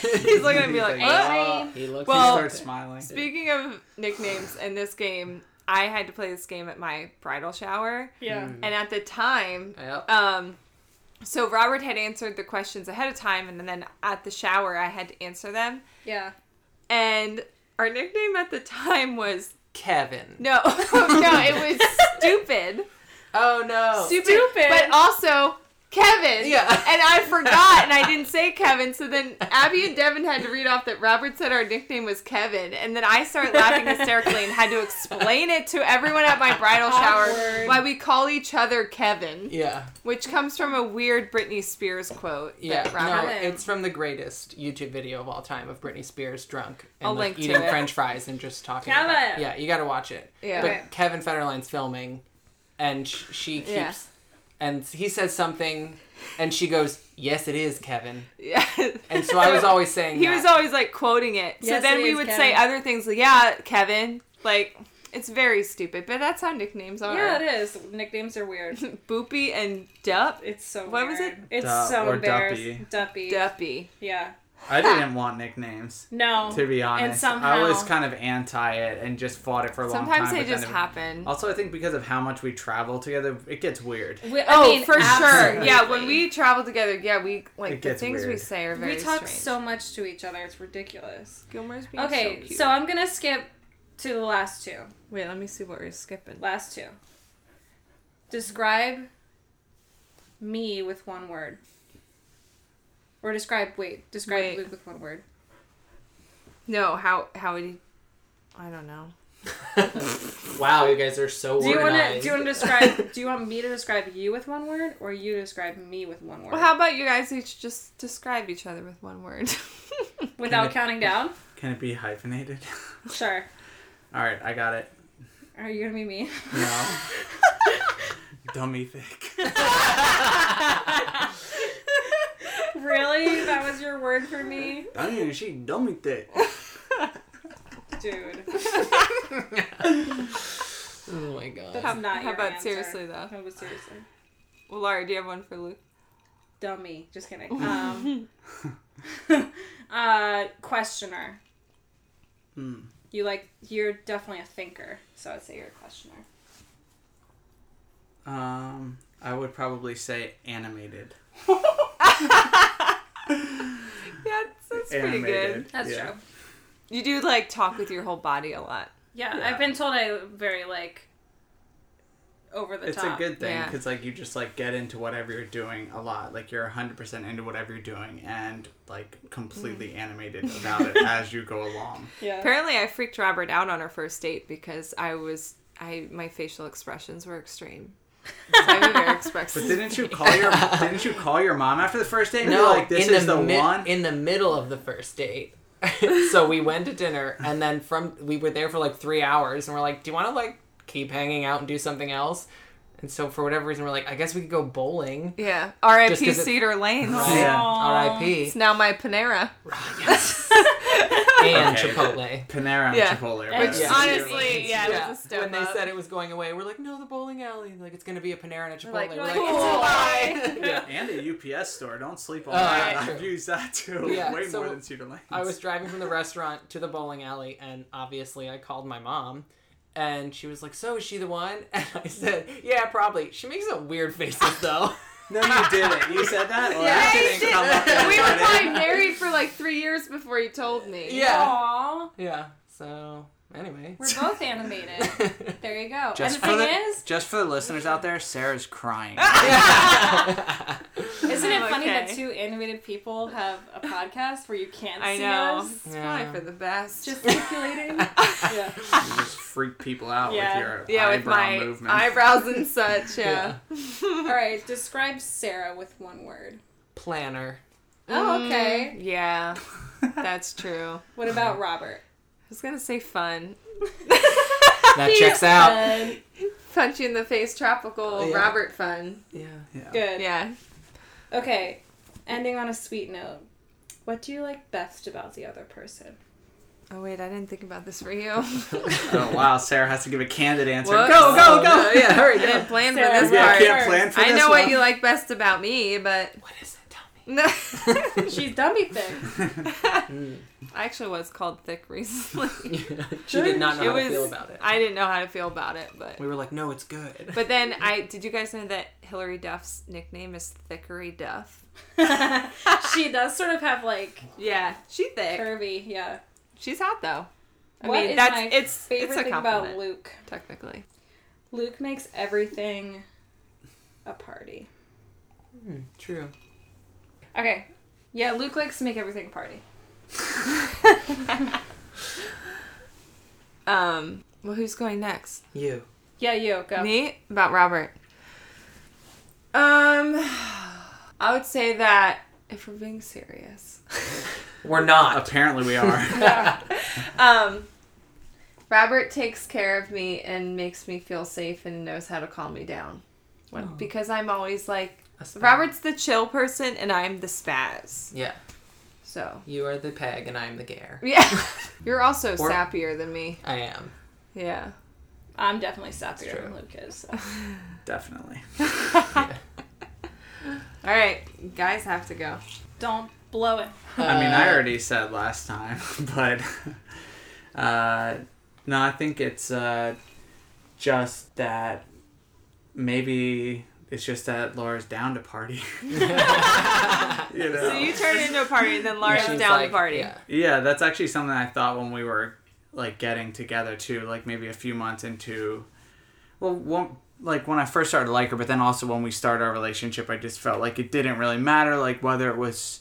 [SPEAKER 1] He's looking at me like, "What?"
[SPEAKER 3] He
[SPEAKER 4] He looks.
[SPEAKER 1] Well-
[SPEAKER 4] Well,
[SPEAKER 3] started smiling.
[SPEAKER 1] Speaking of nicknames in this game, I had to play this game at my bridal shower.
[SPEAKER 2] Yeah.
[SPEAKER 4] Mm.
[SPEAKER 1] And at the time,
[SPEAKER 4] yep.
[SPEAKER 1] um, so Robert had answered the questions ahead of time, and then at the shower, I had to answer them.
[SPEAKER 2] Yeah.
[SPEAKER 1] And our nickname at the time was
[SPEAKER 4] Kevin.
[SPEAKER 1] No, no, it was stupid.
[SPEAKER 4] Oh no.
[SPEAKER 1] stupid.
[SPEAKER 2] Stupid.
[SPEAKER 1] But also Kevin.
[SPEAKER 4] Yeah.
[SPEAKER 1] And I forgot and I didn't say Kevin. So then Abby and Devin had to read off that Robert said our nickname was Kevin. And then I started laughing hysterically and had to explain it to everyone at my bridal oh, shower
[SPEAKER 2] Awkward.
[SPEAKER 1] why we call each other Kevin,
[SPEAKER 4] yeah.
[SPEAKER 1] which comes from a weird Britney Spears quote.
[SPEAKER 4] Yeah,
[SPEAKER 1] That
[SPEAKER 4] no,
[SPEAKER 1] Robert.
[SPEAKER 2] Robin.
[SPEAKER 4] it's from the greatest YouTube video of all time of Britney Spears drunk and
[SPEAKER 1] I'll link
[SPEAKER 4] like
[SPEAKER 1] to
[SPEAKER 4] eating
[SPEAKER 1] it.
[SPEAKER 4] French fries and just talking.
[SPEAKER 2] Kevin!
[SPEAKER 4] about- yeah, you got to watch it.
[SPEAKER 1] Yeah.
[SPEAKER 4] but
[SPEAKER 1] Okay.
[SPEAKER 4] Kevin Federline's filming, and sh- she keeps,
[SPEAKER 1] Yeah.
[SPEAKER 4] and he says something, and she goes, "Yes, it is Kevin."
[SPEAKER 1] Yeah.
[SPEAKER 4] And so I was always saying
[SPEAKER 1] He
[SPEAKER 4] that.
[SPEAKER 1] was always like quoting it. So
[SPEAKER 2] Yes,
[SPEAKER 1] then
[SPEAKER 2] it
[SPEAKER 1] we
[SPEAKER 2] is,
[SPEAKER 1] would
[SPEAKER 2] Kevin.
[SPEAKER 1] say other things like, yeah, Kevin. Like, it's very stupid, but that's how nicknames are.
[SPEAKER 2] Yeah, it is. Nicknames are weird.
[SPEAKER 1] Boopy and Dup.
[SPEAKER 2] It's so.
[SPEAKER 1] What was
[SPEAKER 2] weird. It's
[SPEAKER 3] Dup
[SPEAKER 2] so
[SPEAKER 3] or
[SPEAKER 2] embarrassing. Duppy.
[SPEAKER 1] Duppy.
[SPEAKER 2] Yeah.
[SPEAKER 3] I didn't want nicknames.
[SPEAKER 2] No.
[SPEAKER 3] To be honest, I
[SPEAKER 2] somehow-
[SPEAKER 3] was kind of anti it and just fought it for a long time.
[SPEAKER 1] Sometimes they
[SPEAKER 3] but then
[SPEAKER 1] just
[SPEAKER 3] it-
[SPEAKER 1] happen.
[SPEAKER 3] Also, I think because of how much we travel together, it gets weird.
[SPEAKER 2] We- I
[SPEAKER 1] oh,
[SPEAKER 2] mean,
[SPEAKER 1] for sure.
[SPEAKER 2] absolutely.
[SPEAKER 1] Yeah, when we travel together, yeah, we
[SPEAKER 3] It
[SPEAKER 1] like the
[SPEAKER 3] gets
[SPEAKER 1] things we
[SPEAKER 3] weird.
[SPEAKER 1] say are very
[SPEAKER 2] we talk
[SPEAKER 1] strange.
[SPEAKER 2] so much to each other, it's ridiculous.
[SPEAKER 1] Gilmore's being so,
[SPEAKER 2] Okay,
[SPEAKER 1] cute.
[SPEAKER 2] so I'm gonna skip to the last two.
[SPEAKER 1] wait, let me see what we're skipping.
[SPEAKER 2] Last two. Describe me with one word. Or describe wait, describe
[SPEAKER 1] Wait.
[SPEAKER 2] Luke with one word.
[SPEAKER 1] No, how how would he? I don't know.
[SPEAKER 4] wow, you guys are so
[SPEAKER 2] Do you wanna
[SPEAKER 4] organized.
[SPEAKER 2] do you wanna describe do you want me to describe you with one word or you describe me with one word?
[SPEAKER 1] Well, how about you guys each just describe each other with one word?
[SPEAKER 2] Without counting down?
[SPEAKER 3] Can it be hyphenated?
[SPEAKER 2] Sure.
[SPEAKER 3] All right, I got it.
[SPEAKER 2] Are you gonna be me?
[SPEAKER 3] No. Dummy thick.
[SPEAKER 2] really? That was your word for me?
[SPEAKER 3] I mean, she dummy thick.
[SPEAKER 2] Dude.
[SPEAKER 4] oh my god.
[SPEAKER 2] That's not
[SPEAKER 1] how
[SPEAKER 2] your
[SPEAKER 1] about
[SPEAKER 2] answer.
[SPEAKER 1] seriously, though?
[SPEAKER 2] How about seriously?
[SPEAKER 1] well, Laura, do you have one for Luke?
[SPEAKER 2] dummy. Just kidding. Um, uh, questioner.
[SPEAKER 3] Hmm.
[SPEAKER 2] You like you're definitely a thinker, so I'd say you're a questioner.
[SPEAKER 3] Um, I would probably say animated.
[SPEAKER 1] Yeah, that's, that's pretty good.
[SPEAKER 2] That's
[SPEAKER 3] yeah.
[SPEAKER 2] true.
[SPEAKER 1] You do like talk with your whole body a lot.
[SPEAKER 2] Yeah,
[SPEAKER 3] Yeah.
[SPEAKER 2] I've been told I'm very like over the
[SPEAKER 3] It's
[SPEAKER 2] top.
[SPEAKER 3] a good thing
[SPEAKER 1] Yeah.
[SPEAKER 3] because like you just like get into whatever you're doing a lot. Like you're 100 percent into whatever you're doing and like completely animated about it as you go along.
[SPEAKER 2] Yeah.
[SPEAKER 1] Apparently, I freaked Robert out on our first date because I was I my facial expressions were extreme. So I'm very
[SPEAKER 3] But
[SPEAKER 1] expressive.
[SPEAKER 3] didn't you call your didn't you call your mom after the first date? and you
[SPEAKER 4] No,
[SPEAKER 3] were like this
[SPEAKER 4] in
[SPEAKER 3] is
[SPEAKER 4] the,
[SPEAKER 3] the,
[SPEAKER 4] mid-
[SPEAKER 3] one.
[SPEAKER 4] in the middle of the first date. so we went to dinner, and then from we were there for like three hours, and we're like, "Do you want to like keep hanging out and do something else?" And so for whatever reason, we're like, I guess we could go bowling.
[SPEAKER 1] Yeah.
[SPEAKER 4] Just 'cause
[SPEAKER 1] R.I.P.
[SPEAKER 4] it-
[SPEAKER 1] Cedar Lane.
[SPEAKER 2] Oh.
[SPEAKER 3] Yeah.
[SPEAKER 4] R.I.P.
[SPEAKER 1] It's now my Panera.
[SPEAKER 4] and
[SPEAKER 3] Okay.
[SPEAKER 4] Chipotle.
[SPEAKER 3] Panera and
[SPEAKER 1] Yeah.
[SPEAKER 3] Chipotle. are
[SPEAKER 2] Which
[SPEAKER 3] better.
[SPEAKER 2] Yeah.
[SPEAKER 1] Honestly, yeah, it was a step
[SPEAKER 4] when they
[SPEAKER 1] up.
[SPEAKER 4] said it was going away, we're like, no, the bowling alley. Like it's gonna be a Panera and a Chipotle.
[SPEAKER 2] like,
[SPEAKER 4] We're
[SPEAKER 2] "We're
[SPEAKER 4] like, oh.
[SPEAKER 2] like,
[SPEAKER 4] "It's
[SPEAKER 2] "It's a
[SPEAKER 4] a lie." yeah.
[SPEAKER 3] And a UPS store. Don't sleep on
[SPEAKER 4] Oh,
[SPEAKER 3] that.
[SPEAKER 4] yeah,
[SPEAKER 3] I've
[SPEAKER 4] true.
[SPEAKER 3] used that too.
[SPEAKER 4] Yeah,
[SPEAKER 3] Way
[SPEAKER 4] so
[SPEAKER 3] more than Cedar Lane.
[SPEAKER 4] I was driving from the restaurant to the bowling alley, and obviously I called my mom, and she was like, "So is she the one?" And I said, "Yeah, probably." She makes some weird faces though.
[SPEAKER 3] No, you didn't. You said that. Well,
[SPEAKER 4] Yeah,
[SPEAKER 3] that
[SPEAKER 4] I
[SPEAKER 3] didn't
[SPEAKER 4] did.
[SPEAKER 3] come up in
[SPEAKER 1] we were
[SPEAKER 3] the
[SPEAKER 1] probably married for like three years before you told me.
[SPEAKER 4] yeah,
[SPEAKER 2] Aw,
[SPEAKER 4] yeah. So anyway,
[SPEAKER 2] we're both animated. There you go.
[SPEAKER 3] Just
[SPEAKER 2] and
[SPEAKER 3] for
[SPEAKER 2] the
[SPEAKER 3] the-
[SPEAKER 2] thing is,
[SPEAKER 3] Just for the listeners out there, Sarah's crying.
[SPEAKER 2] isn't it funny that
[SPEAKER 1] Okay.
[SPEAKER 2] two animated people have a podcast where you can't
[SPEAKER 1] I
[SPEAKER 2] see
[SPEAKER 1] know.
[SPEAKER 2] us?
[SPEAKER 1] It's
[SPEAKER 4] Yeah.
[SPEAKER 1] probably for the best.
[SPEAKER 2] Just circulating. yeah.
[SPEAKER 3] You just freak people out
[SPEAKER 2] Yeah.
[SPEAKER 3] with your
[SPEAKER 1] yeah, with
[SPEAKER 3] eyebrow
[SPEAKER 1] my
[SPEAKER 3] movement.
[SPEAKER 1] eyebrows and such. Yeah.
[SPEAKER 2] All right. Describe Sarah with one word.
[SPEAKER 4] planner.
[SPEAKER 2] Oh, okay.
[SPEAKER 1] Yeah, that's true.
[SPEAKER 2] What about Robert?
[SPEAKER 1] I was gonna say fun.
[SPEAKER 4] That checks
[SPEAKER 1] uh,
[SPEAKER 4] out.
[SPEAKER 2] Fun.
[SPEAKER 1] Punch you in the face, tropical
[SPEAKER 4] Yeah.
[SPEAKER 1] Robert fun.
[SPEAKER 4] Yeah.
[SPEAKER 2] Good.
[SPEAKER 1] Yeah.
[SPEAKER 2] Okay. Ending on a sweet note. What do you like best about the other person?
[SPEAKER 1] Oh wait, I didn't think about this for you.
[SPEAKER 3] Oh wow, Sarah has to give a candid answer.
[SPEAKER 1] Whoops.
[SPEAKER 3] Go, go, go!
[SPEAKER 4] yeah, hurry.
[SPEAKER 1] I didn't plan for
[SPEAKER 2] Sarah,
[SPEAKER 1] this
[SPEAKER 2] you
[SPEAKER 3] Yeah, I
[SPEAKER 1] part.
[SPEAKER 2] can't
[SPEAKER 3] can't plan for
[SPEAKER 1] I
[SPEAKER 3] this
[SPEAKER 1] know what
[SPEAKER 3] one.
[SPEAKER 1] you like best about me, but
[SPEAKER 4] What is it? Tell
[SPEAKER 1] no.
[SPEAKER 2] She's done me things.
[SPEAKER 1] I actually was called thick recently.
[SPEAKER 4] me. she did not know
[SPEAKER 1] It
[SPEAKER 4] how to
[SPEAKER 1] was-
[SPEAKER 4] feel about it.
[SPEAKER 1] I didn't know how to feel about it, but
[SPEAKER 4] we were like, no, it's good.
[SPEAKER 1] but then I did. You guys know that Hillary Duff's nickname is Thickery Duff?
[SPEAKER 2] she does sort of have like
[SPEAKER 1] Yeah, she thick.
[SPEAKER 2] curvy, yeah.
[SPEAKER 1] She's hot though. I
[SPEAKER 2] What
[SPEAKER 1] mean,
[SPEAKER 2] is
[SPEAKER 1] that's
[SPEAKER 2] my
[SPEAKER 1] it's
[SPEAKER 2] Favorite
[SPEAKER 1] it's a
[SPEAKER 2] thing
[SPEAKER 1] compliment
[SPEAKER 2] about Luke.
[SPEAKER 1] technically.
[SPEAKER 2] Luke makes everything a party.
[SPEAKER 4] Hmm, true.
[SPEAKER 2] Okay. Yeah, Luke likes to make everything a party.
[SPEAKER 1] Um. Well, who's going next?
[SPEAKER 4] You.
[SPEAKER 2] Yeah, you go.
[SPEAKER 1] Me about Robert. Um, I would say that if we're being serious,
[SPEAKER 4] We're not.
[SPEAKER 3] Apparently, we are.
[SPEAKER 1] um, Robert takes care of me and makes me feel safe and knows how to calm me down.
[SPEAKER 4] Oh.
[SPEAKER 1] When, Because I'm always like
[SPEAKER 4] A spaz.
[SPEAKER 1] Robert's the chill person and I'm the spaz.
[SPEAKER 4] Yeah.
[SPEAKER 1] So
[SPEAKER 4] You are the peg and I'm the gare.
[SPEAKER 1] yeah, you're also
[SPEAKER 4] Or-
[SPEAKER 1] sappier than me.
[SPEAKER 4] I am.
[SPEAKER 1] Yeah.
[SPEAKER 2] I'm definitely sappier
[SPEAKER 4] true.
[SPEAKER 2] than Luke is. so.
[SPEAKER 3] Definitely.
[SPEAKER 1] All right, guys have to go.
[SPEAKER 2] Don't blow it.
[SPEAKER 3] I mean, I
[SPEAKER 4] Uh,
[SPEAKER 3] already said last time, but uh, no, I think it's uh, just that maybe it's just that Laura's down to party. you know?
[SPEAKER 1] So you turn into a party and then Lars
[SPEAKER 4] she's
[SPEAKER 1] down
[SPEAKER 4] like-
[SPEAKER 1] the party.
[SPEAKER 4] Yeah.
[SPEAKER 3] Yeah, that's actually something I thought when we were like getting together too, like maybe a few months into well, one, like when I first started to like her, but then also when we started our relationship, I just felt like it didn't really matter like whether it was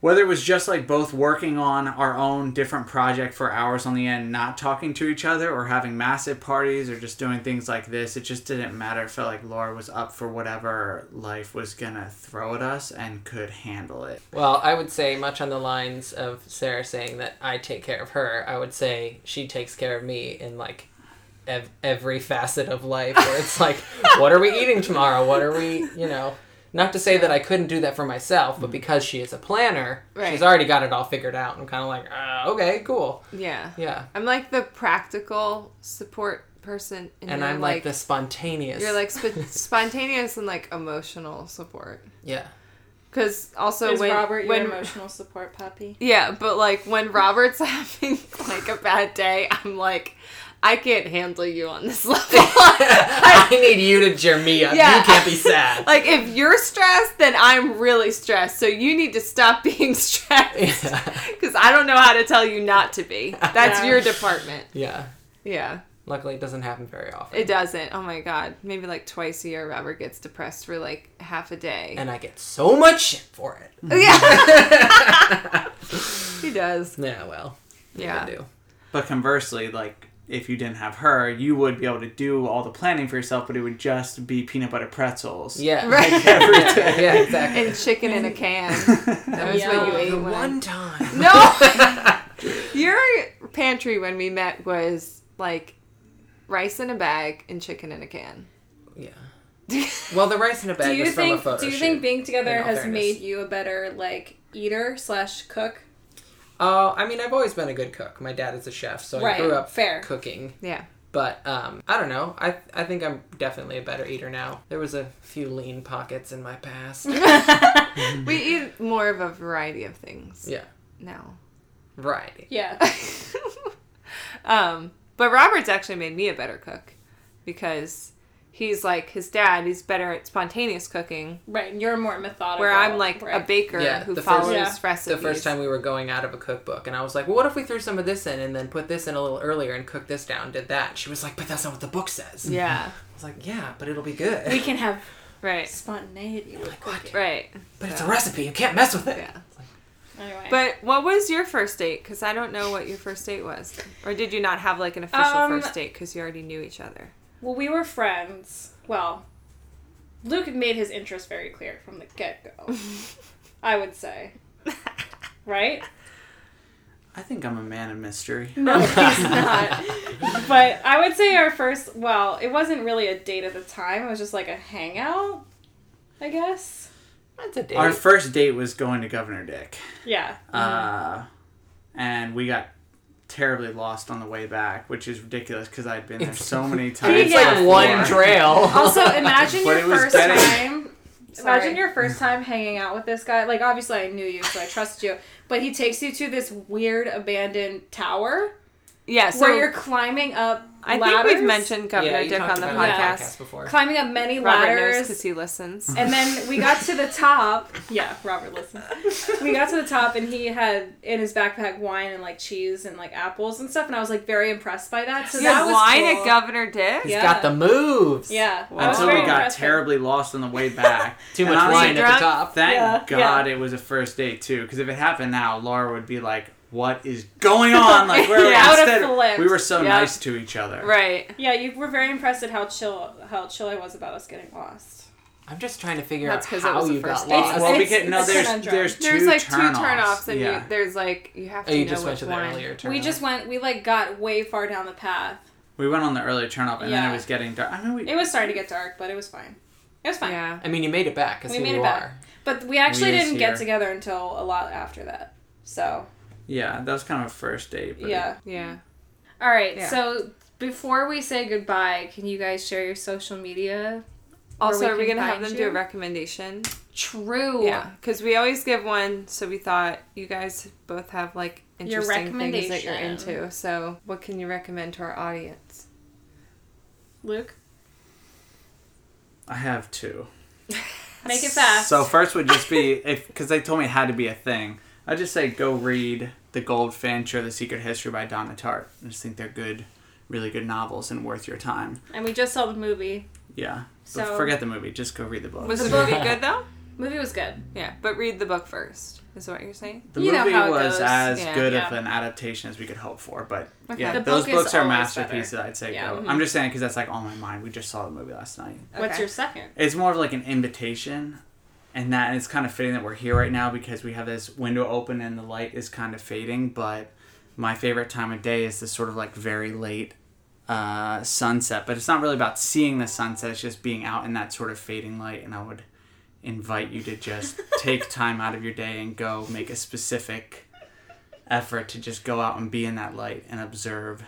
[SPEAKER 3] whether it was just like both working on our own different project for hours on the end, not talking to each other or having massive parties or just doing things like this, it just didn't matter. It felt like Laura was up for whatever life was gonna throw at us and could handle it.
[SPEAKER 4] Well, I would say much on the lines of Sarah saying that I take care of her. I would say she takes care of me in like ev- every facet of life. Where it's like, what are we eating tomorrow? What are we, you know? Not to say that I couldn't do that for myself, but because she is a planner,
[SPEAKER 1] Mm. Right.
[SPEAKER 4] she's already got it all figured out. I'm kind of like, uh, okay, cool,
[SPEAKER 1] Yeah.
[SPEAKER 4] yeah.
[SPEAKER 1] I'm like the practical support person, and,
[SPEAKER 4] And
[SPEAKER 1] you're
[SPEAKER 4] I'm like, the spontaneous.
[SPEAKER 1] you're like sp- spontaneous and like emotional support.
[SPEAKER 4] yeah,
[SPEAKER 1] Because also
[SPEAKER 2] is
[SPEAKER 1] when
[SPEAKER 2] Robert
[SPEAKER 1] when
[SPEAKER 2] your emotional support puppy?
[SPEAKER 1] yeah, but like when Robert's having like a bad day, I'm like, I can't handle you on this level.
[SPEAKER 4] I need you to cheer me up.
[SPEAKER 1] Yeah.
[SPEAKER 4] You can't be sad.
[SPEAKER 1] like if you're stressed, then I'm really stressed. So you need to stop being stressed.
[SPEAKER 4] yeah.
[SPEAKER 1] Because I don't know how to tell you not to be. That's
[SPEAKER 2] Yeah.
[SPEAKER 1] your department.
[SPEAKER 4] yeah.
[SPEAKER 1] Yeah.
[SPEAKER 4] Luckily, it doesn't happen very often.
[SPEAKER 1] It doesn't. Oh my god. Maybe like twice a year Robert gets depressed for like half a day.
[SPEAKER 4] and I get so much shit for it.
[SPEAKER 1] yeah. he does.
[SPEAKER 4] Yeah, well,
[SPEAKER 1] Yeah.
[SPEAKER 4] I do.
[SPEAKER 3] But conversely, like if you didn't have her, you would be able to do all the planning for yourself, but it would just be peanut butter pretzels.
[SPEAKER 4] Yeah,
[SPEAKER 1] Right.
[SPEAKER 3] Every day.
[SPEAKER 4] yeah, exactly.
[SPEAKER 1] And chicken in a can. That was what you
[SPEAKER 2] Yeah.
[SPEAKER 1] ate
[SPEAKER 4] The
[SPEAKER 1] when I-
[SPEAKER 4] one time.
[SPEAKER 1] No. Your pantry when we met was like rice in a bag and chicken in a can.
[SPEAKER 4] yeah. Well, the rice in a bag
[SPEAKER 2] do you
[SPEAKER 4] was
[SPEAKER 2] think
[SPEAKER 4] from a photo
[SPEAKER 2] do you
[SPEAKER 4] shoot.
[SPEAKER 2] think being together
[SPEAKER 4] in all
[SPEAKER 2] has
[SPEAKER 4] fairness.
[SPEAKER 2] made you a better like eater slash cook?
[SPEAKER 4] Oh, I mean, I've always been a good cook. My dad is a chef, so
[SPEAKER 2] Right,
[SPEAKER 4] I grew up
[SPEAKER 2] fair.
[SPEAKER 4] cooking.
[SPEAKER 1] Yeah.
[SPEAKER 4] But um, I don't know. I I think I'm definitely a better eater now. There was a few lean pockets in my past.
[SPEAKER 1] We eat more of a variety of things
[SPEAKER 4] yeah,
[SPEAKER 1] now.
[SPEAKER 4] variety.
[SPEAKER 2] Yeah.
[SPEAKER 1] um, but Robert's actually made me a better cook because he's like his dad. He's better at spontaneous cooking,
[SPEAKER 2] Right. You're more methodical.
[SPEAKER 1] where I'm like
[SPEAKER 2] right.
[SPEAKER 1] a baker
[SPEAKER 4] Yeah,
[SPEAKER 1] who
[SPEAKER 4] the first-
[SPEAKER 1] follows
[SPEAKER 2] Yeah.
[SPEAKER 1] recipes.
[SPEAKER 4] The first time we were going out of a cookbook, and I was like, "Well, what if we threw some of this in, and then put this in a little earlier, and cooked this down, did that?" She was like, "But that's not what the book says."
[SPEAKER 1] Yeah.
[SPEAKER 4] I was like, "Yeah, but it'll be good."
[SPEAKER 2] we can have
[SPEAKER 1] Right.
[SPEAKER 2] spontaneity with
[SPEAKER 4] Like, what?
[SPEAKER 2] cooking.
[SPEAKER 1] Right.
[SPEAKER 4] But it's a recipe. You can't mess with it.
[SPEAKER 1] Yeah.
[SPEAKER 2] Anyway.
[SPEAKER 1] But what was your first date? Because I don't know what your first date was, or did you not have like an official
[SPEAKER 2] Um,
[SPEAKER 1] first date because you already knew each other?
[SPEAKER 2] well, we were friends. Well, Luke had made his interest very clear from the get go. I would say. Right?
[SPEAKER 3] I think I'm a man of mystery.
[SPEAKER 2] No, he's not. but I would say our first, well, it wasn't really a date at the time. It was just like a hangout, I guess.
[SPEAKER 4] That's a date.
[SPEAKER 3] Our first date was going to Governor Dick.
[SPEAKER 2] Yeah.
[SPEAKER 3] Uh, and we got terribly lost on the way back, which is ridiculous because I'd been there so many times.
[SPEAKER 4] it's
[SPEAKER 2] Yeah.
[SPEAKER 4] like one
[SPEAKER 3] before.
[SPEAKER 4] trail.
[SPEAKER 2] Also, imagine
[SPEAKER 3] But
[SPEAKER 2] your
[SPEAKER 3] it was
[SPEAKER 2] first
[SPEAKER 3] better.
[SPEAKER 2] time.
[SPEAKER 1] Sorry.
[SPEAKER 2] Imagine your first time hanging out with this guy. Like, obviously, I knew you, so I trust you. But he takes you to this weird abandoned tower
[SPEAKER 1] Yeah. So
[SPEAKER 2] where you're climbing up.
[SPEAKER 1] I
[SPEAKER 2] ladders,
[SPEAKER 1] think we've mentioned Governor
[SPEAKER 4] yeah, you
[SPEAKER 1] Dick
[SPEAKER 4] talked
[SPEAKER 1] on the
[SPEAKER 4] about it on
[SPEAKER 1] podcast.
[SPEAKER 4] the podcast before.
[SPEAKER 2] climbing up many
[SPEAKER 1] Robert knows
[SPEAKER 2] ladders.
[SPEAKER 1] because he listens.
[SPEAKER 2] And then we got to the top. Yeah, Robert, listen. We got to the top, and he had in his backpack wine and like cheese and like apples and stuff. And I was like very impressed by that. So
[SPEAKER 1] You
[SPEAKER 2] that
[SPEAKER 1] had
[SPEAKER 2] was
[SPEAKER 1] wine
[SPEAKER 2] cool.
[SPEAKER 1] at Governor Dick.
[SPEAKER 4] He's
[SPEAKER 2] Yeah.
[SPEAKER 4] got the moves.
[SPEAKER 2] Yeah, I was
[SPEAKER 3] Until
[SPEAKER 2] very
[SPEAKER 3] we got
[SPEAKER 2] impressed by-
[SPEAKER 3] terribly lost on the way back.
[SPEAKER 4] Too
[SPEAKER 3] And
[SPEAKER 4] much
[SPEAKER 3] honestly,
[SPEAKER 4] wine at
[SPEAKER 1] drunk.
[SPEAKER 4] the top.
[SPEAKER 3] Thank
[SPEAKER 2] Yeah.
[SPEAKER 3] God it was a first date too, because if it happened now, Laura would be like, "What is going on?" Like, where
[SPEAKER 1] Yeah, I
[SPEAKER 2] would've
[SPEAKER 3] instead,
[SPEAKER 2] flipped.
[SPEAKER 3] we were so
[SPEAKER 1] Yeah.
[SPEAKER 3] nice to each other.
[SPEAKER 1] Right.
[SPEAKER 2] Yeah, you were very impressed at how chill how chill I was about us getting lost.
[SPEAKER 4] I'm just trying to figure
[SPEAKER 1] That's
[SPEAKER 4] out
[SPEAKER 1] 'cause it
[SPEAKER 4] how
[SPEAKER 1] was the
[SPEAKER 4] you
[SPEAKER 1] first
[SPEAKER 4] got
[SPEAKER 1] date.
[SPEAKER 4] lost.
[SPEAKER 3] Well, we
[SPEAKER 2] It's-
[SPEAKER 3] get no.
[SPEAKER 2] it's a
[SPEAKER 3] There's
[SPEAKER 2] conundrum.
[SPEAKER 3] there's two
[SPEAKER 1] There's like two
[SPEAKER 3] turn-offs.
[SPEAKER 1] turnoffs, and
[SPEAKER 3] yeah.
[SPEAKER 1] you, there's like you have
[SPEAKER 4] oh,
[SPEAKER 1] to
[SPEAKER 4] you
[SPEAKER 1] know
[SPEAKER 4] just went
[SPEAKER 1] which
[SPEAKER 4] to the
[SPEAKER 1] one.
[SPEAKER 4] earlier turn.
[SPEAKER 2] We just went. We like got way far down the path.
[SPEAKER 3] we went on the early turnoff, and then
[SPEAKER 2] Yeah.
[SPEAKER 3] it was getting dark. I mean, we
[SPEAKER 2] It was starting to get dark, but it was fine. It was fine.
[SPEAKER 1] Yeah.
[SPEAKER 4] I mean, you made it back because
[SPEAKER 2] We
[SPEAKER 4] here
[SPEAKER 2] made
[SPEAKER 4] you
[SPEAKER 2] it back.
[SPEAKER 4] are.
[SPEAKER 2] But we actually
[SPEAKER 3] We is
[SPEAKER 2] didn't
[SPEAKER 3] here.
[SPEAKER 2] get together until a lot after that. So
[SPEAKER 3] yeah, that was kind of a first date. But
[SPEAKER 2] yeah.
[SPEAKER 1] Yeah.
[SPEAKER 2] All right.
[SPEAKER 1] Yeah.
[SPEAKER 2] So before we say goodbye, can you guys share your social media?
[SPEAKER 1] Also,
[SPEAKER 2] we
[SPEAKER 1] are we
[SPEAKER 2] can
[SPEAKER 1] gonna have
[SPEAKER 2] find
[SPEAKER 1] them do a
[SPEAKER 2] you?
[SPEAKER 1] recommendation?
[SPEAKER 2] True.
[SPEAKER 1] Yeah, because we always give one. So we thought you guys both have like
[SPEAKER 2] Your
[SPEAKER 1] interesting things that you're
[SPEAKER 2] recommendation.
[SPEAKER 1] into. So what can you recommend to our audience?
[SPEAKER 2] Luke,
[SPEAKER 3] I have two.
[SPEAKER 2] make it fast.
[SPEAKER 3] So first would just be if because they told me it had to be a thing. I'd just say go read The Goldfinch or The Secret History by Donna Tartt. I just think they're good, really good novels and worth your time.
[SPEAKER 2] and we just saw the movie.
[SPEAKER 3] Yeah. But
[SPEAKER 2] So-
[SPEAKER 3] forget the movie. Just go read the book.
[SPEAKER 1] Was the movie good though?
[SPEAKER 2] Movie was good.
[SPEAKER 1] Yeah, but read the book first. Is what you're saying?
[SPEAKER 3] the
[SPEAKER 2] you know
[SPEAKER 3] movie
[SPEAKER 2] how it
[SPEAKER 3] was
[SPEAKER 2] goes.
[SPEAKER 3] as
[SPEAKER 1] Yeah,
[SPEAKER 3] good of
[SPEAKER 2] yeah.
[SPEAKER 3] an adaptation as we could hope for, but
[SPEAKER 1] Okay.
[SPEAKER 3] yeah,
[SPEAKER 2] The
[SPEAKER 3] those
[SPEAKER 2] book is
[SPEAKER 3] books are
[SPEAKER 2] always
[SPEAKER 3] masterpieces. I'd say
[SPEAKER 2] Yeah. Mm-hmm.
[SPEAKER 3] go. I'm just saying because that's like on my mind. We just saw the movie last night.
[SPEAKER 2] What's
[SPEAKER 1] Okay.
[SPEAKER 2] your second?
[SPEAKER 3] it's more of like an invitation and that and it's kind of fitting that we're here right now because we have this window open and the light is kind of fading but my favorite time of day is this sort of like very late uh, sunset but it's not really about seeing the sunset it's just being out in that sort of fading light and i would invite you to just take time out of your day and go make a specific effort to just go out and be in that light and observe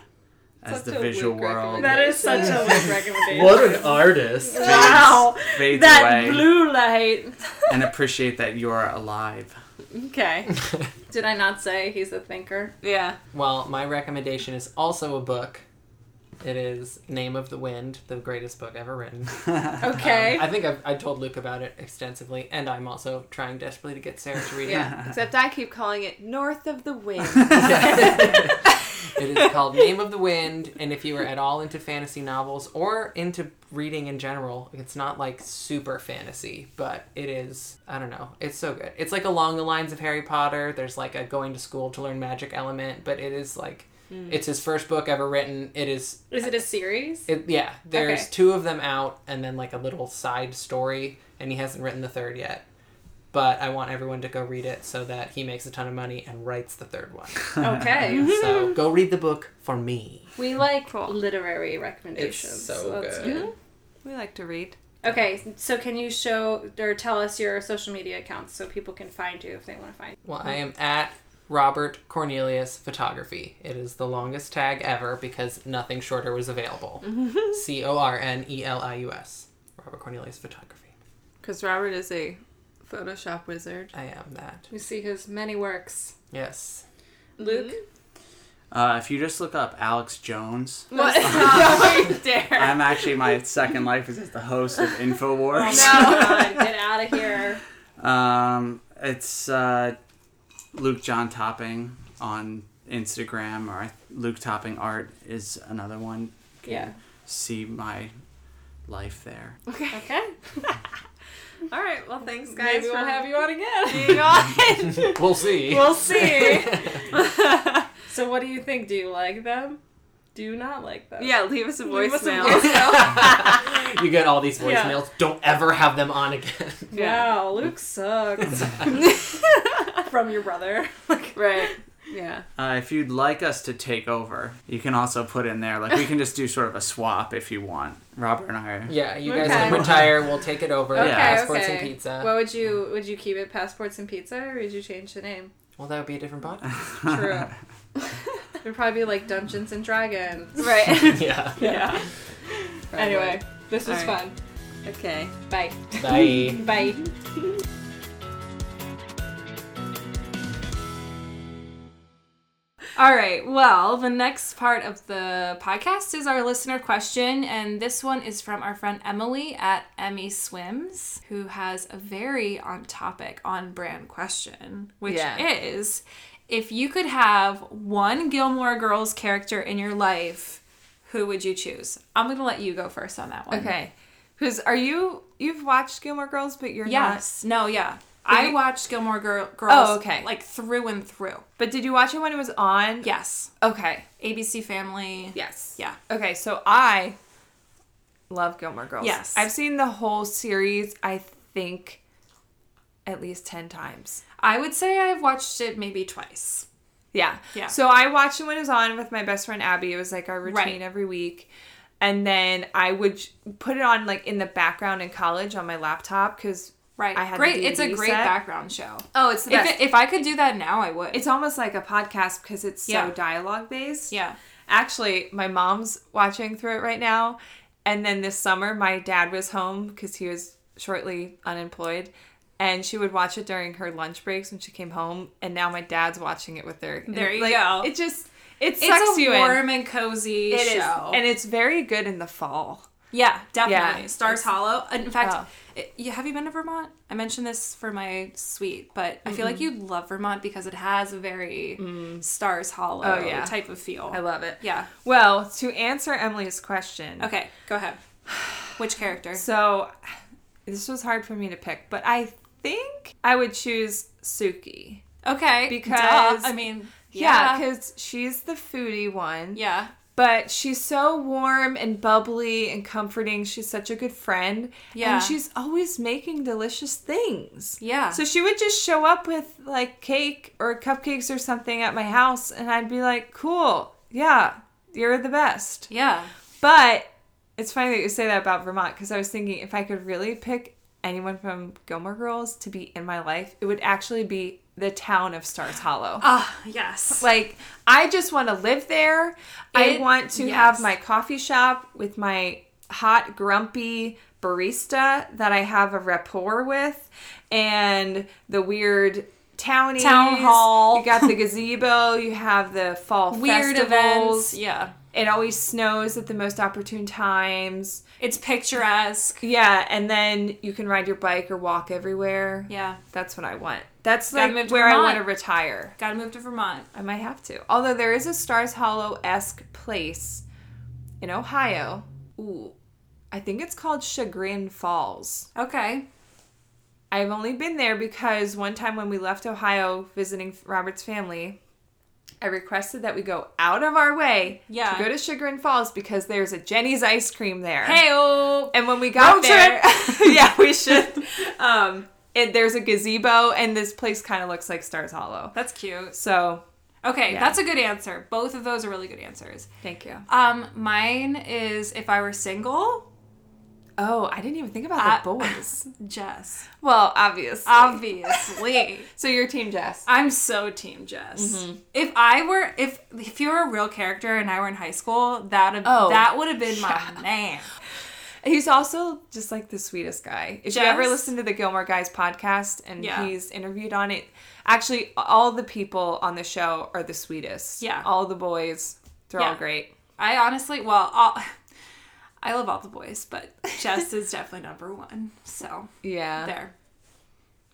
[SPEAKER 3] as the visual world
[SPEAKER 2] That is such a Luke recommendation.
[SPEAKER 4] an artist!
[SPEAKER 2] Wow.
[SPEAKER 3] fades
[SPEAKER 2] That
[SPEAKER 3] away
[SPEAKER 2] blue light.
[SPEAKER 3] and appreciate that you are alive
[SPEAKER 2] Okay. Did I not say he's a thinker?
[SPEAKER 1] Yeah.
[SPEAKER 4] well, my recommendation is also a book. It is Name of the Wind, the greatest book ever written.
[SPEAKER 2] Okay.
[SPEAKER 4] Um, I think I've, I told Luke about it extensively, and I'm also trying desperately to get Sarah to read it.
[SPEAKER 3] Uh-huh.
[SPEAKER 1] Yeah. Except I keep calling it North of the Wind.
[SPEAKER 4] It is called Name of the Wind, and if you are at all into fantasy novels or into reading in general, it's not like super fantasy, but it is, I don't know, it's so good. It's like along the lines of Harry Potter. There's like a going to school to learn magic element, but it is like, it's his first book ever written. It is,
[SPEAKER 2] is it a series?
[SPEAKER 4] it, yeah, there's
[SPEAKER 2] Okay.
[SPEAKER 4] two of them out, and then like a little side story, and he hasn't written the third yet. But I want everyone to go read it so that he makes a ton of money and writes the third one.
[SPEAKER 2] Okay.
[SPEAKER 4] so go read the book for me.
[SPEAKER 2] we like literary recommendations.
[SPEAKER 4] It's so
[SPEAKER 2] That's
[SPEAKER 4] good.
[SPEAKER 1] We like to read.
[SPEAKER 2] Okay, so can you show or tell us your social media accounts so people can find you if they want to find
[SPEAKER 4] Well, I am at Robert Cornelius Photography. It is the longest tag ever because nothing shorter was available. C O R N E L I U S. Robert Cornelius Photography.
[SPEAKER 1] Because Robert is a Photoshop wizard.
[SPEAKER 4] I am that.
[SPEAKER 2] We see his many works.
[SPEAKER 4] Yes.
[SPEAKER 2] Luke?
[SPEAKER 3] Uh, if you just look up Alex Jones,
[SPEAKER 1] What? Don't dare.
[SPEAKER 3] I'm actually my second life is as the host of
[SPEAKER 2] Mm-hmm.
[SPEAKER 3] Infowars.
[SPEAKER 2] No, get out of here.
[SPEAKER 3] Um, it's uh, Luke John Topping on Instagram, or I- Luke Topping Art is another one. Can
[SPEAKER 2] Yeah.
[SPEAKER 3] See my life there.
[SPEAKER 2] Okay.
[SPEAKER 1] All right. Well, thanks, guys.
[SPEAKER 2] Maybe we'll
[SPEAKER 1] for
[SPEAKER 2] have you on again.
[SPEAKER 1] being on.
[SPEAKER 4] We'll see.
[SPEAKER 2] We'll see. so what do you think? Do you like them? Do you not like them?
[SPEAKER 1] yeah, leave us a
[SPEAKER 2] Leave us a
[SPEAKER 1] voicemail.
[SPEAKER 2] voice-
[SPEAKER 4] you get all these
[SPEAKER 2] Yeah.
[SPEAKER 4] voicemails. Don't ever have them on again.
[SPEAKER 2] Wow, Luke sucks. From your brother.
[SPEAKER 1] right. Yeah.
[SPEAKER 3] Uh, if you'd like us to take over, you can also put in there. Like we can just do sort of a swap if you want. Robert and I. Are...
[SPEAKER 4] yeah, you guys
[SPEAKER 2] Okay.
[SPEAKER 4] can retire. We'll take it over.
[SPEAKER 3] Okay,
[SPEAKER 4] Passports
[SPEAKER 2] okay.
[SPEAKER 4] and pizza.
[SPEAKER 2] What would you would you keep it? Passports and pizza, or would you change the name?
[SPEAKER 4] well, that would be a different podcast.
[SPEAKER 2] True. It'd probably be like Dungeons and Dragons.
[SPEAKER 1] Right.
[SPEAKER 4] yeah.
[SPEAKER 2] Yeah. anyway, this was
[SPEAKER 1] All right.
[SPEAKER 2] fun.
[SPEAKER 1] Okay.
[SPEAKER 2] Bye.
[SPEAKER 4] Bye.
[SPEAKER 2] Bye. All right. Well, the next part of the podcast is our listener question, and this one is from our friend Emily at Emmy Swims, who has a very on topic, on brand question, which
[SPEAKER 1] Yeah.
[SPEAKER 2] is if you could have one Gilmore Girls character in your life, who would you choose? I'm going to let you go first on that one.
[SPEAKER 1] Okay. Because are you you've watched Gilmore Girls, but you're not.
[SPEAKER 2] Yes. No. Yeah. I watched Gilmore Girl- Girls.
[SPEAKER 1] Oh, okay.
[SPEAKER 2] Like through and through.
[SPEAKER 1] But did you watch it when it was on?
[SPEAKER 2] Yes.
[SPEAKER 1] Okay.
[SPEAKER 2] ABC Family.
[SPEAKER 1] Yes.
[SPEAKER 2] Yeah.
[SPEAKER 1] Okay, so I love Gilmore Girls.
[SPEAKER 2] Yes.
[SPEAKER 1] I've seen the whole series, I think, at least 10 times.
[SPEAKER 2] I would say I've watched it maybe twice.
[SPEAKER 1] Yeah.
[SPEAKER 2] Yeah.
[SPEAKER 1] So I watched it when it was on with my best friend Abby. It was like our routine
[SPEAKER 2] Right.
[SPEAKER 1] every week. And then I would j- put it on like in the background in college on my laptop because
[SPEAKER 2] Right.
[SPEAKER 1] I had the
[SPEAKER 2] great. It's a
[SPEAKER 1] DVD
[SPEAKER 2] great
[SPEAKER 1] set.
[SPEAKER 2] background show.
[SPEAKER 1] oh, it's the
[SPEAKER 2] If,
[SPEAKER 1] best.
[SPEAKER 2] it, if I could do that now, I would.
[SPEAKER 1] it's almost like a podcast because it's so
[SPEAKER 2] Yeah.
[SPEAKER 1] dialogue based.
[SPEAKER 2] yeah.
[SPEAKER 1] Actually, my mom's watching through it right now. And then this summer, my dad was home because he was shortly unemployed. And she would watch it during her lunch breaks when she came home. And now my dad's watching it with her. And
[SPEAKER 2] There
[SPEAKER 1] it,
[SPEAKER 2] you go.
[SPEAKER 1] It just, it sucks
[SPEAKER 2] It's a
[SPEAKER 1] you in.
[SPEAKER 2] warm and cozy
[SPEAKER 1] It is,
[SPEAKER 2] show.
[SPEAKER 1] And it's very good in the fall.
[SPEAKER 2] yeah, definitely.
[SPEAKER 1] Yeah.
[SPEAKER 2] Stars Hollow. In fact,
[SPEAKER 1] Oh.
[SPEAKER 2] it- you, have you been to Vermont? I mentioned this for my suite, but I feel
[SPEAKER 1] Mm-hmm.
[SPEAKER 2] like you'd love Vermont because it has a very Stars Hollow
[SPEAKER 1] Mm. Oh, yeah.
[SPEAKER 2] type of feel.
[SPEAKER 1] I love it.
[SPEAKER 2] yeah.
[SPEAKER 1] Well, to answer Emily's question.
[SPEAKER 2] Okay, go ahead. Which character?
[SPEAKER 1] So this was hard for me to pick, but I think I would choose Suki.
[SPEAKER 2] Okay.
[SPEAKER 1] Because-
[SPEAKER 2] Duh. I mean,
[SPEAKER 1] Yeah,
[SPEAKER 2] yeah. Yeah.
[SPEAKER 1] because she's the foodie one. but she's so warm and bubbly and comforting. She's such a good friend.
[SPEAKER 2] Yeah.
[SPEAKER 1] And she's always making delicious things.
[SPEAKER 2] Yeah.
[SPEAKER 1] So she would just show up with like cake or cupcakes or something at my house, and I'd be like, cool, yeah, you're the best.
[SPEAKER 2] yeah.
[SPEAKER 1] But it's funny that you say that about Vermont because I was thinking if I could really pick anyone from Gilmore Girls to be in my life, it would actually be the town of Stars Hollow.
[SPEAKER 2] Ah, yes.
[SPEAKER 1] Like, I just want to live there. I
[SPEAKER 2] It-
[SPEAKER 1] want to
[SPEAKER 2] yes.
[SPEAKER 1] have my coffee shop with my hot, grumpy barista that I have a rapport with, and the weird townies.
[SPEAKER 2] Town hall.
[SPEAKER 1] You got the gazebo. You have the fall
[SPEAKER 2] Weird
[SPEAKER 1] festivals.
[SPEAKER 2] events. Yeah.
[SPEAKER 1] It always snows at the most opportune times.
[SPEAKER 2] It's picturesque.
[SPEAKER 1] Yeah, and then you can ride your bike or walk everywhere.
[SPEAKER 2] Yeah.
[SPEAKER 1] That's what I want. That's
[SPEAKER 2] Gotta
[SPEAKER 1] like
[SPEAKER 2] move to
[SPEAKER 1] where I
[SPEAKER 2] Vermont.
[SPEAKER 1] want to retire.
[SPEAKER 2] Gotta move to Vermont.
[SPEAKER 1] I might have to. Although there is a Stars Hollow esque place in Ohio. Ooh, I think it's called Chagrin Falls.
[SPEAKER 2] Okay.
[SPEAKER 1] I've only been there because one time when we left Ohio visiting Robert's family, I requested that we go out of our way
[SPEAKER 2] Yeah.
[SPEAKER 1] to go to Chagrin Falls because there's a Jenny's ice cream there.
[SPEAKER 2] Hey, oh.
[SPEAKER 1] And when we got
[SPEAKER 2] Road
[SPEAKER 1] there, yeah, we should. Um, and there's a gazebo, and this place kind of looks like Stars Hollow.
[SPEAKER 2] That's cute.
[SPEAKER 1] So,
[SPEAKER 2] Okay,
[SPEAKER 1] Yeah.
[SPEAKER 2] that's a good answer. Both of those are really good answers.
[SPEAKER 1] thank you.
[SPEAKER 2] Um, mine is if I were single,
[SPEAKER 1] Oh, I didn't even think about
[SPEAKER 2] I- Um,
[SPEAKER 1] the boys.
[SPEAKER 2] Jess.
[SPEAKER 1] well, obviously.
[SPEAKER 2] Obviously.
[SPEAKER 1] so you're Team Jess.
[SPEAKER 2] I'm so team Jess.
[SPEAKER 1] Mm-hmm.
[SPEAKER 2] If I were if if you were a real character and I were in high school, that
[SPEAKER 1] Oh,
[SPEAKER 2] that would have been my man.
[SPEAKER 1] He's also just like the sweetest guy. If you
[SPEAKER 2] Jess?
[SPEAKER 1] ever listen to the Gilmore Guys podcast and
[SPEAKER 2] Yeah.
[SPEAKER 1] he's interviewed on it, actually, all the people on the show are the sweetest.
[SPEAKER 2] Yeah.
[SPEAKER 1] All the boys, they're all
[SPEAKER 2] Yeah.
[SPEAKER 1] great.
[SPEAKER 2] I honestly, well, all, I love all the boys, but Jess is definitely number one. So
[SPEAKER 1] Yeah.
[SPEAKER 2] there.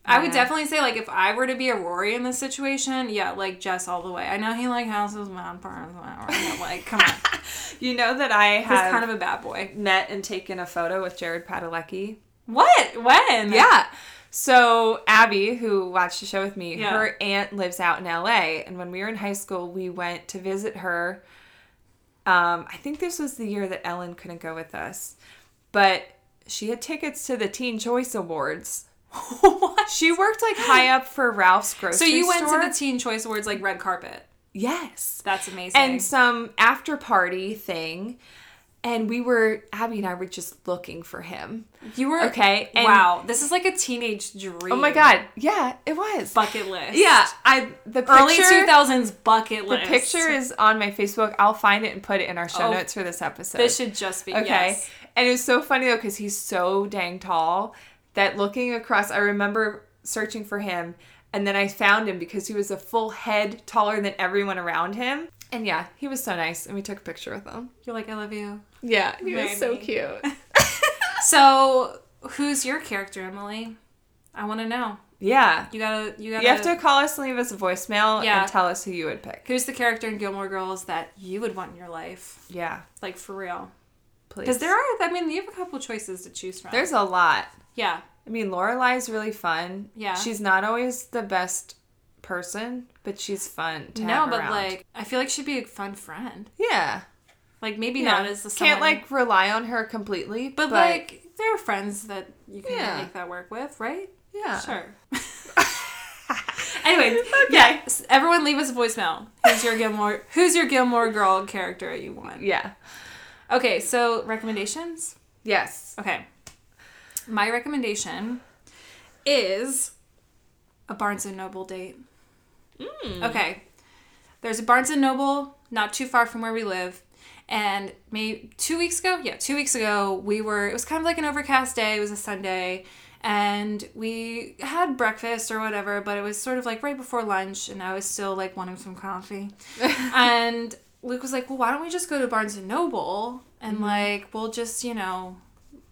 [SPEAKER 2] I would definitely say like if I were to be a Rory in this situation, yeah, like Jess all the way. I know he like houses man parents, but, like come on, he's
[SPEAKER 1] You know that I have
[SPEAKER 2] kind of a bad boy.
[SPEAKER 1] met and taken a photo with Jared Padalecki.
[SPEAKER 2] What? When?
[SPEAKER 1] Yeah. So Abby, who watched the show with me,
[SPEAKER 2] Yeah.
[SPEAKER 1] her aunt lives out in LA, and when we were in high school, we went to visit her. Um, I think this was the year that Ellen couldn't go with us, but she had tickets to the Teen Choice Awards.
[SPEAKER 2] What?
[SPEAKER 1] She worked like high up for Ralph's grocery
[SPEAKER 2] So you went
[SPEAKER 1] store.
[SPEAKER 2] to the Teen Choice Awards like red carpet.
[SPEAKER 1] yes,
[SPEAKER 2] That's amazing.
[SPEAKER 1] and some after party thing, and we were Abby and I were just looking for him.
[SPEAKER 2] you were
[SPEAKER 1] Okay, and-
[SPEAKER 2] wow, this is like a teenage dream.
[SPEAKER 1] Oh my god, yeah, it was.
[SPEAKER 2] bucket list.
[SPEAKER 1] Yeah, I the picture,
[SPEAKER 2] early two thousands bucket
[SPEAKER 1] The
[SPEAKER 2] list.
[SPEAKER 1] picture is on my Facebook. I'll find it and put it in our show
[SPEAKER 2] Oh,
[SPEAKER 1] notes for this episode.
[SPEAKER 2] This should just be
[SPEAKER 1] okay.
[SPEAKER 2] Yes.
[SPEAKER 1] And it was so funny though because he's so dang tall that looking across, I remember searching for him, and then I found him because he was a full head taller than everyone around him. And yeah, he was so nice, and we took a picture with him.
[SPEAKER 2] You're like, I love you.
[SPEAKER 1] Yeah, he was so
[SPEAKER 2] Maybe.
[SPEAKER 1] cute.
[SPEAKER 2] So, who's your character, Emily? I want to know.
[SPEAKER 1] Yeah.
[SPEAKER 2] You gotta, you gotta.
[SPEAKER 1] You have to call us and leave us a voicemail
[SPEAKER 2] Yeah.
[SPEAKER 1] and tell us who you would pick.
[SPEAKER 2] Who's the character in Gilmore Girls that you would want in your life,
[SPEAKER 1] Yeah,
[SPEAKER 2] like for real?
[SPEAKER 1] please.
[SPEAKER 2] Because there are, I mean, you have a couple choices to choose from.
[SPEAKER 1] there's a lot.
[SPEAKER 2] yeah,
[SPEAKER 1] I mean, Lorelai's really fun.
[SPEAKER 2] Yeah.
[SPEAKER 1] She's not always the best person, but she's fun to
[SPEAKER 2] no,
[SPEAKER 1] have
[SPEAKER 2] but
[SPEAKER 1] around.
[SPEAKER 2] like, I feel like she'd be a fun friend.
[SPEAKER 1] yeah,
[SPEAKER 2] Like maybe
[SPEAKER 1] yeah.
[SPEAKER 2] not as the
[SPEAKER 1] can't
[SPEAKER 2] someone-
[SPEAKER 1] like rely on her completely,
[SPEAKER 2] but,
[SPEAKER 1] but,
[SPEAKER 2] like there are friends that you can
[SPEAKER 1] Yeah.
[SPEAKER 2] make that work with, right?
[SPEAKER 1] yeah,
[SPEAKER 2] Sure. anyway, yeah, s- everyone leave us a voicemail. Who's your Gilmore? Who's your Gilmore Girl character you want?
[SPEAKER 1] yeah,
[SPEAKER 2] Okay, so recommendations.
[SPEAKER 1] yes,
[SPEAKER 2] Okay, my recommendation is a Barnes and Noble date.
[SPEAKER 1] Mm.
[SPEAKER 2] Okay, there's a Barnes and Noble not too far from where we live. And maybe two weeks ago, yeah, two weeks ago, we were, it was kind of like an overcast day. It was a Sunday. And we had breakfast or whatever, but it was sort of like right before lunch. And I was still like wanting some coffee. and Luke was like, well, why don't we just go to Barnes and Noble and
[SPEAKER 1] Mm-hmm.
[SPEAKER 2] like, we'll just, you know,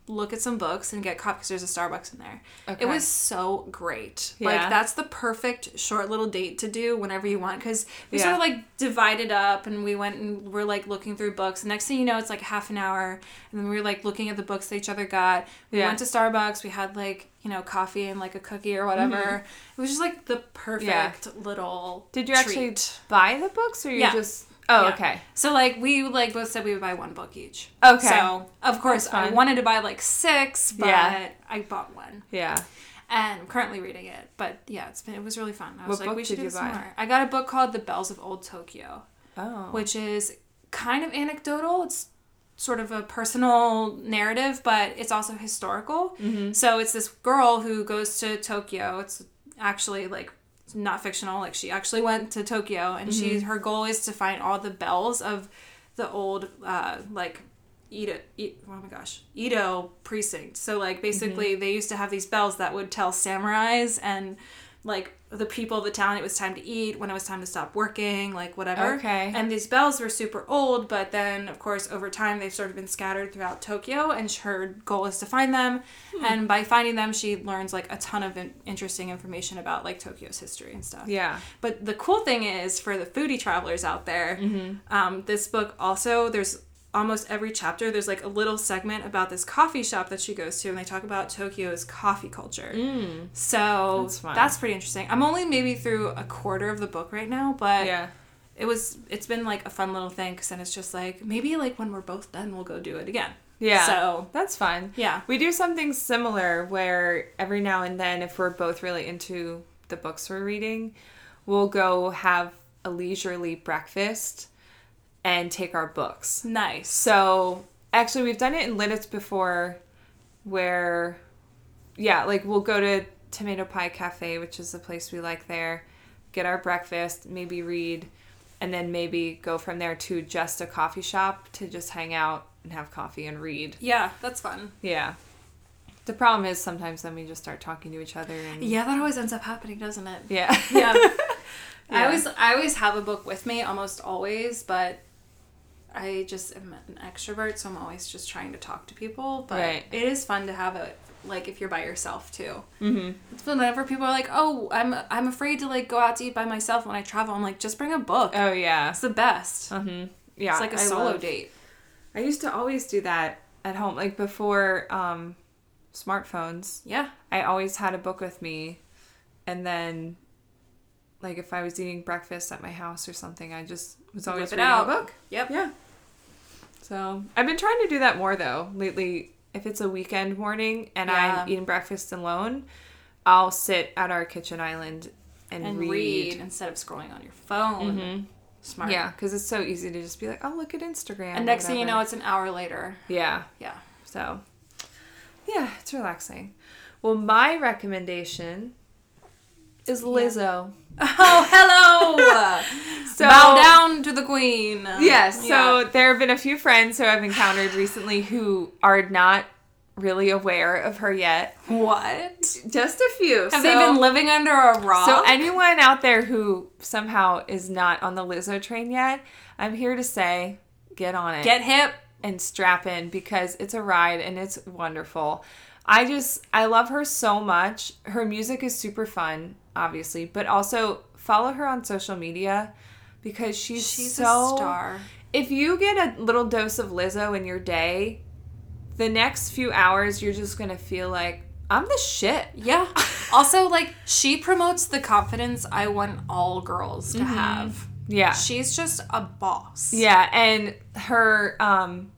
[SPEAKER 2] look at some books and get coffee because there's a Starbucks in there.
[SPEAKER 1] Okay.
[SPEAKER 2] It was so great.
[SPEAKER 1] Yeah.
[SPEAKER 2] Like, that's the perfect short little date to do whenever you want because we
[SPEAKER 1] Yeah.
[SPEAKER 2] sort of like divided up and we went and we're like looking through books. Next thing you know, it's like half an hour, and then we were like looking at the books that each other got. We
[SPEAKER 1] Yeah.
[SPEAKER 2] went to Starbucks. We had like you know coffee and like a cookie or whatever. It was just like the perfect little.
[SPEAKER 1] Mm-hmm. Did you actually
[SPEAKER 2] treat.
[SPEAKER 1] buy the books, or you
[SPEAKER 2] Yeah.
[SPEAKER 1] just? Oh,
[SPEAKER 2] Yeah.
[SPEAKER 1] okay,
[SPEAKER 2] So like we like both said we would buy one book each.
[SPEAKER 1] Okay.
[SPEAKER 2] So of course
[SPEAKER 1] That's
[SPEAKER 2] I
[SPEAKER 1] fun.
[SPEAKER 2] wanted to buy like six, but
[SPEAKER 1] Yeah.
[SPEAKER 2] I bought one.
[SPEAKER 1] yeah,
[SPEAKER 2] and I'm currently reading it. But yeah, it's been it was really fun. I was
[SPEAKER 1] What
[SPEAKER 2] like,
[SPEAKER 1] book
[SPEAKER 2] we should
[SPEAKER 1] did
[SPEAKER 2] do
[SPEAKER 1] you
[SPEAKER 2] some
[SPEAKER 1] buy?
[SPEAKER 2] more. I got a book called The Bells of Old Tokyo,
[SPEAKER 1] oh,
[SPEAKER 2] which is kind of anecdotal. It's sort of a personal narrative, but it's also historical.
[SPEAKER 1] Mm-hmm.
[SPEAKER 2] So it's this girl who goes to Tokyo. It's actually like not fictional. Like she actually went to Tokyo, and she her goal is to find all the bells of the old uh, like Edo, E- oh my gosh, Edo precinct. So like basically they used to have these bells that would tell samurais and like the people of the town it was time to eat, when it was time to stop working, like whatever.
[SPEAKER 1] Okay.
[SPEAKER 2] And these bells were super old, but then of course over time they've sort of been scattered throughout Tokyo and her goal is to find them.
[SPEAKER 1] Hmm.
[SPEAKER 2] And by finding them she learns like a ton of in- interesting information about like Tokyo's history and stuff.
[SPEAKER 1] yeah,
[SPEAKER 2] But the cool thing is for the foodie travelers out there,
[SPEAKER 1] Mm-hmm.
[SPEAKER 2] um, this book also there's almost every chapter there's like a little segment about this coffee shop that she goes to, and they talk about Tokyo's coffee culture. So
[SPEAKER 1] Mm. That's
[SPEAKER 2] that's,
[SPEAKER 1] fun.
[SPEAKER 2] pretty interesting. I'm only maybe through a quarter of the book right now, but
[SPEAKER 1] yeah,
[SPEAKER 2] it was it's been like a fun little thing because then it's just like maybe like when we're both done we'll go do it again.
[SPEAKER 1] yeah.
[SPEAKER 2] So
[SPEAKER 1] that's fun.
[SPEAKER 2] yeah.
[SPEAKER 1] We do something similar where every now and then, if we're both really into the books we're reading, we'll go have a leisurely breakfast and take our books.
[SPEAKER 2] Nice.
[SPEAKER 1] So actually, we've done it in Linux before, where yeah, like we'll go to Tomato Pie Cafe, which is the place we like there, get our breakfast, maybe read, and then maybe go from there to just a coffee shop to just hang out and have coffee and read.
[SPEAKER 2] Yeah, that's fun.
[SPEAKER 1] Yeah. The problem is sometimes then we just start talking to each other and
[SPEAKER 2] Yeah, that always ends up happening, doesn't it?
[SPEAKER 1] yeah.
[SPEAKER 2] Yeah. I always I always have a book with me almost always, but I just am an extrovert, so I'm always just trying to talk to people. But
[SPEAKER 1] Right.
[SPEAKER 2] it is fun to have it like if you're by yourself too. Mm-hmm. It's fun whenever people are like, "Oh, I'm I'm afraid to like go out to eat by myself when I travel." I'm like, just bring a book.
[SPEAKER 1] Oh yeah.
[SPEAKER 2] It's the best.
[SPEAKER 1] Yeah.
[SPEAKER 2] it's like a
[SPEAKER 1] a
[SPEAKER 2] solo date.
[SPEAKER 1] I used to always do that at home, like before um, smartphones.
[SPEAKER 2] Yeah.
[SPEAKER 1] I always had a book with me, and then, like if I was eating breakfast at my house or something, I just was always
[SPEAKER 2] Whip it
[SPEAKER 1] reading
[SPEAKER 2] out.
[SPEAKER 1] a book.
[SPEAKER 2] Yep.
[SPEAKER 1] Yeah. So I've been trying to do that more though lately. If it's a weekend morning and
[SPEAKER 2] Yeah.
[SPEAKER 1] I'm eating breakfast alone, I'll sit at our kitchen island and,
[SPEAKER 2] And read. Mm-hmm.
[SPEAKER 1] read.
[SPEAKER 2] instead of scrolling on your phone. Smart.
[SPEAKER 1] Yeah, because it's so easy to just be like, "Oh, look at Instagram."
[SPEAKER 2] And
[SPEAKER 1] or
[SPEAKER 2] next thing you know,
[SPEAKER 1] whatever.
[SPEAKER 2] it's an hour later.
[SPEAKER 1] yeah.
[SPEAKER 2] Yeah.
[SPEAKER 1] So, yeah, it's relaxing. Well, my recommendation is Lizzo.
[SPEAKER 2] Oh, hello!
[SPEAKER 1] So,
[SPEAKER 2] Bow down to the queen.
[SPEAKER 1] Yes.
[SPEAKER 2] Yeah.
[SPEAKER 1] So there have been a few friends who I've encountered recently who are not really aware of her yet.
[SPEAKER 2] What?
[SPEAKER 1] Just a few.
[SPEAKER 2] Have they been living under a rock?
[SPEAKER 1] So anyone out there who somehow is not on the Lizzo train yet, I'm here to say, get on it.
[SPEAKER 2] Get hip.
[SPEAKER 1] and strap in because it's a ride and it's wonderful. I just I love her so much. Her music is super fun, obviously, but also follow her on social media because she's
[SPEAKER 2] She's
[SPEAKER 1] so
[SPEAKER 2] a star.
[SPEAKER 1] If you get a little dose of Lizzo in your day, the next few hours you're just gonna feel like I'm the shit.
[SPEAKER 2] Yeah. also, like, she promotes the confidence I want all girls to have.
[SPEAKER 1] Yeah,
[SPEAKER 2] She's just a boss.
[SPEAKER 1] Mm-hmm. yeah, and her um,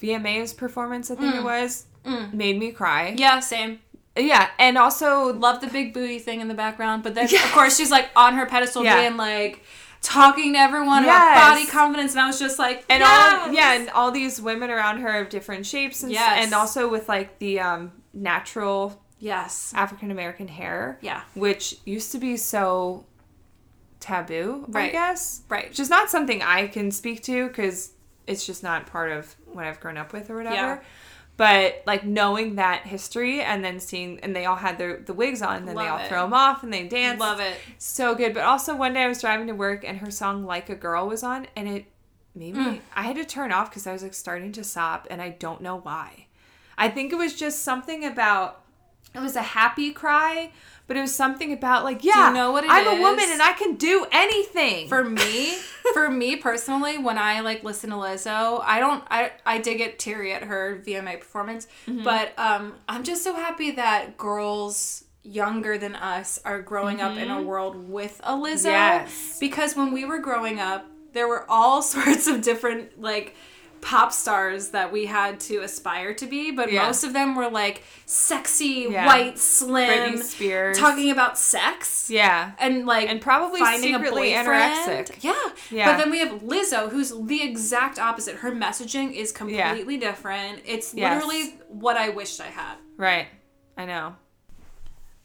[SPEAKER 1] VMA's performance I think it was made me cry.
[SPEAKER 2] Mm. Yeah, same.
[SPEAKER 1] yeah, and also
[SPEAKER 2] Love the big booty thing in the background, but then of course she's like on her pedestal
[SPEAKER 1] Yeah.
[SPEAKER 2] being like talking to everyone
[SPEAKER 1] Yes.
[SPEAKER 2] about body confidence, and I was just like,
[SPEAKER 1] and all
[SPEAKER 2] yes!
[SPEAKER 1] yeah, and all these women around her of different shapes and
[SPEAKER 2] Yes.
[SPEAKER 1] and also with like the um, natural
[SPEAKER 2] yes,
[SPEAKER 1] African American hair,
[SPEAKER 2] yeah,
[SPEAKER 1] which used to be so taboo, I
[SPEAKER 2] Right.
[SPEAKER 1] guess,
[SPEAKER 2] right,
[SPEAKER 1] which is not something I can speak to because it's just not part of what I've grown up with or whatever.
[SPEAKER 2] Yeah.
[SPEAKER 1] But like knowing that history and then seeing, and they all had their the wigs on, and then they
[SPEAKER 2] Love
[SPEAKER 1] all
[SPEAKER 2] it.
[SPEAKER 1] throw them off and they dance.
[SPEAKER 2] love it.
[SPEAKER 1] So good. But also one day I was driving to work and her song Like a Girl was on and it made me I had to turn off because I was like starting to sob and I don't know why. I think it was just something about it was a happy cry, but it was something about like, yeah,
[SPEAKER 2] know what it
[SPEAKER 1] I'm a woman
[SPEAKER 2] is?
[SPEAKER 1] and I can do anything.
[SPEAKER 2] for me for me personally when i like listen to lizzo i don't i i did get teary at her vma performance
[SPEAKER 1] Mm-hmm.
[SPEAKER 2] but um i'm just so happy that girls younger than us are growing up in a world with a
[SPEAKER 1] Mm-hmm.
[SPEAKER 2] lizzo
[SPEAKER 1] Yes.
[SPEAKER 2] because when we were growing up there were all sorts of different like pop stars that we had to aspire to be but
[SPEAKER 1] Yeah.
[SPEAKER 2] most of them were like sexy
[SPEAKER 1] Yeah.
[SPEAKER 2] white slim
[SPEAKER 1] Britney Spears.
[SPEAKER 2] talking about sex
[SPEAKER 1] yeah.
[SPEAKER 2] and like
[SPEAKER 1] And probably secretly anorexic.
[SPEAKER 2] Yeah.
[SPEAKER 1] Yeah.
[SPEAKER 2] But then we have Lizzo, who's the exact opposite. Her messaging is completely different. It's
[SPEAKER 1] Yes.
[SPEAKER 2] literally what I wished I had.
[SPEAKER 1] Right. I know.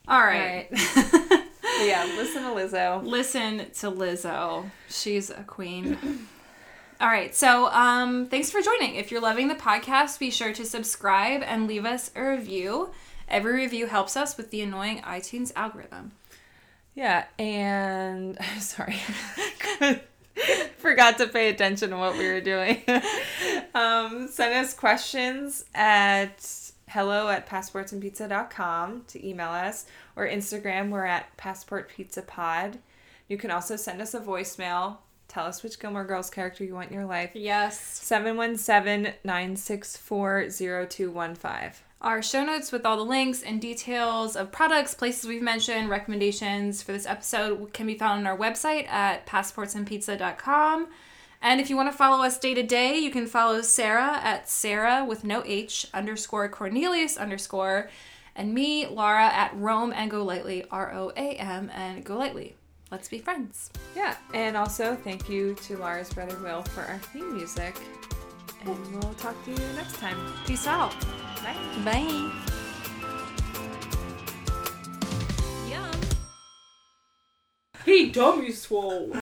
[SPEAKER 2] All right.
[SPEAKER 1] Yeah, listen to Lizzo.
[SPEAKER 2] Listen to Lizzo. She's a queen. All right. So, um, thanks for joining. If you're loving the podcast, be sure to subscribe and leave us a review. Every review helps us with the annoying iTunes algorithm.
[SPEAKER 1] Yeah, and I'm sorry. Forgot to pay attention to what we were doing. um, send us questions at hello at passportsandpizza.com to email us or Instagram. We're at Passport Pizza Pod. You can also send us a voicemail. Tell us which Gilmore Girls character you want in your life.
[SPEAKER 2] Yes.
[SPEAKER 1] 717 964 0215.
[SPEAKER 2] Our show notes with all the links and details of products, places we've mentioned, recommendations for this episode can be found on our website at passportsandpizza.com. And if you want to follow us day to day, you can follow Sarah at Sarah with no H underscore Cornelius underscore, and me, Laura, at Rome and Go Lightly, R O A M and Go Lightly. Let's be friends.
[SPEAKER 1] Yeah, and also thank you to Lara's brother Will for our theme music. And we'll talk to you next time.
[SPEAKER 2] Peace out.
[SPEAKER 1] Bye. Bye. Yum.
[SPEAKER 2] Hey, dummy swole.